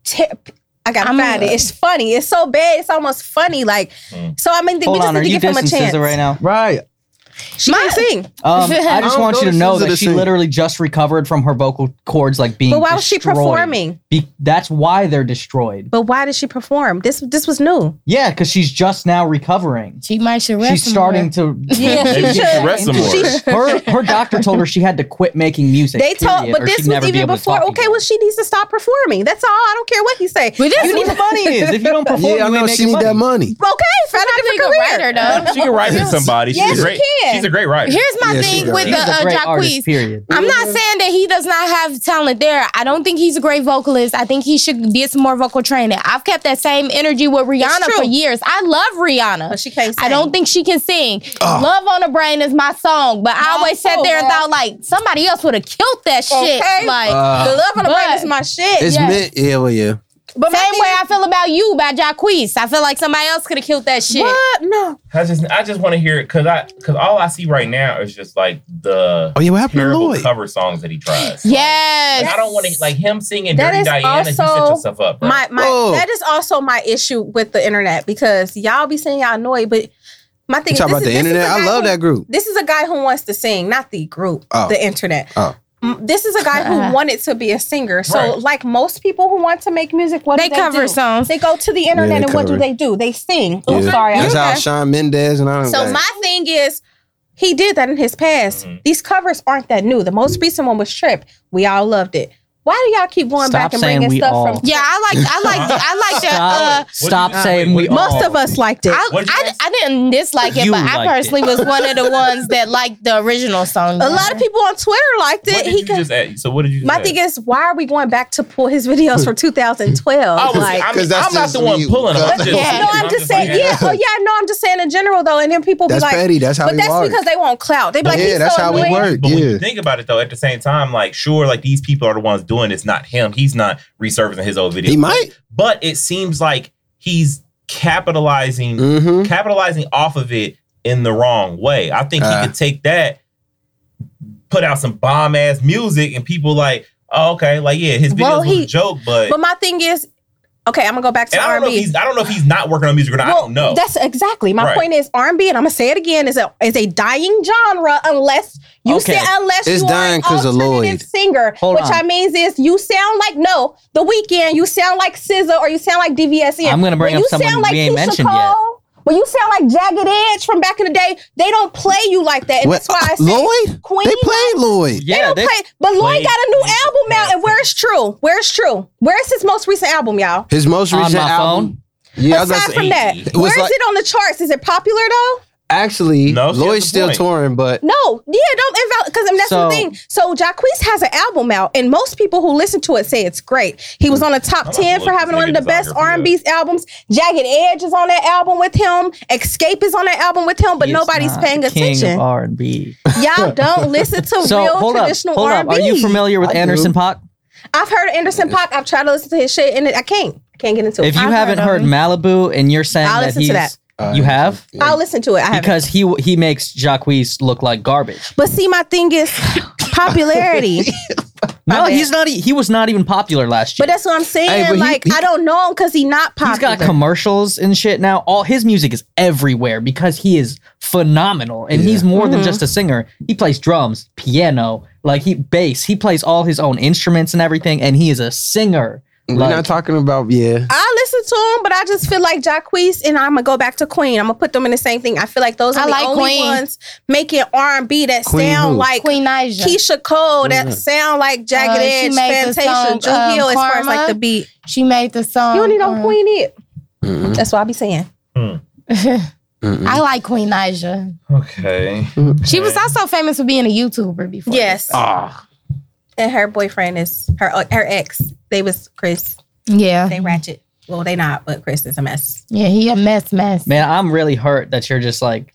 S2: tip. I gotta
S3: I'm
S2: find
S3: a-
S2: it. It's funny. It's so bad. It's almost funny. Like,
S1: Mm.
S2: so I mean, we
S5: Hold
S2: just
S5: on, are
S2: need
S5: you
S2: to give him a
S5: dissing
S2: chance.
S5: SZA right now?
S4: Right.
S2: She can sing,
S5: Um, I just
S4: I
S5: want
S4: don't
S5: you to
S4: know
S5: know
S4: this is
S5: that
S4: a
S5: she
S4: scene.
S5: literally just recovered from her vocal cords like being.
S2: but why was she
S5: destroyed.
S2: performing?
S5: Be- that's why they're destroyed.
S2: But why did she perform? This this was new.
S5: Yeah, because she's just now recovering.
S3: She might should rest.
S5: She's starting to.
S2: Yeah,
S1: Maybe she should rest some more.
S2: She-
S5: her her doctor told her she had to quit making music.
S2: They told,
S5: period,
S2: but
S5: or
S2: this
S5: she'd
S2: was
S5: never be
S2: even
S5: able to
S2: before.
S5: talk
S2: Okay,
S5: again.
S2: well, she needs to stop performing. That's all. I don't care what he say.
S3: But this
S5: You need the money is if you don't perform.
S4: Yeah, I
S5: you
S4: know
S5: ain't
S4: she
S5: making
S4: need that money.
S2: Okay, find a
S3: Probably
S2: different
S3: a
S2: career.
S3: writer though.
S1: She can write with somebody. She's
S2: Yes,
S1: a
S2: you
S1: great.
S2: can.
S1: She's a great writer.
S3: Here's my
S4: Yeah, she
S3: thing
S4: got
S3: with
S4: it.
S3: the
S5: He's a
S3: uh,
S5: great
S3: Jacquees.
S5: artist. Period.
S3: I'm not saying that he does not have talent there. I don't think he's a great vocalist. I think he should get some more vocal training. I've kept that same energy with Rihanna
S2: true.
S3: for years. I love
S2: But
S3: Rihanna.
S2: Oh, she can't. Sing.
S3: I don't think she can sing.
S5: Ah.
S3: Love on the Brain is my song, but I
S2: Mine
S3: always sat
S2: too,
S3: there and
S2: girl.
S3: thought like somebody else would have killed that
S2: Okay.
S3: shit. Like
S4: Uh,
S2: the love on the brain
S3: but-
S2: is my shit.
S4: It's
S3: Yeah.
S4: meant. Yeah, well, yeah.
S2: but my
S3: same
S2: thing
S3: way
S2: is-
S3: I feel about you by Jacquees. I feel like somebody else could have killed that shit.
S2: What? No.
S1: I just I just want to hear it because I because all I see right now is just like the
S4: Oh yeah, what happened to
S1: terrible
S4: Lloyd?
S1: cover songs that he tries.
S3: Yes.
S1: Like, I don't want to like him singing
S2: That
S1: Dirty
S2: is
S1: Diana. You set
S2: also
S1: yourself up. Bro.
S2: My my
S4: Whoa.
S2: that is also my issue with the internet because y'all be saying y'all annoyed, but my thing
S4: You
S2: is,
S4: talk
S2: this
S4: about
S2: is
S4: the
S2: this is a
S4: internet. I
S2: guy
S4: love
S2: who-
S4: that group.
S2: This is a guy who wants to sing, not the group,
S4: Oh.
S2: the internet.
S4: Oh.
S2: M- This is a guy
S3: Uh-huh.
S2: who wanted to be a singer. So,
S1: Right.
S2: like most people who want to make music, what
S3: They
S2: do they
S3: cover
S2: do?
S3: songs.
S2: They go to the internet,
S4: they
S2: and what do
S4: cover.
S2: they do? They sing. Oh,
S4: Yeah.
S2: sorry.
S4: That's
S2: I'm-
S4: how Sean Mendez and I.
S2: So my thing is, he did that in his past.
S1: Mhm.
S2: These covers aren't that new. The most recent one was Trip. We all loved it. Why do y'all keep going
S5: Stop
S2: back and
S5: saying
S2: bringing
S5: we
S2: stuff
S5: all.
S2: from?
S3: Yeah, I like I like I like that. Uh,
S5: Stop, stop
S1: What did you-
S5: saying
S1: wait,
S5: we.
S1: what-
S2: Most
S5: all.
S2: of us liked it.
S3: I,
S1: What'd you
S3: I,
S1: guys-
S3: I didn't dislike it,
S5: You
S3: but I
S5: liked it.
S3: personally was one of the ones that liked the original song.
S2: A lot of people on Twitter liked
S1: what
S2: it.
S1: did
S2: He
S1: you
S2: could-
S1: just add? So what did you? Just
S2: my
S1: add?
S2: thing is, why are we going back to pull his videos from 2012?
S1: I was,
S2: like,
S1: I
S4: 'Cause
S1: mean,
S4: that's
S1: I'm not
S4: just
S1: the one
S4: you.
S1: pulling. them. I'm
S4: But-
S1: just,
S3: Yeah.
S2: no, I'm just saying,
S1: like,
S2: yeah, oh yeah, no, I'm just saying in general though, and then people
S4: that's
S2: be like,
S4: petty. That's how
S2: but
S4: we
S2: that's
S4: are.
S2: because they want clout. They be like,
S4: Yeah,
S2: he's
S4: that's
S2: so
S4: how we
S2: annoying.
S4: work.
S1: But when
S4: Yeah.
S1: you think about it, though, at the same time, like, sure, like these people are the ones doing it's not him. He's not resurfacing his old video.
S4: he might.
S1: but it seems like he's capitalizing
S4: Mm-hmm.
S1: capitalizing off of it in the wrong way. I think
S4: Uh.
S1: he could take that, put out some bomb ass music, and people like, oh, okay, like yeah, his videos
S2: Well,
S1: was
S2: he-
S1: a joke, but,
S2: But my thing is, Okay, I'm gonna go back to
S1: And I don't know if
S2: R&B.
S1: he's I don't know if he's not working on music or not. I
S2: Well,
S1: don't know.
S2: That's exactly my
S1: Right.
S2: point. Is R and B, and I'm gonna say it again, is a is a dying genre unless you
S5: Okay.
S2: say unless
S4: It's
S2: you
S4: dying
S2: are
S4: 'cause
S2: an
S4: of
S2: alternative
S4: Lloyd.
S2: singer,
S5: Hold
S2: which
S5: on.
S2: I means is you sound like no the weekend, you sound like SZA, or you sound like DVSN.
S5: I'm gonna bring
S2: E. When
S5: up
S2: you
S5: someone
S2: sound
S5: we ain't
S2: Keisha
S5: mentioned yet.
S2: Cole, When you sound like Jagged Edge from back in the day, they don't play you like that. And
S4: What-
S2: that's why
S5: uh,
S2: I say
S4: Lloyd?
S2: Queen.
S4: They played Lloyd.
S2: They
S5: Yeah,
S2: don't
S5: they-
S2: play, but Lloyd
S5: played
S2: got a new
S5: Queen.
S2: album out, and where's true? Where's true? Where's his most recent album, y'all?
S4: His most
S5: On
S4: recent
S5: my
S4: album.
S5: phone?
S4: Yeah, I was about
S2: Aside
S4: to say,
S2: from that,
S1: It
S4: was
S2: where is
S4: like-
S2: it on the charts? Is it popular though?
S4: actually,
S1: No, she has
S4: Lloyd's
S1: a
S4: still
S1: point.
S4: touring, but
S2: No, yeah, don't invalid because I mean, that's
S5: So-
S2: the thing. So Jacquees has an album out, and most people who listen to it say it's great. He was on the top
S1: I'm about
S2: ten
S1: to
S2: for
S1: look
S2: having
S1: this
S2: one of the
S1: nigga
S2: best
S1: discography
S2: R and B albums. Jagged Edge is on that album with him. Escape is on that album with him, but
S5: He is
S2: nobody's
S5: not
S2: paying
S5: the King
S2: attention.
S5: of R&B.
S2: Y'all don't listen to
S5: So
S2: real
S5: hold up,
S2: traditional
S5: hold
S2: R
S5: up.
S2: and B.
S5: Are you familiar with
S4: I do.
S5: Anderson Paak?
S2: I've heard of Anderson Paak. I've tried to listen to his shit, and it, I can't. Can't get into it.
S5: If you
S2: I've
S5: haven't
S2: of
S5: heard
S2: him.
S5: Malibu and you're saying
S2: I'll
S5: that
S2: listen to
S5: he's
S2: that.
S4: Uh,
S5: you have
S4: yeah.
S2: I'll listen to it. I haven't.
S5: because he he makes Jacquees look like garbage.
S2: but see, my thing is popularity.
S5: No,
S2: bad.
S5: he's not. e- He was not even popular last year.
S2: But that's what I'm saying.
S4: Hey, but he-
S2: like
S4: he-
S2: I don't know him because he not
S5: he's
S2: popular.
S5: got commercials and shit now. All his music is everywhere because he is phenomenal and he's more
S2: Mm-hmm.
S5: than just a singer. He plays drums, piano, like he bass. He plays all his own instruments and everything, and he is a singer.
S4: We're
S5: Like,
S4: not talking about yeah.
S2: I listen to him, but I just feel like Jacquees and I'm gonna go back to Queen. I'm gonna put them in the same thing. I feel like those are
S3: I
S2: the
S3: like
S2: only
S3: Queen.
S2: ones making R and B that
S4: Queen
S2: sound
S4: who?
S2: like
S3: Queen Nija.
S2: Keisha Cole, that
S4: Mhm.
S2: sound like Jagged
S3: Uh, she
S2: Edge,
S3: made the
S2: Fantasia,
S3: song,
S2: Drew
S3: um,
S2: Hill, as far as
S3: Karma.
S2: like the beat.
S3: She made the song.
S2: You don't need no
S3: um,
S2: Queen it.
S4: Mm-mm,
S2: That's what I be saying.
S4: mm-mm.
S3: uh, I like Queen Nija.
S1: Okay.
S3: She was also famous for being a YouTuber before.
S2: Yes,
S4: Ah,
S2: and her boyfriend is her her ex. They was Chris.
S3: Yeah.
S2: They ratchet. Well, they not, but Chris is a mess.
S3: Yeah, he a mess mess.
S5: man, I'm really hurt that you're just like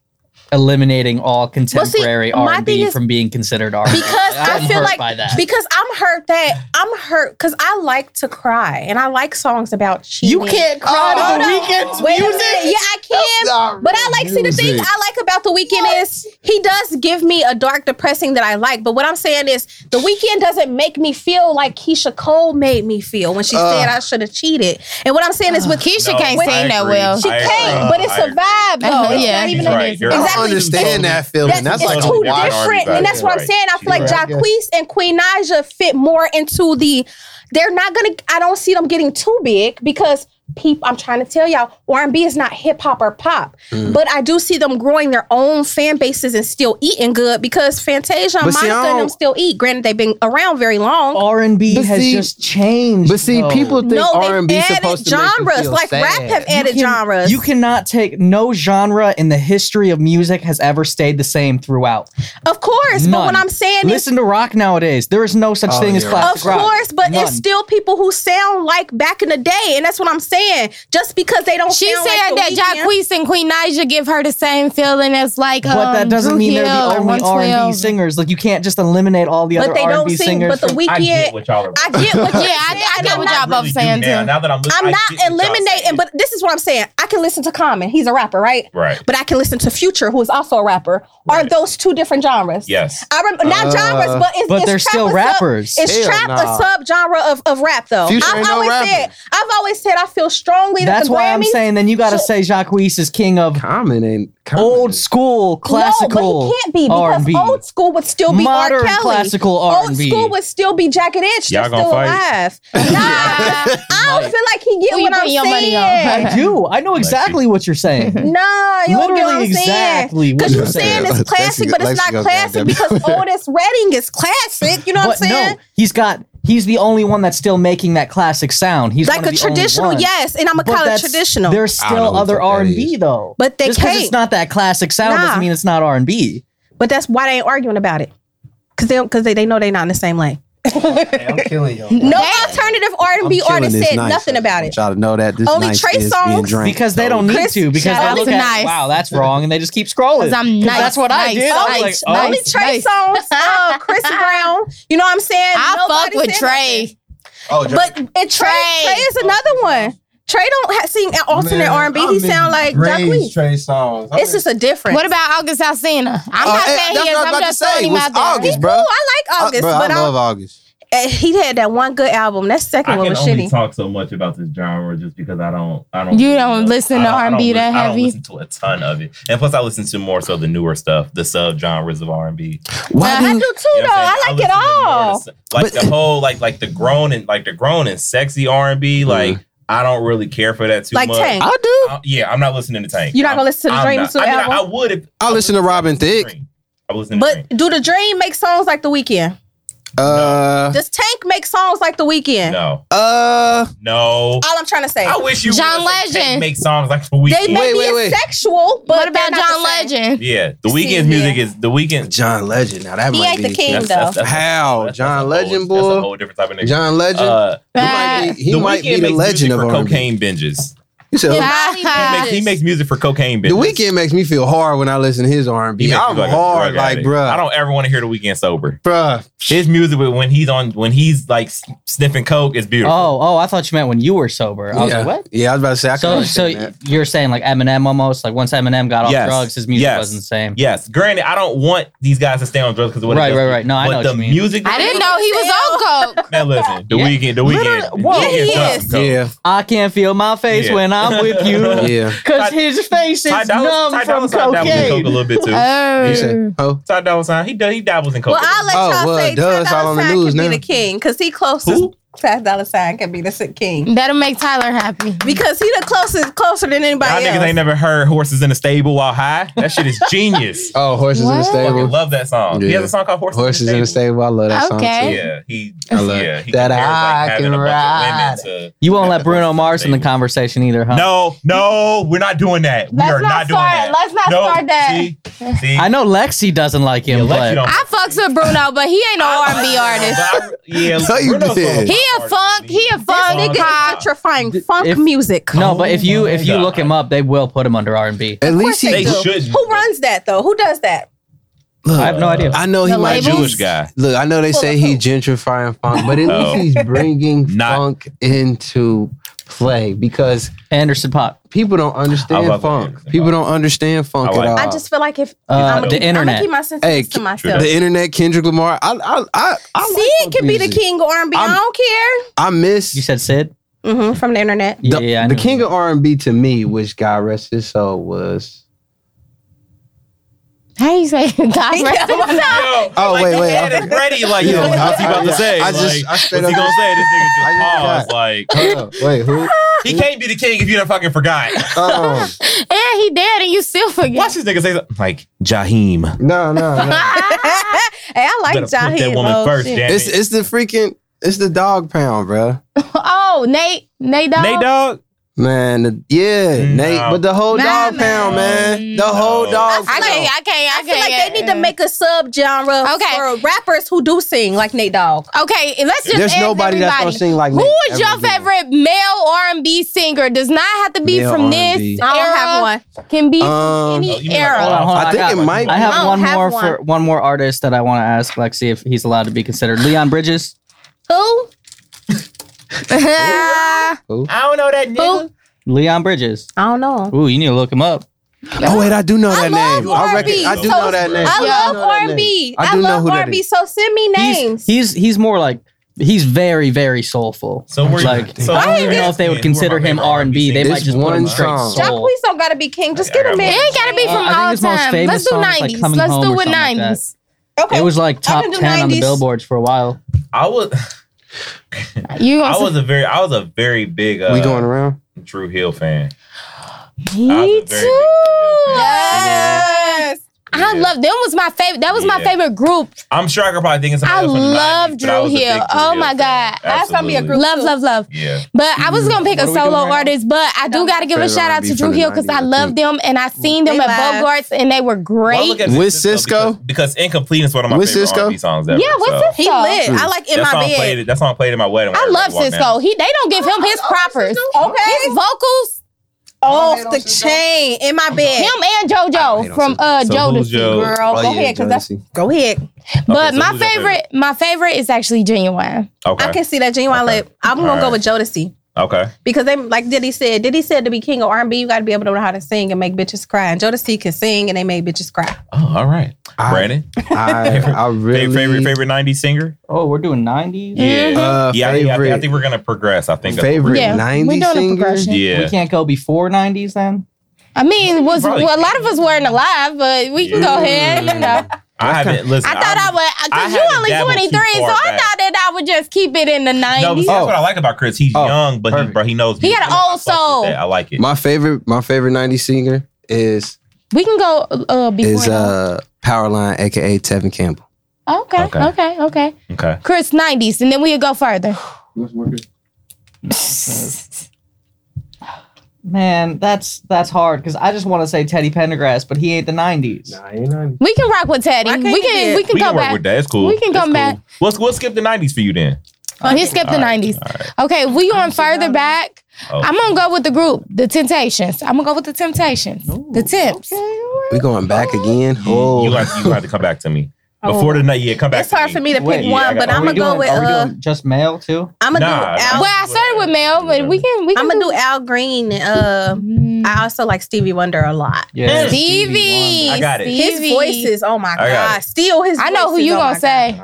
S5: eliminating all contemporary
S2: my thing
S5: R&B
S2: is-
S5: from being considered R&B.
S2: Because
S5: Like,
S2: I
S5: I'm
S2: feel
S5: hurt
S2: like
S5: by that.
S2: because I'm hurt that I'm hurt because I like to cry and I like songs about cheating.
S5: you can't cry
S2: Oh,
S5: to the
S2: no.
S5: weekend's
S2: Wait a
S5: music.
S2: minute. Yeah, I can.
S4: Stop
S2: But I like see the thing
S4: music.
S2: I like about the weekend is he does give me a dark depressing that I like. But what I'm saying is the weekend doesn't make me feel like Keisha Cole made me feel when she
S5: Uh.
S2: said I should have cheated. And what I'm saying is with Keisha
S3: Keisha can't
S2: I
S3: sing that
S1: agree.
S3: well.
S2: she
S1: Uh. I
S2: can't,
S1: agree.
S2: but it's
S1: I
S2: a
S1: agree.
S2: vibe though. It's
S3: Yeah.
S2: not even
S3: She's
S2: a
S1: right. You're
S4: I
S2: Exactly.
S4: don't understand that feeling. That's,
S2: That's,
S4: like
S2: it's
S1: a
S2: too
S1: whole different
S2: different,
S1: vibe.
S2: and that's what I'm
S1: Right.
S2: saying. I feel like
S1: Right.
S2: Jacquees and Queen Naja fit more into the. They're not gonna. I don't see them getting too big because people. I'm trying to tell y'all, R&B is not hip hop or pop,
S4: Mm.
S2: but I do see them growing their own fan bases and still eating good because Fantasia, and
S4: But see, I
S2: Monica, and them
S4: don't-
S2: still eat. Granted, they've been around very long.
S5: R&B
S4: But
S5: has
S4: see-
S5: just changed.
S4: but see,
S5: though.
S4: people think
S2: no,
S4: R and
S2: they've
S4: B
S2: added
S4: supposed to
S2: genres
S4: make you feel
S2: like
S4: sad.
S2: rap have added
S5: can-
S2: genres.
S5: You cannot take no genre in the history of music has ever stayed the same throughout.
S2: of course, but what
S5: None.
S2: I'm saying is
S5: Listen to rock nowadays. There is no such
S4: Oh,
S5: thing as
S4: yeah.
S5: classic
S2: Of
S5: rock.
S2: course, but
S5: None.
S2: it's still people who sound like back in the day, and that's what I'm saying. Just because they don't,
S3: She
S2: sound like
S3: said
S2: the
S3: that
S2: Weeknd-
S3: Jacquees and Queen Nija give her the same feeling as like um,
S5: But that doesn't
S3: Drew
S5: mean
S3: Hill
S5: they're the
S3: or
S5: only R and
S3: 112.
S5: B singers. Like you can't just eliminate all the
S2: um, but
S5: other
S2: they
S5: R and
S2: don't
S5: B
S2: sing.
S5: singers.
S2: But the
S5: from-
S1: I get
S2: weekend,
S1: what y'all are.
S2: I get what
S3: Yeah, I-
S2: saying,
S3: I get
S2: and
S3: what
S2: I'm
S3: y'all
S2: not-
S3: both saying,
S1: now,
S3: too.
S1: Now that I'm, li- I
S2: I'm
S1: get
S2: not
S1: what y'all saying.
S2: eliminating, but this is what I'm saying. I can listen to Common. He's a rapper, right?
S1: right.
S2: But I can listen to Future, who is also a rapper. Are
S1: Right.
S2: those two different genres?
S1: Yes.
S2: I remember not
S4: Uh,
S2: genres, but it's,
S5: but
S2: it's
S5: they're
S2: trap
S5: still
S2: a sub-
S5: rappers.
S2: it's
S4: Hell
S2: trap
S4: nah.
S2: a subgenre of, of rap though.
S4: Future
S2: I've
S4: ain't no
S2: always
S4: rapper.
S2: said I've always said I feel strongly that
S5: That's
S2: the
S5: why I'm
S2: Grammys-
S5: saying then you got to
S2: should-
S5: say Jacquees is king of
S4: Common and common.
S5: old school classical
S2: No, but he can't be because
S5: R&B.
S2: old school would still be
S5: Modern
S2: R. Kelly.
S5: classical
S2: Old
S5: R&B.
S2: school would still be Jagged Edge. They're
S1: Y'all gonna
S2: still
S1: fight?
S2: alive. Nah, I don't feel like he get
S3: Who you
S2: what I'm
S3: putting your money on?
S2: saying.
S5: I do. I know exactly what you're saying.
S2: Nah, you don't get what I'm
S5: Literally exactly
S2: saying.
S5: what
S2: Because
S5: you're
S2: you're saying
S4: saying.
S2: it's classic,
S4: Lexi-
S2: but it's
S4: Lexi
S2: not
S4: goes
S2: classic
S4: goddamn-
S2: because Otis Redding is classic. You know what
S5: but
S2: I'm saying?
S5: no, he's got. He's the only one that's still making that classic sound. He's
S2: Like
S5: one of
S2: a
S5: the only
S2: traditional,
S5: ones.
S2: yes, and I'm gonna
S5: But
S2: call it
S5: that's-
S2: traditional.
S5: There's
S4: I don't know
S5: still
S4: who the
S5: other
S4: fuck that
S5: R and B though.
S2: But they
S5: Just 'cause
S2: can't.
S5: It's not that classic sound
S2: Nah.
S5: doesn't mean it's not R and B.
S2: But that's why they ain't arguing about it. Cause they because they, they know they're not in the same lane.
S4: I'm killing y'all.
S2: No alternative R and B artist said nothing about it.
S4: Y'all to know that this
S2: Only
S4: night
S2: Trey
S4: is
S2: songs-
S4: being drank.
S5: Because they don't need
S2: Chris,
S5: to. Because
S3: shout
S5: they
S3: out
S5: look
S3: to
S5: at
S3: Nice.
S5: wow, that's wrong, and they just keep scrolling.
S3: 'Cause I'm
S5: 'Cause
S3: nice,
S5: That's what I
S3: nice,
S5: did. I was
S3: nice,
S5: like, oh,
S2: Only
S3: Nice,
S2: Trey
S3: nice.
S2: songs, uh, Chris Brown. You know what I'm saying?
S3: I
S2: Nobody
S3: fuck with
S2: said
S3: Trey.
S4: Oh,
S2: nothing. But and Trey,
S3: Trey.
S2: Trey is another one. Trey don't ha- sing an alternate R and B. He sound like Jacquees.
S4: Trey songs.
S2: It's just a difference.
S3: What about August Alsina? I'm
S4: Oh,
S3: not
S4: hey,
S3: saying
S4: that's
S3: he is.
S4: what I was
S3: I'm
S4: about
S3: just
S4: to say.
S3: throwing him
S4: Was
S3: out there.
S4: August-
S2: He's
S4: Uh, bro?
S2: cool. I like August,
S4: bro,
S2: but
S4: I
S2: I
S4: love August.
S2: eh, he had that one good album. That second
S1: I
S2: one
S1: can
S2: was
S1: only
S2: shitty.
S1: talk so much about this genre just because I don't. I don't.
S3: You
S1: really
S3: don't
S1: know-
S3: listen to
S1: I don't- I don't
S3: R&B
S1: lis-
S3: that
S1: I don't
S3: heavy?
S1: listen to a ton of it, and plus I listen to more so the newer stuff, the subgenres of R and B.
S4: Why
S2: I
S4: do
S2: do too, though. I like it all.
S1: Like
S4: But-
S1: the whole, like like the grown and like the grown and sexy R and B. Like I don't really care for that too
S2: Like
S1: much.
S2: Tank.
S4: I do?
S1: I- yeah, I'm not listening to Tank.
S2: You're not
S1: I'm-
S2: gonna listen to the
S1: I'm
S2: Dream
S1: not.
S2: to
S1: I mean, I-
S2: album.
S1: I would. If,
S4: I listen to Robin Thicke.
S1: Dream. I would listen to Dream.
S2: but do the Dream make songs like The Weeknd?
S4: Uh,
S2: Does Tank make songs like The Weeknd?
S1: No,
S4: uh,
S1: no.
S2: All I'm trying to say.
S1: I wish you
S3: John
S1: would let Tank
S3: Legend.
S1: make songs like the weekend.
S2: they may
S4: Wait,
S2: be
S4: wait, wait.
S2: sexual, but
S3: What about
S2: they're not
S3: John
S2: the same.
S3: Legend?
S1: Yeah, the
S2: See,
S1: weekend's music
S2: yeah.
S1: is the weekend.
S4: John Legend. Now that
S2: He
S4: might
S2: ain't
S4: be
S2: the king. though.
S4: How? John Legend,
S1: boy. That's
S4: boy?
S1: a whole different type of nigga.
S4: John Legend.
S1: Uh,
S4: he might be, he
S1: the
S4: might
S1: Weeknd
S4: be the
S1: makes
S4: legend
S1: music
S4: of
S1: for
S4: R&B.
S1: cocaine binges.
S4: You said,
S3: Yeah.
S1: He
S3: Ah.
S1: makes, he makes music for cocaine binges.
S4: The weekend makes me feel hard when I listen to his R and
S1: He
S4: B.
S1: makes
S4: I'm
S1: music like a
S4: hard,
S1: drug
S4: like
S1: addict. I
S4: bruh,
S1: don't ever want to hear the weekend sober.
S4: bruh.
S1: His music with- when he's on when he's like s- sniffing coke is beautiful.
S5: Oh, oh, I thought you meant when you were sober. I was
S4: yeah.
S5: like, what?
S4: Yeah, I was about to say. I
S5: So,
S4: so,
S5: so you're saying like Eminem almost like once Eminem got off
S1: Yes.
S5: drugs, his music
S1: Yes.
S5: wasn't the same.
S1: Yes, granted, I don't want these guys to stay on drugs because what it
S5: Right,
S1: does-
S5: right, right. No, I
S1: but
S5: know what
S1: the
S5: you mean.
S1: music.
S3: I didn't know he was on coke.
S1: Man, listen, the
S5: Yeah.
S1: weekend, the weekend.
S5: Literally- whoa.
S2: Yeah, he is.
S4: yeah,
S5: I can't feel my face
S1: Yeah.
S5: when I'm with you.
S4: yeah.
S5: Cause
S1: Ty-
S5: his face is
S1: Ty Dolla
S5: numb
S1: Ty Dolla
S5: from
S1: Sign dabbles in coke a
S5: cocaine.
S1: little bit too.
S4: He
S3: Oh.
S2: Mm.
S4: said, oh,
S1: Ty Dolla Sign, he does, he dabbles in coke.
S2: Well, I'll let
S4: Oh,
S2: y'all
S4: well,
S2: say
S4: duh,
S2: Ty
S4: it's all on
S2: Dolla
S4: the
S2: Sign
S4: news
S2: can
S4: now.
S2: be the king because he closest.
S1: Who? Mm.
S2: Ty Dollar Sign can be the sick king
S3: That'll make Tyler happy.
S2: because he the closest, closer than
S1: Y'all
S2: anybody
S1: niggas ain't
S2: else.
S1: never heard horses in a stable while high. That shit is genius.
S4: oh, horses in the
S3: What?
S1: I
S4: stable.
S1: love that song. He
S4: Yeah.
S1: has a song called Horses,
S4: Horses in the stable. I love that
S3: Okay.
S4: song too.
S1: Yeah, he.
S4: I love
S1: yeah, he
S4: that
S1: compares,
S4: I
S1: having
S4: can
S1: a bunch
S4: ride.
S1: Of women to,
S5: You won't let Bruno Mars in the
S1: Baby.
S5: conversation either, huh?
S1: no, no, we're not doing that. We
S3: Let's
S1: are
S3: not
S1: not, doing
S3: start-
S1: that.
S3: let's not
S1: no,
S3: start that.
S1: See, see?
S5: I know Lexi doesn't like him,
S1: Lexi
S5: but
S1: don't-
S3: I fucks with Bruno, but he ain't no R&B artist.
S1: But I- yeah,
S4: So you
S1: Bruno's
S4: did.
S1: song about
S3: He a
S1: artists.
S3: funk. He a
S1: This
S3: funk.
S1: nigga-
S3: cock.
S2: Electrifying funk
S5: if-
S2: music.
S5: no. But if you
S1: my
S5: if you look
S1: God.
S5: him up, they will put him under R and B.
S4: At
S2: course
S4: least
S2: they
S4: he.
S1: They
S2: do.
S1: shouldn't.
S2: Who runs that though? Who does that?
S4: Look,
S5: I have no idea.
S4: I know he
S3: The
S4: might.
S3: labels?
S1: Jewish guy.
S4: Look, I know they say he gentrifying funk, but at
S1: Oh.
S4: least he's bringing
S1: Not-
S4: funk into play because
S5: Anderson Pop,
S4: people don't
S1: I
S4: understand
S1: love
S4: funk.
S1: Anderson
S4: People
S1: Paak.
S4: don't understand funk
S1: I
S4: at
S1: like-
S4: all.
S2: I just feel like if
S5: uh, the
S2: i
S5: internet.
S2: keep my
S4: Hey,
S2: senses to
S4: K-
S2: myself.
S4: the internet, Kendrick Lamar. I I I, I like
S2: Sid
S4: funk
S2: can be the
S4: music.
S2: king of R&B. I
S4: I'm-
S2: don't
S4: I miss
S5: You said Sid.
S2: care.
S1: Mm-hmm,
S2: hmm from the internet.
S4: the,
S5: yeah, I
S4: the
S5: know.
S4: king of R and B to me, which God rest his soul, was.
S3: How you say God rest his soul?
S1: Yo,
S4: Oh,
S1: like,
S4: wait,
S1: he
S4: wait,
S1: had
S4: I-
S1: it ready. Like,
S4: Yeah,
S1: yo,
S4: I-
S1: what's he about to
S4: I-
S1: say?
S4: I just-
S1: Like,
S4: I straight
S1: what's he
S4: up-
S1: gonna say? This nigga
S4: I
S1: just paused. Like,
S4: Hold on, wait, who?
S1: he can't be the king if you done fucking forgot.
S4: Um,
S3: Yeah, he dead and you still forget.
S1: Watch this nigga say something like Jaheim.
S4: no, no, no.
S2: hey, I like
S1: Better put
S2: Jaheim.
S1: that woman
S2: oh,
S1: first,
S2: shit.
S1: damn
S4: It's
S1: it.
S4: it's the freaking it's the dog pound, bro.
S3: Oh, Nate, Nate dog.
S1: Nate Dog.
S4: Man, the, yeah,
S1: Mm, No.
S4: Nate, but the whole
S3: Nah,
S4: dog
S3: man.
S4: pound, man, the whole
S1: No.
S4: dog.
S3: I can't,
S4: pound.
S3: I can't, I
S2: I feel
S3: can't.
S2: like they need to make a subgenre
S3: Okay.
S2: for rappers who do sing, like Nate Dogg.
S3: Okay, let's just.
S4: There's
S3: ask
S4: nobody
S3: everybody.
S4: that's gonna sing like
S3: Who
S4: Nate.
S3: is your
S4: Everybody.
S3: favorite male R and B singer? Does not have to be
S4: Male
S3: from
S4: R&B.
S3: this.
S2: I don't
S3: era.
S2: have one.
S3: Can be
S4: Um,
S3: from
S1: Oh, you
S3: any
S1: mean like all-
S3: era.
S5: Hold on, hold on,
S4: I think
S5: got
S4: it
S5: one.
S4: might
S5: I
S4: be-
S5: have
S2: I don't
S5: one
S2: have
S5: more
S2: one.
S5: for one more artist that I want to ask Lexi if he's allowed to be considered. Leon Bridges.
S2: Who?
S1: I don't know that nigga.
S5: Leon Bridges.
S2: I don't know.
S5: Ooh, you need to look him up.
S4: Oh wait, I do know
S2: I
S4: that
S2: love
S4: name. I reckon.
S2: R&B.
S4: I do
S1: So-
S4: know that name.
S2: I
S4: Yeah, know that
S2: love R&B.
S4: name. I
S2: I,
S4: do know
S2: love
S4: who that
S2: R&B.
S4: is.
S2: So send me
S5: He's-
S2: names.
S5: He's he's more like he's very very soulful.
S1: So we're
S5: like
S1: so
S5: I don't
S1: we're
S5: even know
S1: asking
S5: if they would
S1: who are my
S5: consider him
S1: favorite
S5: R and B. They
S1: singers.
S5: might
S4: This
S5: just put him
S4: one
S5: straight
S4: song.
S2: Y'all
S5: soul.
S2: please don't gotta be king. Just
S1: I got
S2: get a
S1: one.
S3: It
S2: man.
S3: ain't gotta be
S5: Uh,
S3: from
S5: I think
S3: all
S5: his most
S3: time.
S5: famous
S3: Let's do
S5: song is, like,
S3: nineties.
S5: Coming
S3: Let's
S5: Home
S3: do
S5: or
S3: with
S5: something like that.
S3: nineties.
S2: Okay.
S5: It was like
S2: I
S5: top
S2: can do
S5: ten on the
S2: 90s.
S5: billboards for a while.
S1: I was,
S3: You
S1: I
S3: gonna
S1: was a very, I was a very big uh,
S4: We going around?
S1: Drew Hill fan. I
S3: say-
S1: was
S3: me
S1: a very big
S3: too.
S1: Drew Hill fan.
S2: yes.
S3: I
S1: Yeah.
S3: love them. Was my favorite. That was my
S1: Yeah.
S3: favorite group.
S1: I'm sure I could probably think of somebody
S3: I
S1: else from the
S3: love
S1: 90s, but I was a
S3: Drew
S1: big
S3: Hill. Oh my
S1: fan.
S3: God.
S2: That's gonna be a
S1: Absolutely.
S2: group.
S3: Love,
S2: too.
S3: love, love.
S1: Yeah.
S3: But I was gonna pick
S5: Mm-hmm. What
S3: a
S5: are we doing
S3: solo
S5: right now?
S3: artist, but I do gotta give a
S4: Favorite
S3: shout out
S4: R&B
S3: to Drew
S4: from the
S3: Hill because I
S4: 90s, I
S3: love
S4: think.
S3: them and I seen them
S2: They
S3: at
S2: live.
S3: Bogarts and they were
S1: Well,
S3: great.
S1: look at
S4: With Cisco?
S1: because, because incomplete is one of my
S4: With
S1: favorite
S4: Cisco?
S1: R&B songs ever.
S3: yeah, what's
S1: so.
S3: this?
S2: He
S3: song?
S2: lit. I like in
S1: that
S2: my
S1: song
S2: bed.
S1: played. That song played at my wedding. when
S3: I love
S1: everybody walked in.
S3: Cisco. He they don't give him his propers.
S2: Okay.
S3: His vocals,
S2: Off the chain in my bed.
S3: him and
S4: don't hate
S3: JoJo
S4: on
S3: from
S4: Cisco.
S3: uh
S1: So who's
S3: Jodeci.
S1: Joe?
S2: Girl,
S4: Oh,
S2: go
S4: yeah,
S2: ahead, cause that's
S4: Jodeci.
S2: go ahead.
S3: But
S1: so
S3: my
S1: who's your
S3: favorite,
S1: favorite?
S3: my favorite is actually Genuine.
S1: Okay.
S2: I can see that genuine
S1: Okay.
S2: lip. I'm gonna
S1: All
S2: go
S1: right.
S2: with Jodeci.
S1: Okay.
S2: because they like Diddy said. Diddy said to be king of R and B, you got to be able to know how to sing and make bitches cry. And Jodeci can sing and they made bitches cry.
S1: Oh, all right.
S4: I-
S1: Brandon,
S4: I, I really
S1: favorite favorite favorite '90s singer?
S5: Oh, we're doing 90s?
S1: Mm-hmm. yeah. I
S4: Uh,
S1: think- I, think,
S4: favorite
S1: I think we're gonna progress. I think. that's what we're-
S4: favorite
S3: Yeah, we
S4: '90s
S3: doing a
S4: singer.
S3: progression.
S1: Yeah.
S5: We can't go before 90s then?
S3: I mean, was
S1: Probably.
S3: well, a lot of us weren't alive, but we can go ahead. You know,
S1: I haven't listened.
S3: I thought I would
S1: I
S3: because
S1: haven't
S3: you only
S1: dabbled too
S3: twenty three, so
S1: far
S3: I
S1: back.
S3: thought that I would just keep it in the
S1: No, but
S3: nineties.
S1: see, that's what I like about Chris. He's
S4: Oh,
S1: young, but he,
S4: perfect.
S1: bro, he knows.
S3: He got an
S1: I
S3: old
S1: fuck with
S3: soul.
S1: that. I like it.
S4: My favorite my favorite '90s singer is
S3: We can go uh, before.
S4: is
S3: that.
S4: uh Powerline, aka Tevin Campbell.
S3: okay,
S1: okay.
S3: okay, okay,
S1: okay.
S3: Chris nineties, and then we'll go further.
S5: Man, that's that's hard because I just want to say Teddy Pendergrass, but he ain't the 90s.
S3: We can rock with Teddy.
S2: Why
S3: We
S2: can't he
S3: can
S2: get-
S3: we can
S1: We
S3: go
S1: can work
S3: back.
S1: with that. It's cool.
S3: We can
S1: It's
S3: come
S1: cool.
S3: back.
S1: Let's we'll skip the '90s for you then.
S3: Oh, he skipped the
S1: All right,
S3: nineties.
S1: all right.
S3: Okay, if we going further back,
S1: Oh.
S3: I'm gonna go with the group, the Temptations. I'm gonna go with the Temptations, the Temps.
S4: We going back again.
S1: You-
S4: Oh,
S1: You, have, you have to come back to me before the night. Yeah, come back.
S2: It's hard for me to pick
S5: Wait, yeah,
S1: I got-
S2: one, but
S1: are
S2: I'm
S5: we
S2: gonna go
S5: doing-
S2: with
S5: are we
S2: uh,
S5: doing just male too?
S2: I'm gonna
S1: Nah,
S2: do
S1: nah.
S2: Al.
S3: Well, I started with Mel, but we can we can
S2: I'm gonna do Al Green. and, Uh,
S3: Mm.
S2: I also like Stevie Wonder a lot.
S5: Yeah.
S3: Stevie.
S5: Wonder.
S1: I got it.
S2: His
S3: Stevie.
S2: voices, oh my
S1: got
S2: god!
S1: it.
S2: Still his.
S3: I know who
S2: voices,
S3: you
S2: oh
S3: gonna
S2: my
S3: say.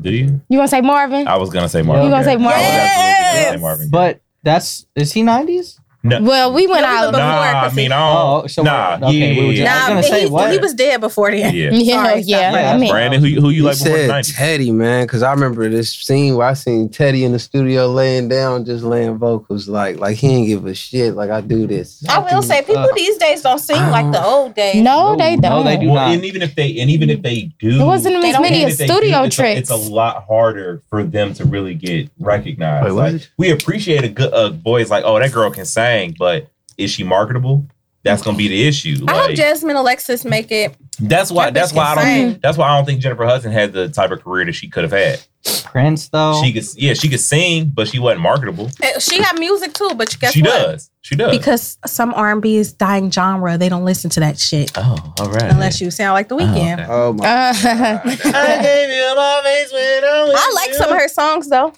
S1: Do you?
S3: You gonna say Marvin?
S1: I was gonna say Marvin.
S5: You gonna
S1: Gaye.
S5: say
S3: Marvin?
S1: I was absolutely gonna say
S2: Yes.
S1: Marvin. Gaye.
S5: But that's is he 90s?
S1: No.
S3: well, we went
S2: No, we
S3: out.
S2: were
S1: nah, I
S2: Chrissy.
S1: mean, I
S5: Oh,
S1: don't.
S5: so
S1: nah,
S5: we're- okay,
S1: yeah.
S5: we were just-
S2: God.
S5: I was
S2: Nah,
S5: gonna
S2: but
S5: say,
S2: he,
S5: what?
S2: he was dead before then.
S1: yeah.
S3: yeah,
S2: Sorry, stop.
S3: yeah.
S5: Yeah,
S3: I mean,
S1: Brandon, who you- who you
S4: you
S1: like before the
S4: said
S1: nineties?
S4: Teddy, man, because I remember this scene where I seen Teddy in the studio laying down, just laying vocals, like like he ain't give a shit. Like I do this.
S2: I will say people
S5: Uh,
S2: these days don't sing like
S1: Uh,
S2: the old days.
S3: no, they don't.
S5: No, they do
S1: Well,
S5: not.
S1: and even if they and even if they do,
S3: It wasn't
S2: They
S3: as
S2: don't
S3: many
S2: get
S1: even
S3: as
S1: if they
S3: studio
S1: do, it's a-
S3: tricks.
S1: It's a, lot harder for them to really get recognized.
S4: Wait, what?
S1: like, we appreciate a good uh, voice, like oh that girl can sing, but is she marketable? That's gonna be the issue.
S2: I
S1: Like,
S2: hope Jasmine Alexis make it.
S1: that's why. That's why I don't.
S2: Jennifer can
S1: That's why I don't think Jennifer Hudson had the type of career that she could have had.
S5: Prince
S4: Oh.
S5: though.
S1: She could, yeah, she could sing, but she wasn't marketable.
S2: Eh, She got music too, but you guess
S1: she
S2: what?
S1: does. She does.
S2: Because some R and B is dying genre. They don't listen to that shit
S1: oh, all right.
S2: unless you sound like The Weeknd.
S1: okay.
S4: Oh my.
S1: I
S3: Uh,
S1: gave you my face when I was
S2: I like some of
S1: young.
S2: her songs though.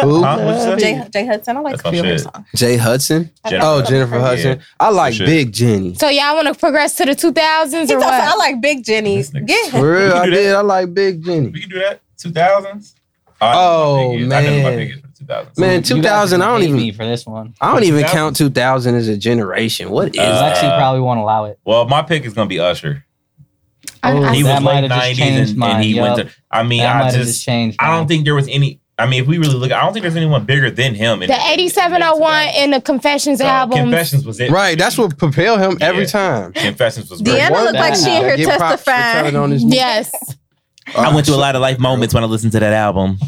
S4: Who?
S1: Huh? What'd you say?
S2: Jay, Jay Hudson, I like
S1: That's
S2: a
S1: my
S2: few of her
S1: shit.
S2: songs.
S4: Jay Hudson.
S1: Jennifer
S4: oh,
S1: Hudson.
S4: Jennifer Hudson. I like
S1: Shit.
S4: Big Jenny.
S3: so y'all want to progress to the 2000s
S2: He
S3: or
S2: talks, I
S3: what?
S2: like Big Jenny's.
S1: This nigga.
S2: Get him.
S4: For
S1: We
S4: real,
S1: can
S4: I
S1: do that.
S4: did. I like Big
S1: We
S4: Jenny.
S1: can do that. Two thousands.
S4: Oh,
S1: I know my
S4: man.
S1: biggest for two thousands.
S4: Man,
S5: You guys
S4: 2000, I don't
S5: hate
S4: even-
S5: me for this one.
S4: I don't even
S1: 2000?
S4: count 2000 as a generation. What is
S1: Uh,
S4: that?
S5: Lexi probably won't allow it.
S1: Well, my pick is gonna be Usher.
S3: I-
S5: Oh,
S3: I-
S1: He
S5: That
S1: was
S5: might
S1: late
S5: have just
S1: nineties
S5: changed
S1: and,
S5: mine,
S1: and he went
S5: yup.
S1: to. I mean,
S5: that
S1: I
S5: might have
S1: just,
S5: just changed.
S1: I
S5: man.
S1: don't think there was any. I mean, if we really look, I don't think there's anyone bigger than him. in-
S3: the
S1: in- in- in-
S3: 8701 and the Confessions
S1: So,
S3: album.
S1: Confessions was it.
S4: Right, that's what propelled him every
S1: Yeah.
S4: time.
S1: Confessions was. Great.
S2: Deanna
S4: One
S2: looked like she
S4: thing
S2: in here
S4: I get props for
S2: testifying.
S4: telling on his-
S3: Yes.
S1: I went through a lot of life moments when I listened to that album.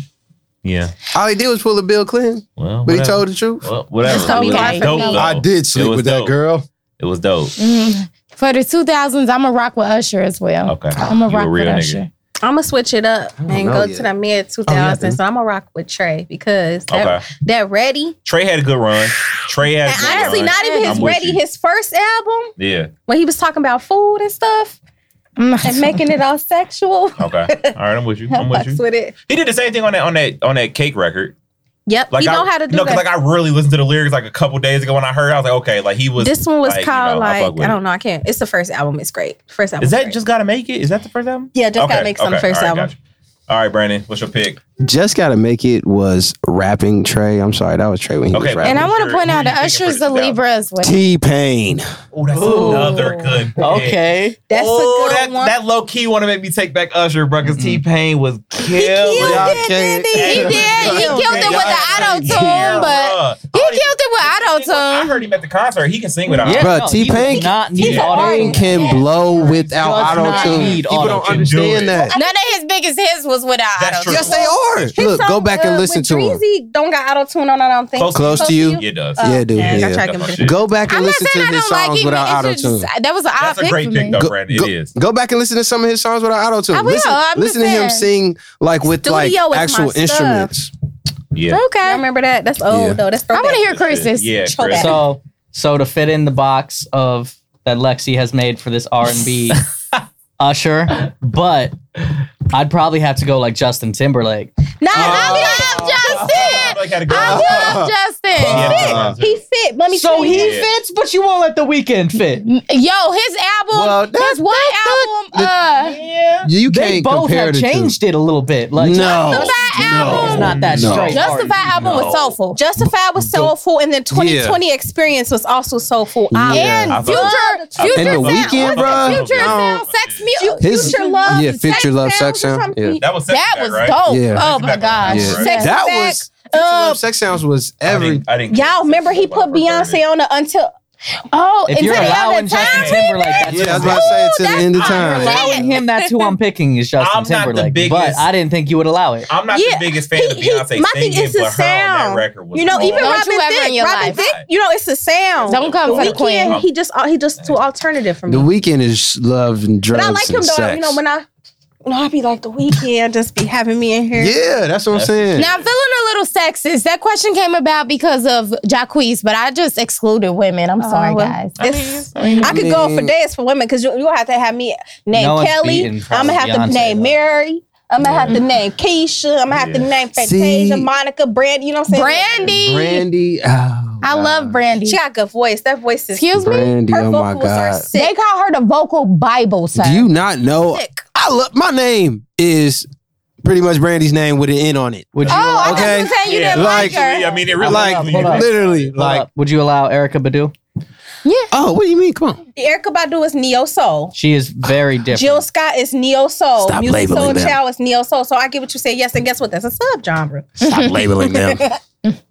S1: Yeah.
S4: All he did was pull a Bill Clinton,
S1: Well,
S4: but he
S1: whatever.
S4: told the truth.
S1: Well, whatever.
S2: Just told
S1: It
S2: me
S1: was
S2: that.
S1: dope, though.
S4: I did
S1: It
S4: sleep
S1: was
S4: with that
S1: dope.
S4: girl.
S1: It was dope.
S2: Mm-hmm.
S3: Mm. For the 2000s, I'm going to rock with Usher as well.
S1: Okay.
S3: I'm
S1: Oh,
S3: going
S1: You
S3: to
S1: a
S3: rock with
S1: real nigga.
S3: Usher.
S2: I'ma switch it up
S4: don't
S2: and
S4: know
S2: go
S4: yet.
S2: to the mid two thousands. So I'ma rock with Trey because that,
S1: Okay.
S2: that ready.
S1: Trey had a good run. Trey had. a
S2: And
S1: good
S2: honestly,
S1: run.
S2: not even his
S1: I'm with
S2: ready,
S1: you.
S2: his first album,
S1: Yeah.
S2: when he was talking about food and stuff
S3: Mm.
S2: and making it all sexual.
S1: Okay. All right. I'm with you.
S2: I
S1: I'm with
S2: fucks
S1: you.
S2: with it.
S1: He did the same thing on that on that on that cake record.
S2: Yep.
S1: Like
S2: he
S1: I,
S2: know how to do
S1: no, 'cause,
S2: that.
S1: like I really listened to the lyrics like a couple days ago when I heard. it. I was like, okay, like he was.
S2: this one was
S1: like, you
S2: called
S1: know, I fuck
S2: like
S1: with
S2: I
S1: it.
S2: don't know. I can't. It's the first album. It's great. First album.
S1: Is that
S2: great.
S1: just gotta make it? Is that the first album?
S2: yeah? Just gotta
S1: Okay,
S2: make some
S1: okay,
S2: first
S1: all right,
S2: album.
S1: gotcha. All right, Brandon, what's your pick?
S4: Just gotta make it was rapping Trey. I'm sorry, that was Trey when he
S1: Okay,
S4: was
S1: but-
S4: rapping.
S3: And I want
S1: Who
S3: to
S1: you-
S3: point
S1: who
S3: out
S1: you
S3: that
S1: picking for
S3: Usher's
S1: the
S3: a
S1: 2000s?
S3: Libra as well.
S4: T Pain.
S1: Oh, that's
S5: Ooh.
S1: another good. pick.
S5: Okay.
S2: That's
S1: oh,
S2: a good
S1: that,
S2: one.
S1: that low key want to make me take back Usher, bro, because
S5: Mhm.
S1: T Pain was killed.
S4: Y'all
S2: killed it,
S4: can't-
S2: didn't
S3: He did. He killed it with the auto tune, but
S1: Oh,
S3: he killed it with auto
S1: I
S3: tune.
S1: heard him at the concert. He can sing without
S5: Yeah,
S4: Bruh,
S5: no,
S4: T-Pain
S5: he
S4: can-
S5: does not
S1: He's
S5: need
S1: an
S5: auto.
S2: artist.
S4: Can blow without
S5: Does not
S4: auto tune.
S5: need
S4: People don't
S5: auto-tune.
S4: understand
S1: Do
S4: that.
S3: None of his biggest hits was without
S1: That's
S3: auto
S1: true.
S3: tune.
S4: Yes, they are.
S2: His
S4: Look, go
S2: song,
S4: back and
S2: uh,
S4: listen
S2: with
S4: to them.
S2: Dreezy don't got auto tune on. I don't think.
S1: Close-
S4: Close to you.
S1: Yeah, it does.
S2: Uh,
S4: Yeah, dude.
S2: man,
S4: Yeah.
S2: I gotta try to
S1: That's
S2: give
S1: my
S2: it-
S4: Go back and
S3: I'm not
S4: listen to
S3: saying I
S4: his
S3: don't like
S4: songs
S3: him.
S4: without auto
S3: it's
S4: tune.
S3: just, that was an odd
S1: That's a
S3: pick
S1: great
S3: for
S1: pick,
S3: me.
S1: though,
S4: Go-
S1: Brandon.
S4: go-
S1: It is.
S4: Go back and listen to some of his songs without auto
S3: I
S4: tune.
S3: will,
S4: Listen,
S3: I'm
S4: listen to
S3: just
S4: him sing like with like
S2: Studio is my
S4: actual
S2: stuff.
S4: instruments.
S1: Yeah.
S2: I
S3: Okay.
S2: remember that. That's old
S4: Yeah.
S2: though. That's
S3: I want to
S2: throwback.
S3: hear Chris's.
S1: Yeah, Chris.
S2: Throwback.
S5: So so to fit in the box of that Lexi has made for this R and B Usher, but I'd probably have to go like Justin Timberlake.
S3: No,
S1: Oh.
S3: I love Justin.
S1: Like, had a good-
S3: I love Justin.
S1: yeah.
S2: fit. He fit. Let me
S5: so
S2: see.
S5: he
S1: Yeah.
S5: fits, but you won't let the weekend fit.
S3: Yo, his album,
S4: Well, that-
S3: his one album, uh,
S5: Yeah.
S4: You can't
S5: They both
S4: compare
S5: have
S4: the two.
S5: changed it a little bit. Like
S4: No,
S3: Justify
S4: no,
S3: album.
S5: It's not that
S4: no.
S5: straight.
S3: Justify album was soulful.
S2: Oh. Justified was soulful, and then 2020 Experience was also soulful. I
S4: Yeah.
S2: love
S1: I
S3: Future,
S1: thought-
S3: future
S4: And the
S3: sound.
S4: Weeknd,
S3: What's
S4: bruh?
S3: the Future
S1: No.
S3: sound, sex music.
S4: His-
S3: future love.
S4: yeah,
S3: and
S4: Future
S3: sex
S4: Love,
S3: sounds
S4: Sex
S3: or
S4: sound,
S3: something.
S4: yeah.
S1: That was
S3: That
S1: Sexy
S3: was
S1: Back, right?
S3: dope.
S4: Yeah.
S3: Oh my
S2: Uh,
S3: gosh.
S4: Yeah.
S3: Sex
S4: That
S3: Back,
S4: was-
S3: uh,
S4: Sex sounds was
S1: I
S4: every.
S1: didn't, I didn't
S2: Y'all remember he put Beyonce on the until
S3: oh,
S5: If
S3: and
S5: you're
S3: then they have
S5: allowing
S3: that
S5: Justin
S3: time.
S5: Timberlake, that's
S4: Yeah,
S5: what
S4: that's
S5: I'm
S4: what I say. It's the
S3: that's
S4: end of
S3: ironic.
S4: time.
S5: allowing him. That's who I'm picking is Justin
S1: I'm not the
S5: Timberlake. but
S1: biggest-
S5: I didn't think you would allow it.
S1: I'm not
S2: Yeah,
S1: the biggest fan of
S2: he- he-
S1: Beyonce
S2: my thing
S1: singing,
S2: is the
S1: but her on that
S2: sound.
S1: record was
S2: You know,
S1: wrong.
S2: even
S3: Don't
S2: Robin
S3: you ever in
S2: Thicke,
S3: your
S2: Robin
S3: life.
S2: Thicke, you know, it's the sound.
S3: Don't come for the queen.
S2: Weekend, he just uh, he just too alternative for me.
S4: The weekend is love and drugs
S2: but I like him
S4: and
S2: though.
S4: sex.
S2: You know, when I you know, I be like the weekend just be having me in here.
S4: yeah, that's what I'm
S1: That's-
S4: saying.
S3: Now I'm feeling a little sexist. That question came about because of Jacquees, but I just excluded women. I'm
S2: Oh,
S3: sorry,
S2: well.
S3: guys.
S2: It's- I could go for days for women because you you gonna have to have me name
S5: No one's
S2: Kelly.
S5: beating
S2: I'm gonna have
S5: Beyonce,
S2: to name
S5: though.
S2: Mary. I'm gonna have to name Keisha. I'm gonna have to
S1: Yeah.
S2: name
S4: See-
S2: Fantasia, Monica, Brandy. You know what I'm saying?
S3: Brandy.
S4: Brandy. Oh,
S3: I love Brandy.
S2: She got a good voice. That voice is
S3: Excuse me.
S4: Brandy.
S2: her
S4: oh my
S2: vocals are
S4: God.
S3: They
S2: sick.
S3: call her the vocal Bible, sir.
S4: Do you not know?
S2: sick.
S4: I love my name is pretty much Brandy's name with an N on it.
S5: Would you?
S3: oh, I
S5: allow,
S3: thought you
S4: Okay.
S3: were saying you
S1: Yeah,
S3: didn't like,
S1: actually,
S3: her.
S1: I mean, it really
S4: like
S5: hold up.
S4: literally, like
S5: would you allow Erica Badu?
S4: oh, what do you mean? Come on,
S2: Erica Badu is neo soul.
S5: She is very different.
S2: Jill Scott is neo soul.
S4: Stop
S2: Music
S4: labeling
S2: Soul
S4: them.
S2: Child is neo soul. So I get what you say. Yes, and guess what? That's a subgenre.
S4: stop labeling them.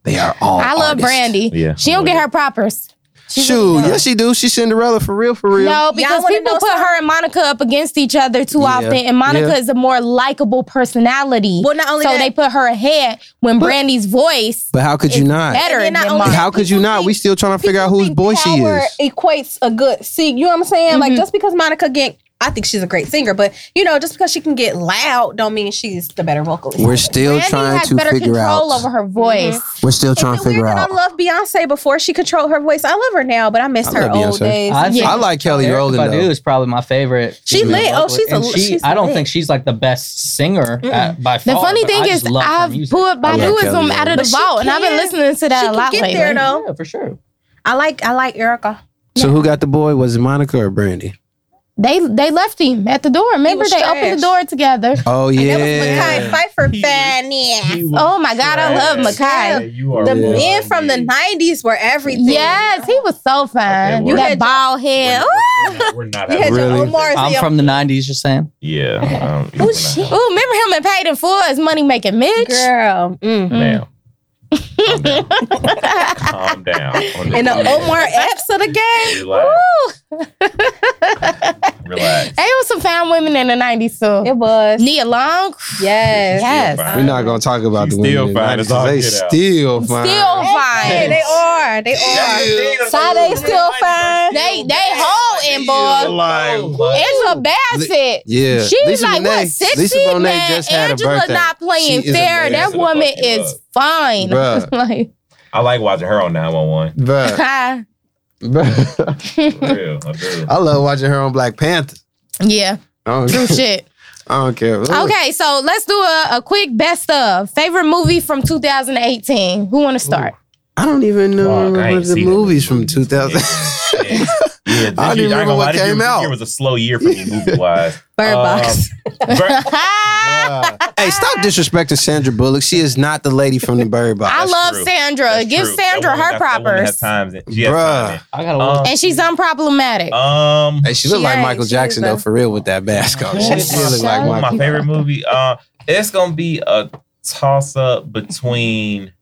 S4: They are all.
S3: I love
S4: artists.
S3: Brandy.
S1: Yeah,
S3: she don't
S1: I'm
S3: get
S1: with
S3: her propers.
S4: Shoot, yes she do. She's Cinderella for real, for real.
S3: No, because
S2: wanna
S3: people
S2: know
S3: put her and Monica up against each other too
S4: Yeah.
S3: often, and Monica
S4: Yeah.
S3: is a more likable personality.
S2: Well, not only
S3: so
S2: that-
S3: they put her ahead when Brandy's voice
S4: But how could you
S3: It's
S4: not?
S3: better
S2: And then
S3: than
S2: not only-
S3: Monica.
S4: How could you
S2: People
S4: not?
S2: think-
S4: we still trying to figure out
S2: People
S4: whose
S2: think
S4: boy she
S2: power
S4: is.
S2: Equates a good see. You know what I'm saying? Like just because Monica get, I think she's a great singer, but you know, just because she can get loud, don't mean she's the better vocalist.
S4: We're still
S3: Brandy
S4: trying
S3: has
S4: to
S3: better
S4: figure
S3: control
S4: out.
S3: over her voice.
S2: Mm-hmm.
S4: We're still trying
S2: Is
S4: to
S2: it weird
S4: figure
S2: that I
S4: out.
S2: love Beyonce before she controlled her voice? I love her now, but I miss
S4: I
S2: her
S4: love
S2: old
S4: Beyonce.
S2: days.
S5: I think
S3: Yeah.
S4: I like Kelly
S5: Erykah
S4: Rowland
S5: Badu
S4: though.
S5: is probably my favorite.
S2: She lit. Oh, she's a-
S5: And she-
S2: she's
S5: I don't
S2: lit.
S5: think she's like the best singer at, by
S3: The
S5: far.
S3: funny
S5: Oh, but
S3: thing
S5: I
S3: is,
S5: just love her
S3: I've
S5: music.
S3: put
S4: I love
S3: Baduism
S4: Kelly
S3: out of
S4: Rowland.
S3: the
S2: But she
S3: vault, and I've been
S2: can-
S3: listening to that
S2: she
S3: a
S2: can
S3: lot
S2: get
S3: lately.
S2: there, though.
S5: Yeah, for sure.
S2: I like I like Erica.
S4: So who got the boy? Was it Monica or Brandy?
S3: They they left him at the door. Remember,
S2: was
S3: they opened
S2: trash.
S3: the door together.
S4: Oh
S2: That was Makai
S4: yeah.
S2: Pfeiffer
S1: He was-
S2: fan. Yeah.
S3: Oh my God, I love
S2: Yeah.
S3: Makai.
S1: you are
S2: The
S4: Yeah.
S2: men from the '90s were everything.
S3: Yes, he was so fine.
S1: Okay,
S2: well-
S3: you that bald head.
S1: We're not
S2: You had
S1: having-
S2: your
S4: Really?
S2: Omar
S5: I'm
S2: Zia-
S5: from the '90s. Just saying.
S1: Yeah.
S2: Oh, shit.
S3: Ooh, remember him and paid in full as money making Mitch?
S2: girl. Mm.
S1: Now. Calm down.
S2: And the Omar Epps of the game.
S1: Relax. Relax.
S3: There was some fine women in the 90s, too.
S2: It was.
S3: Nia Long,
S2: Yes.
S1: Yes.
S4: We're not gonna talk about
S1: She's
S4: the women.
S1: still
S4: in
S1: fine. It's all
S4: 90s. They
S1: get out.
S4: still fine.
S3: still
S2: Yeah,
S3: fine.
S2: they are. They are. Sade still fine.
S3: They they holding, boy. Angela Bassett.
S4: Yeah.
S3: She was
S4: Lisa
S3: like
S4: Bonet-
S3: what sixty?
S4: Lisa Bonet
S3: man,
S4: just had a
S3: Angela
S4: birthday.
S3: not playing
S4: She is
S3: fair.
S4: amazing.
S3: That
S1: She's a
S3: woman
S1: fucking
S3: is
S1: love.
S3: fine.
S4: Bruh.
S3: like,
S1: I like watching her on 911.
S4: Bruh,
S3: hi.
S4: bruh.
S1: For real. I do.
S4: I love watching her on Black Panther.
S3: yeah,
S4: I don't,
S3: true shit.
S4: I don't care.
S3: Okay, so let's do a, a quick best of favorite movie from 2018. Who want to start?
S4: I don't even know
S1: Fuck, I
S4: remember
S1: ain't
S4: the
S1: seen that
S4: movies
S1: movie.
S4: from 2000.
S1: Yeah, yeah. Yeah,
S4: I
S1: this
S4: don't
S1: year-
S4: even
S1: gonna
S4: remember
S1: lie,
S4: what
S1: this year-
S4: came
S1: this
S4: out.
S1: year was a slow year for me movie wise.
S2: Bird
S1: Um,
S2: Box.
S4: hey, stop disrespecting Sandra Bullock. She is not the lady from the Bird Box.
S3: I love
S1: true.
S3: Sandra. Give Sandra her
S1: properties.
S3: propers,
S1: Times she has
S4: Bruh.
S1: time
S5: I gotta
S1: Um,
S2: Uh,
S5: look.
S3: and she's unproblematic.
S1: in. Um,
S4: Hey, she look
S2: She
S4: like
S2: ain't.
S4: Michael
S2: She
S4: Jackson
S2: is a-
S4: though, for real, with that mask
S1: Oh,
S4: on. She
S5: She
S4: still look
S3: is
S4: like
S3: so-
S1: my
S4: Michael.
S1: favorite movie. Uh, it's gonna be a toss up between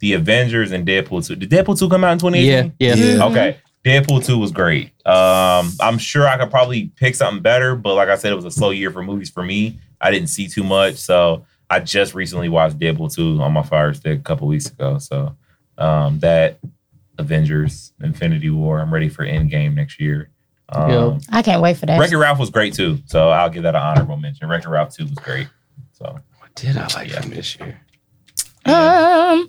S1: the Avengers and Deadpool two. Did Deadpool two come out in twenty
S5: yeah,
S1: eighteen?
S5: yeah.
S4: Yeah.
S1: Okay. Deadpool 2 was great. Um, I'm sure I could probably pick something better, but like I said, it was a slow year for movies for me. I didn't see too much. So I just recently watched Deadpool 2 on my Fire Stick a couple weeks ago. So um, that Avengers Infinity War, I'm ready for Endgame next year.
S5: Yeah.
S1: Um,
S3: I can't wait for that.
S1: Wreck-It Ralph was great too. So I'll give that an honorable mention. Wreck-It Ralph 2 was great. So
S4: What did I like from this year?
S3: Um,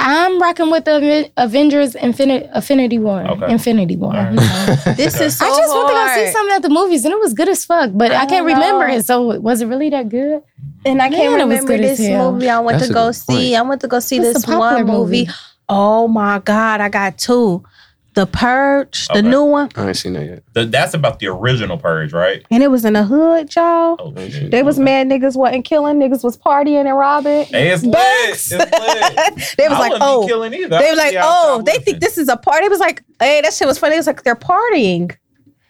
S3: I'm rocking with the Aven- Avengers Infinity Affinity War.
S1: Okay.
S3: Infinity War.
S1: All right.
S4: Oh,
S2: This is so
S3: I just
S2: hard.
S3: went to go see something at the movies and it was good as fuck, but I,
S2: I
S3: can't
S2: know.
S3: remember it. So was it really that good?
S2: and I can't
S3: Man, it was
S2: remember
S3: good as
S2: this
S3: hell.
S2: movie I went
S4: That's
S2: to
S4: a
S2: go
S4: good point.
S2: see. I went to go see
S3: It's
S2: this
S3: a popular
S2: one movie.
S3: movie.
S2: Oh my God, I got two. The Purge, the
S1: Okay.
S2: new one.
S4: I ain't seen that yet.
S1: Th- that's about the original Purge, right?
S2: And it was in the hood, y'all.
S1: Oh,
S4: They
S1: shit.
S2: They was mad niggas wasn't killing, niggas was partying and robbing.
S1: Hey, it's lit. It's
S2: Bucks.
S1: lit. I
S2: they was like,
S1: wouldn't be
S2: oh,
S1: killing either. I
S2: they were
S1: would
S2: like,
S1: be outside
S2: oh, they
S1: whooping.
S2: think this is a party. It was like, hey, that shit was funny. It was like they're partying,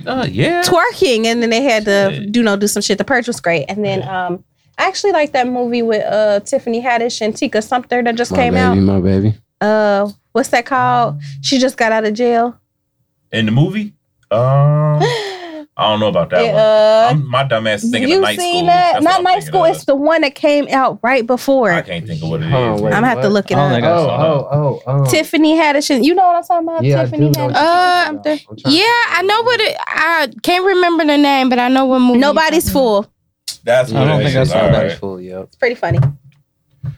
S1: Uh, yeah.
S2: twerking, and then they had to
S1: Shit.
S2: do no do some shit. The purge was great, and then um, I actually like that movie with uh Tiffany Haddish and Tika Sumpter that just
S4: my
S2: came
S4: baby, my baby.
S2: out. Uh, what's that called? She just got out of jail.
S1: In the movie? Um, I don't know about that
S2: It,
S1: one.
S2: uh,
S1: I'm, my dumb ass is thinking of
S2: you
S1: night school.
S2: seen that?
S1: That's what
S2: Not
S1: I'm
S2: night
S1: thinking
S2: school.
S1: of.
S2: It's the one that came out right before.
S1: I
S2: I'm
S1: can't think of what it is.
S4: Hold on, wait.
S2: gonna have to
S4: What?
S2: look it
S5: Oh
S2: up.
S5: my God.
S4: oh, oh.
S2: Tiffany Haddish. and- You know what I'm talking about? Tiffany Haddish.
S3: Uh, I'm there. Yeah, I know what it. I can't remember the name, but I know what movie.
S2: Nobody's fool.
S1: That's
S5: I
S1: what
S5: don't
S1: it
S5: think
S1: is.
S5: that's what
S1: All
S5: that
S1: right,
S4: Full, yep.
S2: It's pretty funny.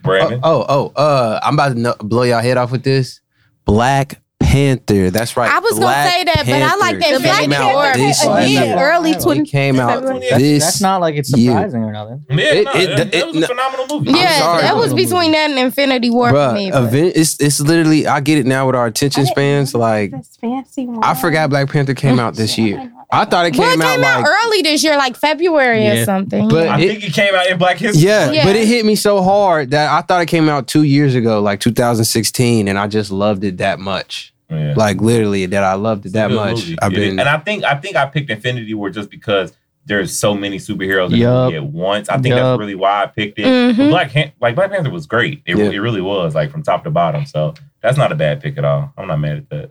S1: Brandon.
S4: Oh, oh, oh, uh, I'm about to kno- blow y'all head off with this. Black Panther. That's right.
S3: I was gonna
S4: Black
S3: say that, but I like that
S4: Panther.
S3: Black
S4: Came out
S3: Panther
S4: this
S5: came out
S4: year.
S5: again.
S2: Early
S5: It
S4: It
S2: 20.
S4: came out
S2: February.
S1: That's-
S4: this.
S5: That's not like it's
S4: you.
S5: surprising or nothing.
S1: Yeah,
S4: It-
S1: no,
S4: it-
S1: that, that was
S4: it-
S1: a phenomenal movie.
S4: I'm
S3: Yeah,
S4: sorry,
S3: that was
S5: but-
S3: between that and Infinity War for me.
S4: Bruh,
S3: but-
S4: event, it's it's literally I get it now with our attention
S2: didn't
S4: spans. Like
S2: That's fancy one.
S4: I forgot Black Panther came out this year. I thought it came,
S3: well, it
S4: out,
S3: came out
S4: like
S3: early this year, like February
S5: Yeah.
S3: or something.
S4: But-
S3: yeah.
S1: I
S4: It-
S1: think it came out in Black History.
S4: yeah,
S1: Month.
S3: Yeah.
S4: but it hit me so hard that I thought it came out two years ago, like 2016, and I just loved it that much.
S1: Yeah.
S4: Like literally, that I loved it that
S1: Good
S4: much.
S1: movie.
S4: I've
S1: It is.
S4: been
S1: and I think I think I picked Infinity War just because there's so many superheroes in the
S5: Yup.
S1: movie at once. I think
S5: Yup. Mm-hmm.
S1: that's really why I picked it.
S3: Mhm.
S1: But Black Han- like Black Panther was great. It,
S4: Yeah.
S1: it really was like from top to bottom. So that's not a bad pick at all. I'm not mad at that.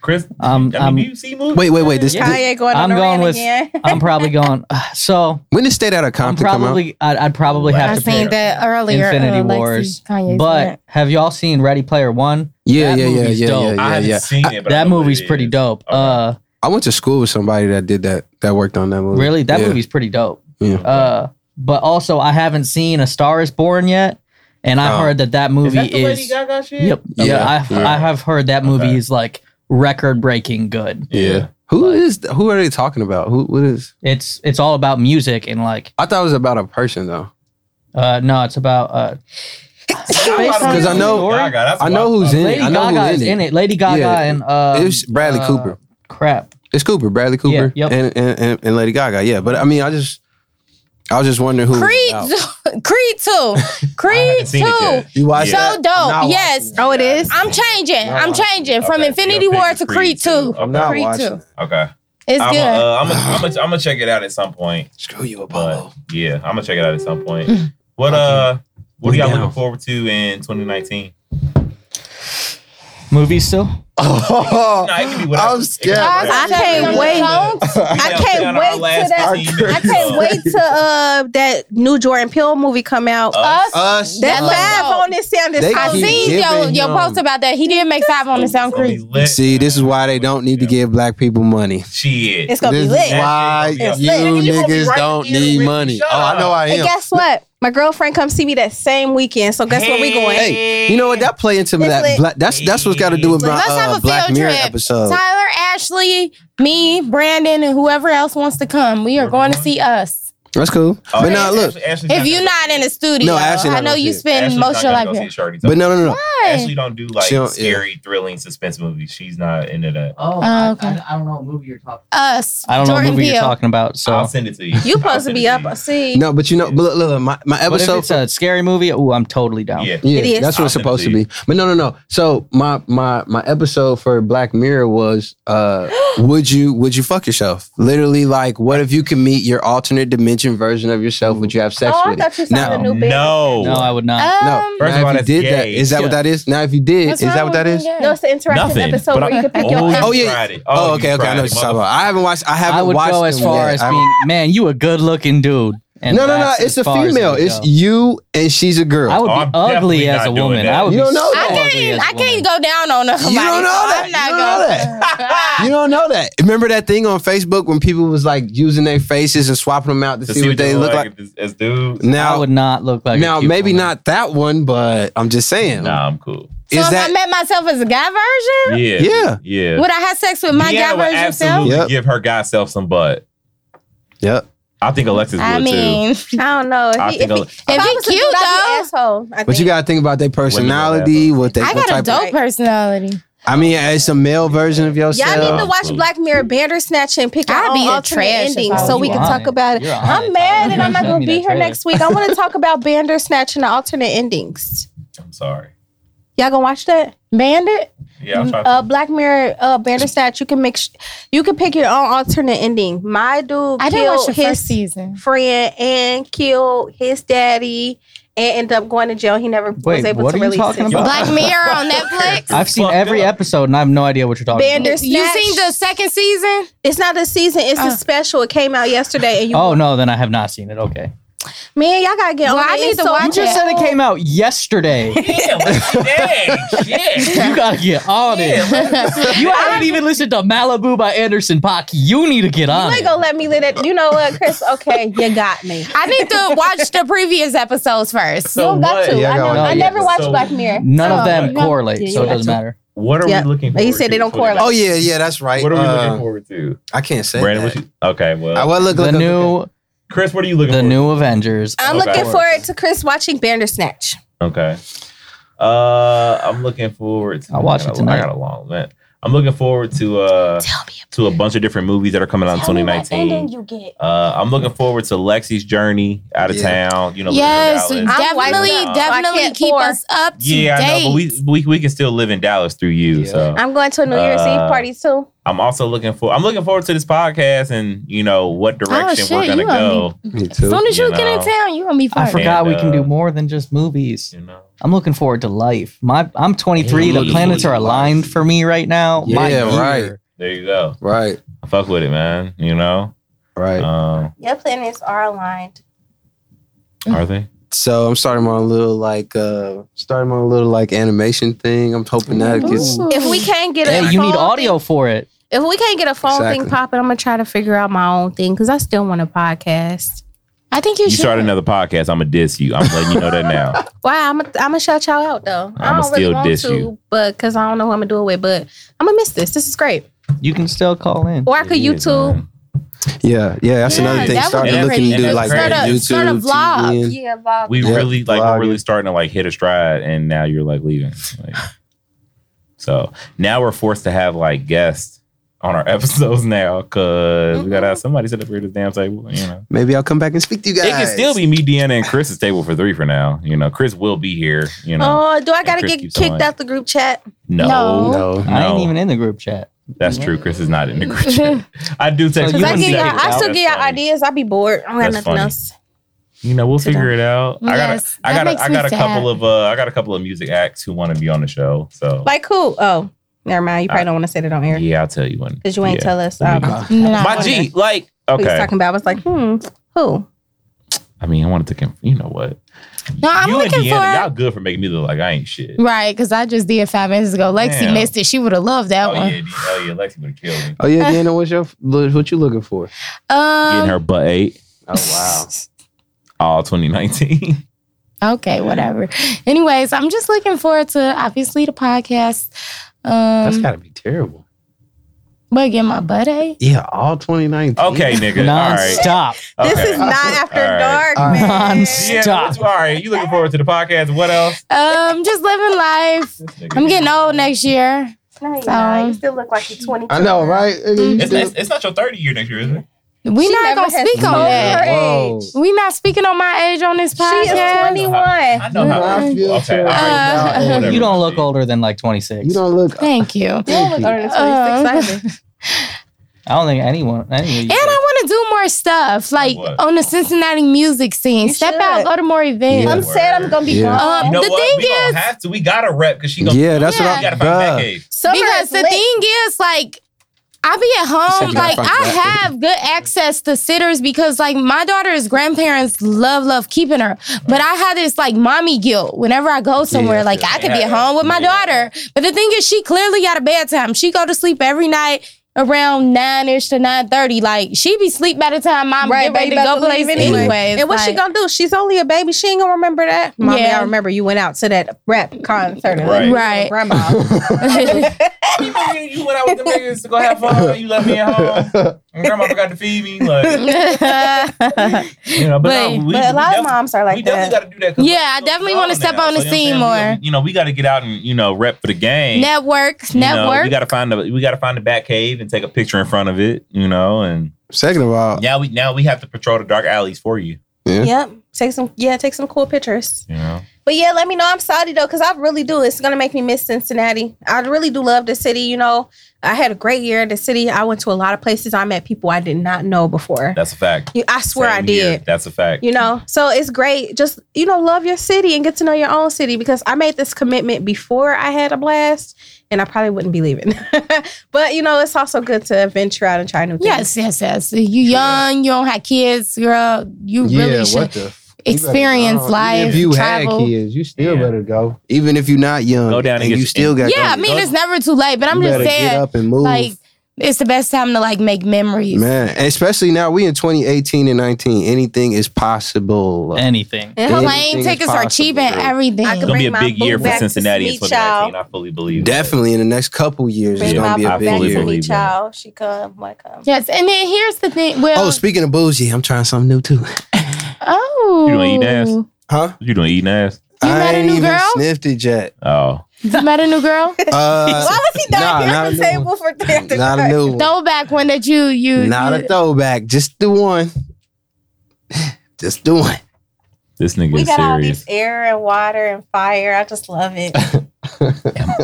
S1: Chris,
S5: Um,
S1: I mean, do
S5: I'm,
S1: you see movies?
S4: Wait, wait, wait, this-
S5: Yeah.
S2: Kanye going
S5: I'm
S2: on a
S5: going
S2: rant
S5: with-
S2: again.
S5: I'm probably going. uh, So
S4: when did State Out of
S5: I'm
S4: Compton come out?
S5: probably I'd, I'd probably
S3: I
S5: have to
S3: seen
S5: pick.
S3: that earlier.
S5: Infinity
S3: uh, Lexi,
S5: Wars,
S3: Kanye's
S5: But
S3: rant.
S5: have y'all seen Ready Player One?
S4: Yeah,
S5: That
S4: yeah, yeah,
S5: movie's
S4: yeah,
S5: dope.
S4: yeah,
S1: I
S4: yeah,
S1: haven't
S4: yeah.
S1: seen it, but I
S5: that
S1: know what
S5: movie's
S1: it
S5: pretty
S1: is.
S5: dope.
S1: Okay.
S5: Uh,
S4: I went to school with somebody that did that, that worked on that movie.
S5: really, that
S4: yeah.
S5: movie's pretty dope.
S4: Yeah.
S5: Uh, but also, I haven't seen A Star Is Born yet, and I
S4: Oh.
S5: heard that that movie
S1: is that the Lady
S5: is.
S1: Gaga shit?
S5: Yep.
S4: Yeah.
S5: Yeah. I,
S4: Yeah.
S5: I have heard that movie
S1: Okay.
S5: is like record breaking good.
S4: Yeah. Who is? Who are they talking about? Who? What is?
S5: It's it's all about music and like
S4: I thought it was about a person though.
S5: uh no, it's about uh
S4: Because I know- I know who's in it.
S5: Lady
S4: I know
S5: Gaga
S4: who's
S5: is
S4: in
S5: in it. Lady Gaga
S4: Yeah.
S5: and uh
S4: It's Bradley
S5: uh,
S4: Cooper.
S5: Crap.
S4: It's Cooper, Bradley Cooper,
S5: Yeah, yep.
S4: and, and, and and Lady Gaga. Yeah, but I mean, I just, I was just wondering who. was out.
S3: Creed, Creed two, Creed
S1: seen it
S3: two,
S1: yet.
S4: You watch
S1: Yeah.
S3: so
S4: that? I'm not
S3: dope.
S4: watching
S3: Yes,
S4: it.
S2: Oh, it is.
S3: I'm changing.
S4: No,
S3: I'm
S4: I-
S3: changing from
S1: Okay.
S3: Infinity
S1: Your pick
S3: War
S1: is
S3: to Creed two.
S1: Okay.
S4: I'm not
S3: Creed
S4: watching.
S3: too.
S4: it.
S1: Okay.
S3: It's
S1: I'm
S3: good.
S1: gonna I'm I'm I'm check it out at some point.
S4: Screw you, Apollo.
S1: But yeah, I'm gonna check it out at some point. What uh, what are y'all
S4: Down.
S1: looking forward to in 2019?
S5: Movie still?
S4: Oh,
S1: Nah, it can be whatever.
S4: I'm scared.
S1: It can
S2: I
S1: be
S2: can't
S1: whatever.
S2: wait.
S1: We
S2: I
S1: down-
S2: can't
S1: down to our
S2: wait
S1: last
S2: to that-
S1: 15 minutes,
S2: I can't
S1: so-
S2: wait to uh that new Jordan Peele movie come out.
S1: Uh,
S3: Us.
S4: Us.
S2: that
S3: that's
S2: five
S3: dope.
S2: on this sound is
S4: They
S3: I
S4: keep
S2: crazy.
S3: seen your
S4: giving
S3: your
S4: him-
S3: post about that. He did make five on the sound
S1: It's gonna be
S3: Creed.
S1: lit,
S4: See, this is
S1: man.
S4: why they don't need to give black people money.
S1: Shit.
S2: It's gonna
S4: this
S2: be
S4: is
S2: lit.
S4: why
S1: It's
S4: you
S1: lit. You gonna be
S4: niggas
S1: right
S4: don't
S1: here with
S4: need
S1: me.
S4: money.
S1: Shut
S4: Oh, I know
S1: up.
S4: I
S2: And
S4: am.
S2: guess what? My girlfriend come see me that same weekend. So guess where we going?
S4: Hey, you know what? That play into
S2: It's
S4: that.
S2: lit.
S4: Black, that's that's what's got to do with my
S3: Let's have
S4: uh,
S3: a
S4: Black
S3: field
S4: Mirror
S3: trip.
S4: episode.
S3: Tyler, Ashley, me, Brandon, and whoever else wants to come. We are
S1: We're
S3: going to
S1: going.
S3: see us.
S4: That's cool.
S1: Oh,
S4: but
S1: yeah,
S4: now look.
S1: Ashley- Ashley's
S3: If
S1: not
S3: you're
S1: gonna
S3: not in the studio,
S4: No, Ashley not
S3: I know
S4: gonna
S3: you
S4: see it.
S3: spend
S1: Ashley's
S3: most
S1: not
S3: of your
S1: gonna
S3: life
S1: go
S3: here.
S1: see Shorty.
S4: But no, no, no, no.
S1: Ashley don't do like
S4: She don't- yeah.
S1: scary, thrilling suspense movies. She's not into that.
S5: Oh,
S3: I- okay.
S5: I, don't know what movie you're talking
S3: Us.
S5: I don't know
S3: Jordan
S5: what movie
S3: Peele.
S5: you're talking about. So
S1: I'll send it to you.
S2: You
S1: I'll
S2: supposed to
S1: send
S2: be
S1: it
S2: up.
S1: you.
S2: See,
S4: No, but you know, but look, look, my, my
S5: but if
S4: episode.
S5: it's a scary movie, ooh, I'm totally down.
S1: Yeah.
S4: yeah,
S2: It is.
S4: that's what it's
S1: I'll send it
S4: supposed
S1: to
S4: to be. But no, no, no. So my my my episode for Black Mirror was uh would you would you fuck yourself? Literally, like, what if you could meet your alternate dimension version of yourself? Would you have sex
S2: oh, I
S4: with it?
S2: thought you saw
S4: Now-
S2: the new Oh, baby.
S1: No.
S5: No, I would not.
S3: Um,
S1: First
S4: now
S1: of all,
S4: if you
S1: that's
S4: did that,
S1: gay.
S4: is that what that is? Now, if you did,
S3: what's
S4: is
S3: wrong
S4: that what
S3: with
S4: that
S3: being
S4: is?
S3: gay?
S2: No, it's the interactive
S1: Nothing.
S2: episode
S1: But
S2: where
S1: I-
S2: you can pick
S1: Oh,
S2: your.
S1: you
S4: Oh, yeah.
S1: tried it.
S4: Oh,
S1: you
S4: okay, okay.
S1: tried
S4: I know
S1: it,
S4: what you're talking
S1: motherfucker.
S4: about. I haven't watched. I haven't.
S5: I would
S4: watched
S5: go as
S4: them
S5: far
S4: yet.
S5: as
S4: I-
S5: being man, you a good looking dude. And
S4: No, no, no.
S5: that's
S4: It's
S5: as
S4: a
S5: far as it
S4: female.
S5: would
S4: It's
S5: go.
S4: you, and she's a girl.
S5: I would be
S1: Oh, I'm definitely
S5: ugly as
S1: not
S5: a
S1: doing
S5: woman.
S1: that.
S5: I would
S4: You
S5: be
S4: don't know
S5: so
S4: that.
S3: I
S5: ugly as
S3: can't, I
S5: a woman.
S3: can't go down on her.
S4: You don't know that.
S3: I'm
S4: You
S3: not
S4: don't
S3: going.
S4: know that. you don't know that. Remember that thing on Facebook when people was like using their faces and swapping them out to,
S1: To
S4: see, what they look like?
S1: as, as dudes.
S5: I
S4: Now,
S5: would not look like. a
S4: now
S5: cute
S4: maybe
S5: woman.
S4: not that one, but I'm just saying.
S1: Nah, I'm cool.
S3: So
S4: Is
S3: if I
S4: that
S3: met myself as a guy version,
S1: Yeah.
S4: Yeah.
S1: Yeah.
S3: would I have sex with my
S1: Deanna
S3: guy
S1: would
S3: version self?
S1: absolutely
S4: Yep.
S1: give her guy self some butt.
S4: Yep.
S1: I think Alexis would
S3: I
S1: too.
S3: mean,
S2: I don't know. If
S1: I
S2: he, if
S1: think
S2: he,
S1: I'll-
S2: if I was
S3: cute,
S2: a dude, I'd be
S3: though.
S2: an asshole. I
S4: But you
S2: think.
S4: gotta think about their personality, what they
S3: I got a
S4: what type of-
S3: dope personality.
S4: I mean, it's a male version of yourself.
S2: Y'all need to watch
S1: Absolutely.
S2: Black Mirror Bandersnatch and pick
S3: I'd
S2: out
S3: be a
S2: all alternate
S3: trash if
S2: endings
S3: I
S2: so
S3: was
S2: we
S5: you
S2: can
S5: on
S2: talk
S5: it.
S2: about it.
S5: You're on
S2: I'm
S5: it,
S2: mad
S5: Tyler.
S2: and I'm not
S5: Send
S2: going
S5: me
S2: to be
S5: that
S2: here
S5: trailer.
S2: next week. I want to talk about Bandersnatch and the alternate endings.
S1: I'm sorry.
S2: Y'all gonna watch that?
S3: Bandit?
S1: Yeah, I'm trying to.
S2: Uh, Black Mirror, uh, Bandersnatch. You can make, sh- you can pick your own alternate ending. My dude
S3: I didn't watch
S2: killed
S3: the first
S2: his
S3: season.
S2: friend and killed his daddy and ended up going to jail. He never
S5: Wait,
S2: was able
S5: what
S2: to
S5: are you
S2: release
S5: talking
S2: his-
S5: about?
S3: Black Mirror on Netflix.
S5: I've seen
S1: fucked
S5: every
S1: up.
S5: episode and I have no idea what you're talking
S2: Bander-
S5: about.
S3: You seen the second season?
S2: It's not a season. It's
S3: Uh.
S2: a special. It came out yesterday. And you,
S5: Oh no, then I have not seen it. Okay.
S2: man, y'all gotta get
S3: Well,
S2: on.
S3: I
S2: it.
S3: need
S2: It's
S3: to
S2: so
S3: watch
S5: You just said it came out yesterday. you gotta get on it. You haven't even listened to Malibu by Anderson Paak. You need to get
S2: You
S5: on
S2: ain't
S5: it.
S2: gonna let me live it. You know what, Chris? Okay, you got me.
S3: I need to watch the previous episodes first.
S2: you don't got to. I,
S4: Yeah, I
S2: never,
S5: got
S2: I
S5: one.
S2: never
S1: Yeah.
S2: watched
S1: So-
S2: Black Mirror.
S5: None
S2: Oh,
S5: of them
S2: no.
S5: correlate,
S2: Yeah,
S5: so
S2: you
S5: it doesn't
S2: got
S5: matter.
S1: What are
S2: Yeah.
S1: we looking for?
S2: They said they don't correlate.
S4: Oh yeah, yeah, that's right.
S1: What are we
S4: Uh,
S1: looking forward to?
S4: I can't say.
S1: Brandon,
S4: that.
S1: what you, okay, well,
S4: I was looking
S5: The new
S1: Chris, what are you looking
S5: the
S1: for?
S5: new Avengers.
S2: I'm
S1: Okay.
S2: looking forward to Chris watching Bandersnatch.
S1: Okay. Uh, I'm looking forward to.
S5: I'll watch
S1: I got
S5: it
S1: a- I
S5: tonight.
S1: got a long event. I'm looking forward to uh
S2: Tell me.
S1: to a bunch of different movies that are coming out in
S2: tell me what ending
S1: 2019.
S2: you get.
S1: Uh, I'm looking forward to Lexi's journey out of
S4: Yeah.
S1: town. You know, living in
S3: Yes,
S1: Dallas.
S2: I'm wiped
S3: definitely,
S1: out.
S2: I
S3: definitely
S2: can't
S3: keep
S2: pour.
S3: us up to
S1: yeah,
S3: date.
S1: I know, but we, we we can still live in Dallas through you.
S4: Yeah.
S1: So
S2: I'm going to a New Year's
S1: Uh,
S2: Eve party too.
S1: I'm also looking for. I'm looking forward to this podcast and you know what direction
S3: Oh, shit,
S1: we're gonna
S3: you on
S1: go.
S4: Me
S3: as soon as you,
S1: you
S3: get in
S1: know.
S3: town, you gonna be
S5: I
S3: fine.
S5: forgot we
S1: And,
S5: can
S1: uh,
S5: do more than just movies.
S1: You know,
S5: I'm looking forward to life. My I'm 23.
S1: Yeah,
S5: the
S1: I'm
S5: planets
S4: looking
S5: are
S4: forward to
S5: aligned
S4: life.
S5: for me right now. My
S4: Yeah,
S5: year.
S4: right.
S1: there you go.
S4: Right,
S1: Fuck with it, man. You know,
S4: right.
S1: um,
S2: Your planets are aligned.
S3: Mm.
S1: are they?
S4: so I'm starting my little like uh starting my little like animation thing. I'm hoping that gets
S3: Ooh.
S2: If we can't get a
S5: Hey, you
S2: phone
S5: need audio for it.
S2: thing- if we can't get a phone
S4: Exactly.
S2: thing popping, I'm gonna try to figure out my own thing because I still want a podcast.
S3: I think you,
S1: You
S3: should.
S1: start another podcast. I'm gonna diss you. I'm letting you know that now.
S2: Wow, I'm gonna I'm shout y'all out though. I
S1: I'ma
S2: don't really
S1: still
S2: want
S1: diss
S2: to,
S1: you.
S2: but because I don't know who I'm gonna do it with. But I'm gonna miss this. This is great.
S5: You can still call in.
S2: Or I could
S1: Yeah,
S2: YouTube.
S1: man.
S4: yeah, yeah. That's
S3: Yeah,
S4: another thing.
S3: that would
S4: Starting
S1: be
S4: to look
S1: crazy.
S4: and do
S1: That's
S4: like
S1: crazy.
S4: YouTube,
S3: Start a- start a
S4: TVN.
S2: Yeah, vlog.
S1: We
S4: Yeah,
S1: really like
S4: vlog
S1: we're really
S4: it.
S1: starting to like hit a stride, and now you're like leaving. Like, so now we're forced to have like guests on our episodes now because we
S3: Mm-hmm.
S1: gotta have somebody sit up here at this damn table. You know.
S4: Maybe I'll come back and speak to you guys.
S1: It can still be me, Deanna, and Chris's table for three for now. You know, Chris will be here. You know,
S2: Oh, do I gotta
S1: Chris
S2: get
S1: keeps
S2: kicked
S1: on like-
S2: out the group chat?
S1: no,
S3: no.
S4: No.
S5: I ain't
S1: No.
S5: even in the group chat.
S1: that's true. Chris is not in the group chat. I do text.
S5: So
S2: Cause
S1: Chris
S2: I
S5: you wouldn't
S1: and
S2: get
S5: be
S2: y'all,
S1: text
S2: I
S1: out.
S2: still
S1: That's
S2: get y'all
S1: funny.
S2: ideas. I be bored. I don't have
S1: That's
S2: nothing
S1: funny.
S2: else.
S1: You know, we'll figure it out. I got,
S3: Yes,
S1: a, I
S3: that
S1: got, a,
S3: makes
S1: I
S3: me
S1: got a
S3: sad.
S1: couple of, uh, I got a couple of music acts who want to be on the show. So
S2: Like who? Oh, never mind. You probably
S1: Uh,
S2: don't want to say that on air
S1: yeah, I'll tell you when.
S2: because you ain't
S1: yeah.
S2: tell us.
S1: Let
S2: Um,
S1: me
S2: who
S1: know.
S3: Nah.
S1: My G, like,
S2: you was
S1: okay.
S2: talking about? I was like, hmm, who?
S1: I mean, I wanted to, conf- you know what?
S3: No, I'm
S1: you and
S3: looking
S1: Deanna, y'all
S3: for
S1: good for making me look like I ain't shit.
S3: right because I just did five minutes ago. Lexi
S1: Damn.
S3: missed it. She would have loved that
S1: Oh
S3: one.
S1: yeah, De- oh yeah, Lexi would kill me.
S4: Oh yeah, Dana, what's your what you looking for?
S1: Getting
S3: Um,
S1: her butt ate
S4: Oh
S1: all 2019.
S3: okay, whatever. Anyways, I'm just looking forward to obviously the podcast.
S4: That's
S3: Um,
S4: gotta be terrible.
S3: but get my butt eh? ate.
S4: Yeah, all 2019.
S1: Okay, nigga. All
S5: Um,
S1: right.
S5: Non-stop.
S2: This
S1: Okay.
S2: is not after
S1: All right.
S2: dark,
S4: All right.
S2: man.
S5: Non-stop.
S1: Yeah,
S5: Stop.
S1: that's all right. You looking forward to the podcast? What else?
S3: Um, just living life.
S1: This nigga-
S3: I'm getting old next year.
S2: No, you're
S3: So-
S2: not. You still look like you're 22.
S4: I know, right?
S3: Mm-hmm.
S1: It's, it's, it's not your 30 year next year, is it?
S3: We
S2: She
S3: not
S2: never
S3: gonna
S2: has
S3: speak on
S2: told
S3: that.
S2: her
S4: Whoa.
S2: age.
S3: We not speaking on my age on this
S2: She is
S3: podcast.
S2: 21.
S1: I know how.
S4: I feel
S1: okay, all
S4: terrible
S3: Uh,
S1: right.
S3: about
S1: Whatever.
S5: You don't look older than like 26.
S4: You don't look.
S3: Thank you.
S2: You don't look older than 26 either.
S5: I don't think anyone. Any of you
S3: And I want to do more stuff, like
S1: What?
S3: on the Cincinnati music scene.
S2: You
S3: Step
S2: should.
S3: out, go to more events.
S2: I'm sad I'm going to be
S4: Yeah.
S2: gone.
S3: Um,
S1: You know
S3: the
S1: what?
S3: thing
S1: we
S3: is-
S1: gonna have to. We gotta rep because she gonna.
S4: Yeah, that's
S3: Yeah.
S1: We gotta
S4: what
S1: find that
S4: I.
S1: case.
S2: Summer
S3: because
S2: is
S3: the
S2: lit.
S3: thing is, like, I be at
S4: said
S3: home.
S4: you gotta
S3: Like,
S4: find
S3: I
S4: that.
S3: have good access to sitters because, like, my daughter's grandparents love, love keeping her. But I have this, like, mommy guilt whenever I go somewhere.
S4: Yeah.
S3: like, I could be
S1: Yeah.
S3: at home with my
S1: Yeah.
S3: daughter. But the thing is, she clearly got a bedtime. She go to sleep every night around 9-ish to 9.30. Like, she be sleep by the time I'm
S2: Right,
S3: getting ready
S2: baby,
S3: to
S2: about
S3: go
S2: to
S3: place
S2: leave anyway.
S3: anyways.
S2: And what's she
S3: Like,
S2: gonna do? She's only a baby. She ain't gonna remember that. Mommy,
S3: Yeah.
S2: I remember you went out to that rap concert.
S1: Right.
S3: Right.
S2: Grandma.
S1: me, nigga, you went out with them niggas to go have fun. and You left me at home. And grandma forgot to feed me. Like, you know, but,
S3: But-
S1: no, we,
S2: but a lot
S1: we
S2: of moms are
S1: we definitely
S2: like that.
S1: got to do that. 'cause
S3: Yeah,
S1: like,
S3: I
S1: we
S3: definitely
S1: all
S3: wanna
S1: now,
S3: step on
S1: you
S3: the
S1: know what I'm saying?
S3: scene
S1: We gotta-
S3: more.
S1: You know, we got to get out and you know rep for the game.
S3: Networks,
S1: You know,
S3: network.
S1: we got to find a we got to find the back cave and take a picture in front of it. You know, and
S4: Second of all,
S1: now we now we have to patrol the dark alleys for you.
S4: Yeah.
S2: Yep. Take some yeah, take some cool pictures.
S1: You know,
S2: But yeah, let me know. I'm sorry though, because I really do. It's gonna make me miss Cincinnati. I really do love the city. You know, I had a great year in the city. I went to a lot of places. I met people I did not know before.
S1: that's a fact.
S2: You, I swear I
S1: Same
S2: did.
S1: here. That's a fact.
S2: You know, so it's great. Just you know, love your city and get to know your own city because I made this commitment before I had a blast, and I probably wouldn't be leaving. but you know, it's also good to venture out and try new things.
S3: Yes, yes, yes. You young, you don't have kids, girl. You really
S4: yeah,
S3: should
S4: what the f- you better
S3: experience
S4: go.
S3: life,
S4: If you
S3: travel.
S4: had kids, you still
S1: Yeah.
S4: better go. Even if you're not young,
S1: Go down and get
S4: you
S1: your-
S4: still got.
S3: Yeah, I
S4: go.
S3: mean it's never too late, but I'm
S4: you
S3: just
S4: better get
S3: saying,
S4: up and move,
S3: like, it's the best time to like make memories.
S4: man. and Especially now, we in 2018 and 19. Anything is possible.
S5: Anything.
S2: And
S4: Yeah.
S2: Hawaii,
S4: Anything
S3: Plane
S4: is
S3: tickets are cheap
S4: possible,
S3: and
S4: girl.
S3: everything.
S2: I
S1: It's gonna be a
S2: Bring my
S1: big
S2: boo
S1: year for
S2: back to
S1: Cincinnati in
S2: Sweet
S1: 2019. I fully believe. that.
S4: Definitely in the next couple years, it's
S2: bring
S4: gonna
S2: my
S4: be a
S2: back
S4: big
S1: fully
S2: to
S4: year.
S1: believe
S2: me,
S1: that.
S2: child. She come, might come.
S3: Yes, and then here's the thing. Well,
S4: Oh, speaking of bougie, I'm trying something new too.
S3: oh,
S1: You don't eat ass?
S4: Huh?
S1: You doing eating ass?
S3: You
S4: I
S3: met a
S4: ain't
S3: new
S4: even
S3: girl?
S4: sniffed it yet.
S1: Oh,
S3: You met a new girl?
S4: Uh,
S2: Why was he
S4: nah,
S2: not here
S4: not
S2: at
S4: a
S2: the
S4: new
S2: table for three?
S4: not a new one.
S3: Throwback one that you you
S4: Not
S3: you-
S4: a throwback. Just the one. Just the one.
S1: this nigga
S2: We
S1: is
S2: got all
S1: serious.
S2: these air and water and fire. I just love it.
S1: Am-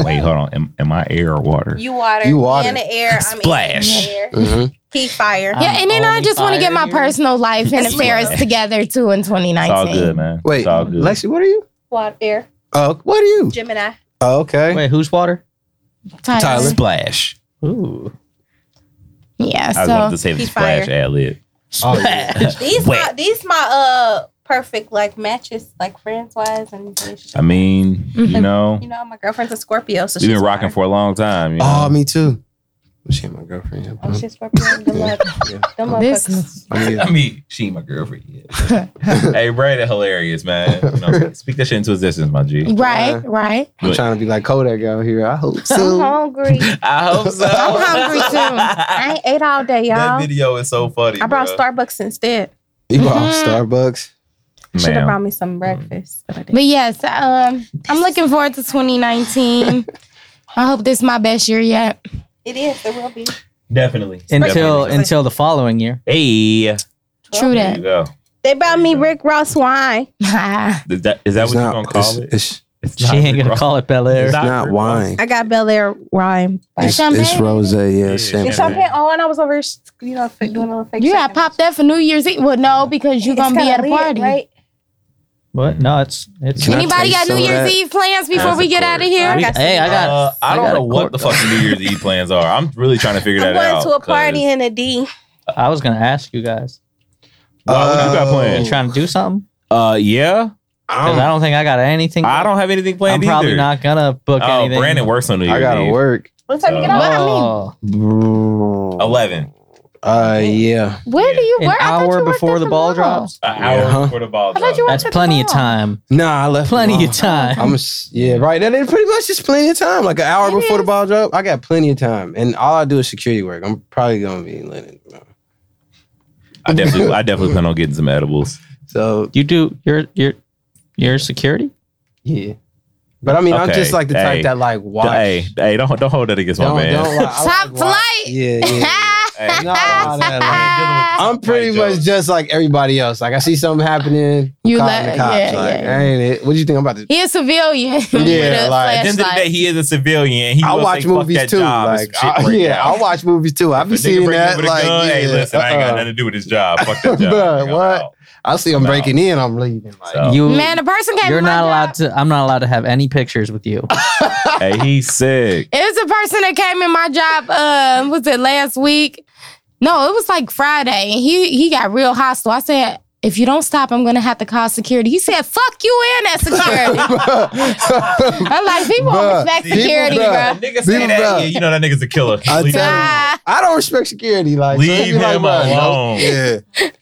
S1: Wait, hold on. Am, am I air or water?
S2: You water,
S4: You
S2: you
S4: water.
S2: in the air. I'm in
S1: Splash. Uh,
S2: the air.
S3: Mm-hmm.
S4: Mhm.
S2: He fire.
S5: I'm
S3: yeah, and then I
S5: only
S3: just want to get my
S5: fired here.
S3: personal life and
S1: It's
S3: affairs
S1: fine.
S3: together too in 2019.
S1: It's all good, man.
S4: Wait,
S1: it's all good.
S4: Lexi, what are you?
S2: Water, air,
S4: Oh, what are you?
S2: Gemini.
S4: Oh, okay.
S5: Wait, who's water?
S3: Tyler.
S4: Tyler.
S1: Splash.
S5: Ooh.
S3: Yeah,
S1: I wanted
S3: so
S1: to say the
S2: He's
S1: splash
S2: fired.
S1: ad lib.
S4: Oh, yeah.
S2: These
S1: Wet.
S2: my these my uh perfect like matches like friends wise and
S1: I mean, you
S3: Mhm.
S1: know,
S2: Mm-hmm. you know my girlfriend's a Scorpio, so
S1: we've
S2: she's
S1: been rocking for
S2: fire.
S1: a long time. You know?
S4: Oh, me too. She ain't my girlfriend.
S2: Oh, she's Scorpio. Them
S4: Yeah.
S2: mother-
S4: Yeah.
S2: them
S3: Business.
S2: motherfuckers.
S4: I mean,
S1: I mean, she ain't my girlfriend yet. hey, Bray, that hilarious, man. You know, speak that shit into existence, my G.
S3: right, right.
S4: I'm trying to be like Kodak out here. I hope
S2: I'm
S3: Uh-huh.
S4: so.
S2: hungry.
S1: I hope so.
S2: I'm hungry too. Oh, I ain't ate all day,
S1: That
S2: y'all.
S1: video is so funny.
S2: I brought
S1: bruh.
S2: Starbucks instead.
S4: You bought
S3: Mhm.
S4: Starbucks.
S2: Should have
S1: Ma'am.
S2: brought me some breakfast, but I didn't.
S3: But yes, um, I'm looking forward to 2019. I hope this is my best year yet.
S2: It is. It will be.
S1: Definitely.
S5: Until
S1: Definitely.
S5: until the following year.
S1: Hey. There
S3: True that.
S1: you go.
S2: They brought me Rick Ross wine.
S1: Is that, is that
S4: It's
S1: what you're
S4: not-
S1: going to call
S4: it's,
S1: it?
S4: It's,
S1: It's
S5: She
S1: not
S5: ain't
S1: Rick
S5: gonna
S1: Ross.
S5: call it Bel
S4: it's
S5: Air.
S1: Not
S4: not
S1: Rick
S4: wine.
S2: I got Bel Air wine.
S4: It's,
S3: Champagne.
S4: it's rose. Yeah, it's
S1: Yeah,
S2: It's
S1: champagne.
S4: champagne.
S2: something. Oh, and I was over, you know, doing a little fake.
S3: You gotta pop that for New Year's Eve. Well, no, because you're gonna be at a party.
S2: right?
S5: What? No, it's it's.
S4: Can I
S3: Anybody
S4: taste
S3: got
S4: some
S3: New
S4: of
S3: Year's
S4: that?
S3: Eve plans before
S1: That's
S3: we
S1: a
S3: get
S1: cord.
S3: out of here?
S5: We-
S2: got some-
S5: hey, I got.
S1: Uh, I don't
S5: got
S1: know
S5: a
S1: what
S5: court
S1: the fucking New Year's Eve plans are. I'm really trying to figure
S2: I'm
S1: that
S2: going
S1: out.
S2: to a party
S1: 'cause-
S2: in a D.
S5: I was gonna ask you guys.
S1: Why, what you got
S5: You
S1: planned?
S4: Oh.
S5: trying to do something?
S1: Uh, yeah.
S5: 'Cause I don't think I got anything.
S1: I don't have anything
S5: I'm
S1: planned either.
S5: probably not gonna book
S1: Oh,
S5: anything.
S1: Brandon works on New Year's
S4: I gotta
S1: Eve.
S4: work.
S2: What time you get
S1: Uh,
S2: out?
S3: What I mean?
S5: Oh,
S1: Eleven.
S4: Uh, yeah.
S3: Where do you
S5: An
S3: work? I thought you
S5: hour
S3: worked
S5: before
S3: at
S5: the ball
S3: mall.
S5: drops.
S1: An
S4: hour Yeah.
S1: before the ball.
S3: I thought you drops.
S5: That's plenty of time.
S4: Nah, I left.
S5: Plenty of
S4: tomorrow.
S5: time.
S4: I'm a s yeah, right. That is pretty much just plenty of time. Like an hour
S3: It
S4: before the
S3: is.
S4: ball drop, I got plenty of time, and all I do is security work. I'm probably gonna be in London. bro.
S1: I definitely, I definitely plan on getting some edibles.
S4: So
S5: You do your your your security.
S4: yeah, but I mean, I'm
S1: Okay,
S4: just like the type
S1: hey.
S4: that like watch.
S1: Hey, hey, don't don't hold that against
S4: don't,
S1: my man.
S4: don't like, I
S3: Top
S4: like watch.
S3: flight.
S4: Yeah, yeah.
S1: Hey,
S4: Nah, nah, nah,
S1: nah.
S4: I'm pretty
S1: Right,
S4: much
S1: Joe.
S4: just like everybody else. Like I see something happening, I'm
S3: You
S4: calling
S3: let-
S4: the cops.
S3: yeah,
S4: like,
S3: yeah.
S4: Ain't it? What do you think I'm about to?
S3: He a civilian. with a
S1: At
S4: like-
S1: the end of the
S3: flashlight.
S1: day, he is a civilian. He
S4: I
S1: will
S4: watch
S1: say, "Fuck
S4: movies
S1: that
S4: too.
S1: job. It's
S4: Like,
S1: shit
S4: I-
S1: right
S4: yeah,
S1: now."
S4: I watch movies too. I
S1: If
S4: be
S1: a nigga
S4: seeing
S1: bring me
S4: that.
S1: with a
S4: Like,
S1: gun,
S4: yeah,
S1: hey, listen, I ain't got
S4: uh-uh.
S1: nothing to do with this job. Fuck that job.
S4: Bruh,
S1: I'm
S4: what?
S1: out.
S4: I see them
S1: No.
S4: breaking in. I'm leaving. Like,
S1: So-
S5: You
S3: Man, a person came.
S5: you're
S3: to my
S5: not allowed
S3: job.
S5: to. I'm not allowed to have any pictures with you.
S1: Hey, he's sick.
S3: It was a person that came in my job. um, Uh, was it last week? No, it was like Friday, and he he got real hostile. I said, if you don't stop, I'm gonna have to call security. He said, fuck you and that security. I'm like, people
S4: Bruh,
S3: don't respect
S4: people,
S3: security,
S4: bruh.
S3: bruh.
S1: Nigga say
S4: Leave
S1: that,
S4: him out.
S1: yeah, you know that nigga's a killer.
S4: I
S1: Leave,
S4: tell
S3: Ah.
S4: I don't respect security. Like, so
S1: leave
S4: it'd be
S1: him
S4: like, bruh, you know?
S1: alone.
S4: Yeah.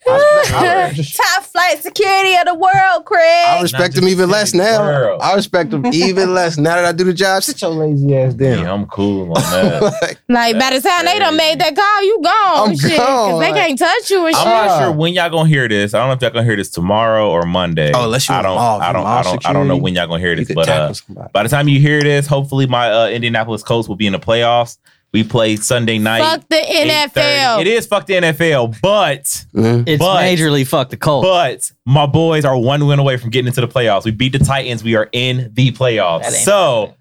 S4: I, I-
S2: Top flight security of the world,
S4: I
S2: Craig.
S4: respect
S1: Not
S4: him even
S1: just
S4: less
S1: in the
S4: now.
S1: world.
S4: I respect him even less now that I do the job. Sit your lazy ass down.
S1: Yeah, I'm cool on that.
S4: Like,
S3: Like by the time they done made that call, you gone.
S4: I'm
S3: shit, 'cause
S4: gone,
S3: they
S4: like-
S3: can't touch you and
S1: I'm
S3: shit.
S1: not sure when y'all gonna hear this. I don't know if y'all gonna hear this tomorrow or Monday.
S4: Oh, unless you're
S1: I don't,
S4: involved
S1: I
S4: in
S1: don't, I
S4: mall
S1: don't, I don't know
S4: security,
S1: when y'all gonna hear
S4: you
S1: this,
S4: could
S1: but uh,
S4: tackle somebody.
S1: by the time you hear this, hopefully my uh, Indianapolis Colts will be in the playoffs. We play Sunday night.
S3: Fuck the
S1: 8:30. It
S3: NFL.
S1: is fuck the NFL, but
S4: Mhm.
S5: It's
S1: But-
S5: majorly fuck the Colts.
S1: but my boys are one win away from getting into the playoffs. We beat the Titans. We are in the playoffs.
S5: That ain't
S1: So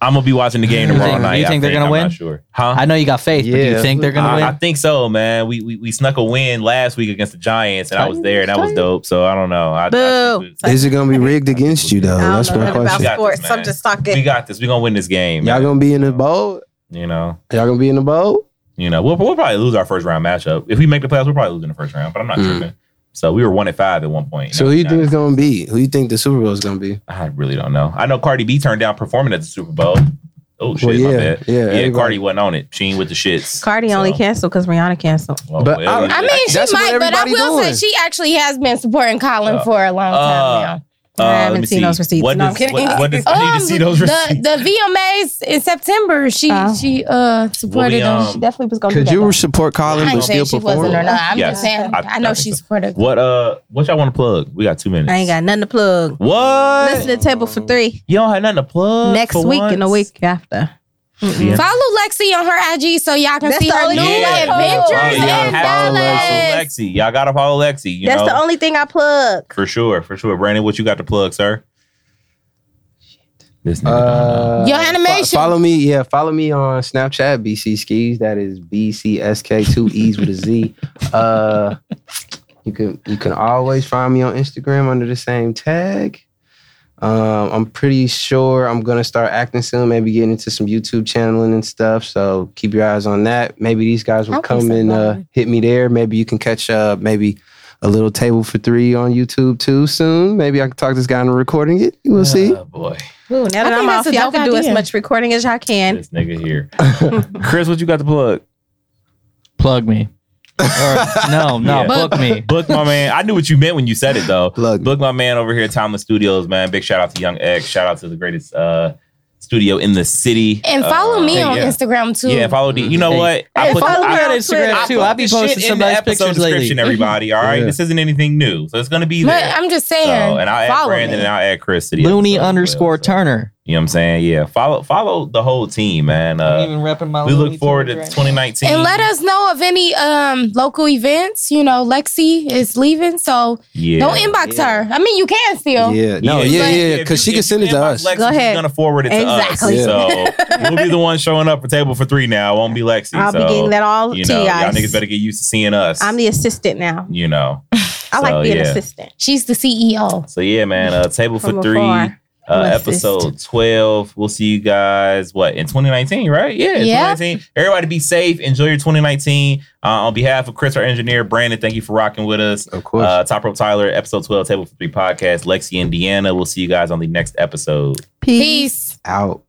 S1: I'm gonna be watching the game
S5: You
S1: tomorrow
S5: think-
S1: night.
S5: you
S1: I
S5: think they're gonna
S1: I'm
S5: win?
S1: Not sure, huh?
S5: I know you got faith, but do
S4: Yeah.
S5: you think they're gonna
S1: I,
S5: win?
S1: I think so, man. We, we we snuck a win last week against the Giants, and I was there, and that was dope. So I don't know. I, I
S2: Boo.
S1: think
S4: Is it gonna be rigged against you though?
S2: I
S4: That's
S2: don't know nothing
S4: my
S2: about
S4: question.
S1: got this,
S2: sports. I'm
S1: man.
S2: just
S1: we, we
S2: talking.
S1: got this. We're gonna win this game.
S4: Y'all
S1: man.
S4: gonna be in the bowl?
S1: you know,
S4: Y'all gonna be in the bowl?
S1: you know. We'll, we'll probably lose our first round matchup if we make the playoffs. We'll probably lose in the first round, but I'm not
S5: Hmm.
S4: Mm.
S1: tripping. So we were one at five at one point.
S4: So who you think it's gonna be? Who you think the Super Bowl is gonna be?
S1: I really don't know. I know Cardi B turned down performing at the Super Bowl. Oh shit,
S4: Well,
S1: my
S4: yeah,
S1: bad.
S4: yeah,
S1: Yeah,
S4: everybody-
S1: Cardi wasn't on it. She ain't with the shits.
S2: Cardi only
S1: So,
S2: canceled because Rihanna canceled.
S1: well,
S4: But
S1: well,
S4: I-
S3: I mean, she
S4: That's what
S3: might, but I
S4: everybody
S3: will
S4: doing.
S3: say she actually has been supporting Colin
S1: Uh,
S3: for a long
S1: uh,
S3: time
S1: uh,
S3: now.
S2: I
S1: let me
S2: haven't seen
S1: see.
S2: those receipts.
S1: What
S2: No,
S1: does,
S2: I'm kidding.
S1: What, what does, I need to see
S3: Um,
S1: those
S3: the,
S1: receipts.
S3: the VMAs in September, she
S2: Oh.
S3: she uh supported
S1: we,
S3: them.
S1: um,
S2: She definitely was going to
S4: Could
S2: do
S4: you
S2: that.
S4: support Colin
S3: I
S4: but
S3: ain't saying
S4: still
S3: she wasn't
S4: perform?
S3: or not. I'm
S1: Yes.
S3: just saying.
S1: I-
S3: I, know
S1: I think
S3: she
S1: so.
S3: supported.
S1: what uh what y'all want to plug? We got two minutes.
S2: I ain't got nothing to plug.
S1: what
S2: Listen to Table for Three
S1: you don't have nothing to plug
S2: next
S1: Uh, for
S2: week
S1: once?
S2: and the week after.
S1: Yeah.
S3: Follow Lexi on her IG so y'all can
S2: That's
S3: see
S2: the
S3: her
S2: only
S3: new
S2: thing I follow.
S3: adventures
S1: Oh, y'all
S3: and
S1: have to follow
S3: dollars.
S1: Lexi. Y'all gotta follow Lexi. You
S2: That's
S1: know?
S2: the only thing I plug.
S1: for sure, for sure. Brandon, what you got to plug, sir? This nigga don't know.
S4: Uh,
S3: Your
S4: fo-
S3: animation.
S4: follow me, yeah. Follow me on Snapchat, BC Skis. That is B C S K two E's with a Z. Uh, you can you can always find me on Instagram under the same tag. Um, I'm pretty sure I'm gonna start acting soon. Maybe getting into some YouTube channeling and stuff. So keep your eyes on that. Maybe these guys will
S3: I'm
S4: come
S3: so
S4: and uh,
S3: lonely.
S4: hit me there. Maybe you can catch uh, maybe a little table for three on YouTube too soon. Maybe I can talk this guy into recording it. We'll see.
S1: Oh, boy,
S2: Ooh, now that
S3: think
S2: I'm
S3: that's
S2: off,
S3: a
S2: y'all
S3: dope
S2: can do as
S3: idea.
S2: much recording as y'all can.
S1: this nigga here. Chris, what you got to plug?
S5: plug me. Or, no, no,
S1: Yeah.
S5: book me.
S1: Book my man. I knew what you meant when you said it though.
S4: Plug.
S1: Book my man over here at Timeless Studios, man. Big shout out to Young X. Shout out to the greatest uh, studio in the city.
S3: And follow
S1: Uh,
S3: me on
S1: yeah.
S3: Instagram too.
S1: Yeah, follow the. You know
S5: Hey.
S1: what?
S5: I
S2: Hey,
S5: put,
S2: follow me
S5: I
S2: on
S5: got
S2: Twitter.
S5: Instagram too.
S1: put
S5: I'll be
S1: this shit
S5: posting
S1: in
S5: some
S1: the
S5: nice
S1: episode
S5: pictures
S1: description,
S5: lately.
S1: everybody. All right,
S4: Yeah.
S1: this isn't anything new, so it's gonna be
S3: But
S1: there.
S3: I'm just
S1: So,
S3: saying.
S1: and I'll add
S3: follow
S1: Brandon
S3: me.
S1: and I'll add Chris to the episode
S5: Looney
S1: as well,
S5: underscore
S1: so.
S5: Turner.
S1: You know what I'm saying? Yeah, follow follow the whole team, man. Uh,
S5: even repping my
S1: we look forward to 2019.
S3: And let us know of any um local events. You know, Lexi is leaving, so
S1: Yeah.
S3: don't inbox
S4: Yeah.
S3: her. I mean, you can still.
S4: Yeah, no, yeah,
S1: But-
S4: yeah,
S1: if
S4: because
S1: you-
S4: she
S1: if
S4: can
S1: you
S4: send it to
S1: inbox
S4: us.
S1: Lexi,
S2: Go ahead.
S1: She's gonna forward it to
S2: Exactly.
S1: us. So we'll be the one showing up for table for three now. Won't be Lexi.
S2: I'll
S1: so,
S2: be getting that all
S1: You
S2: to
S1: know,
S2: you
S1: y'all
S2: guys.
S1: niggas better get used to seeing us.
S2: I'm the assistant now.
S1: you know.
S2: I
S1: So,
S2: like being
S1: yeah.
S2: assistant.
S3: She's the E CEO.
S1: So yeah, man. Uh, table for
S2: From
S1: three, uh,
S2: afar.
S3: Alexis.
S1: episode twelve. We'll see you guys what in 2019, right? Yeah,
S3: Yeah.
S1: 2019. Everybody be safe. Enjoy your 2019. Uh, on behalf of Chris, our engineer, Brandon, thank you for rocking with us.
S4: Of course.
S1: Uh, Top Rope Tyler, episode 12, Table for Three podcast, Lexi, Indiana. We'll see you guys on the next episode.
S3: Peace.
S4: out.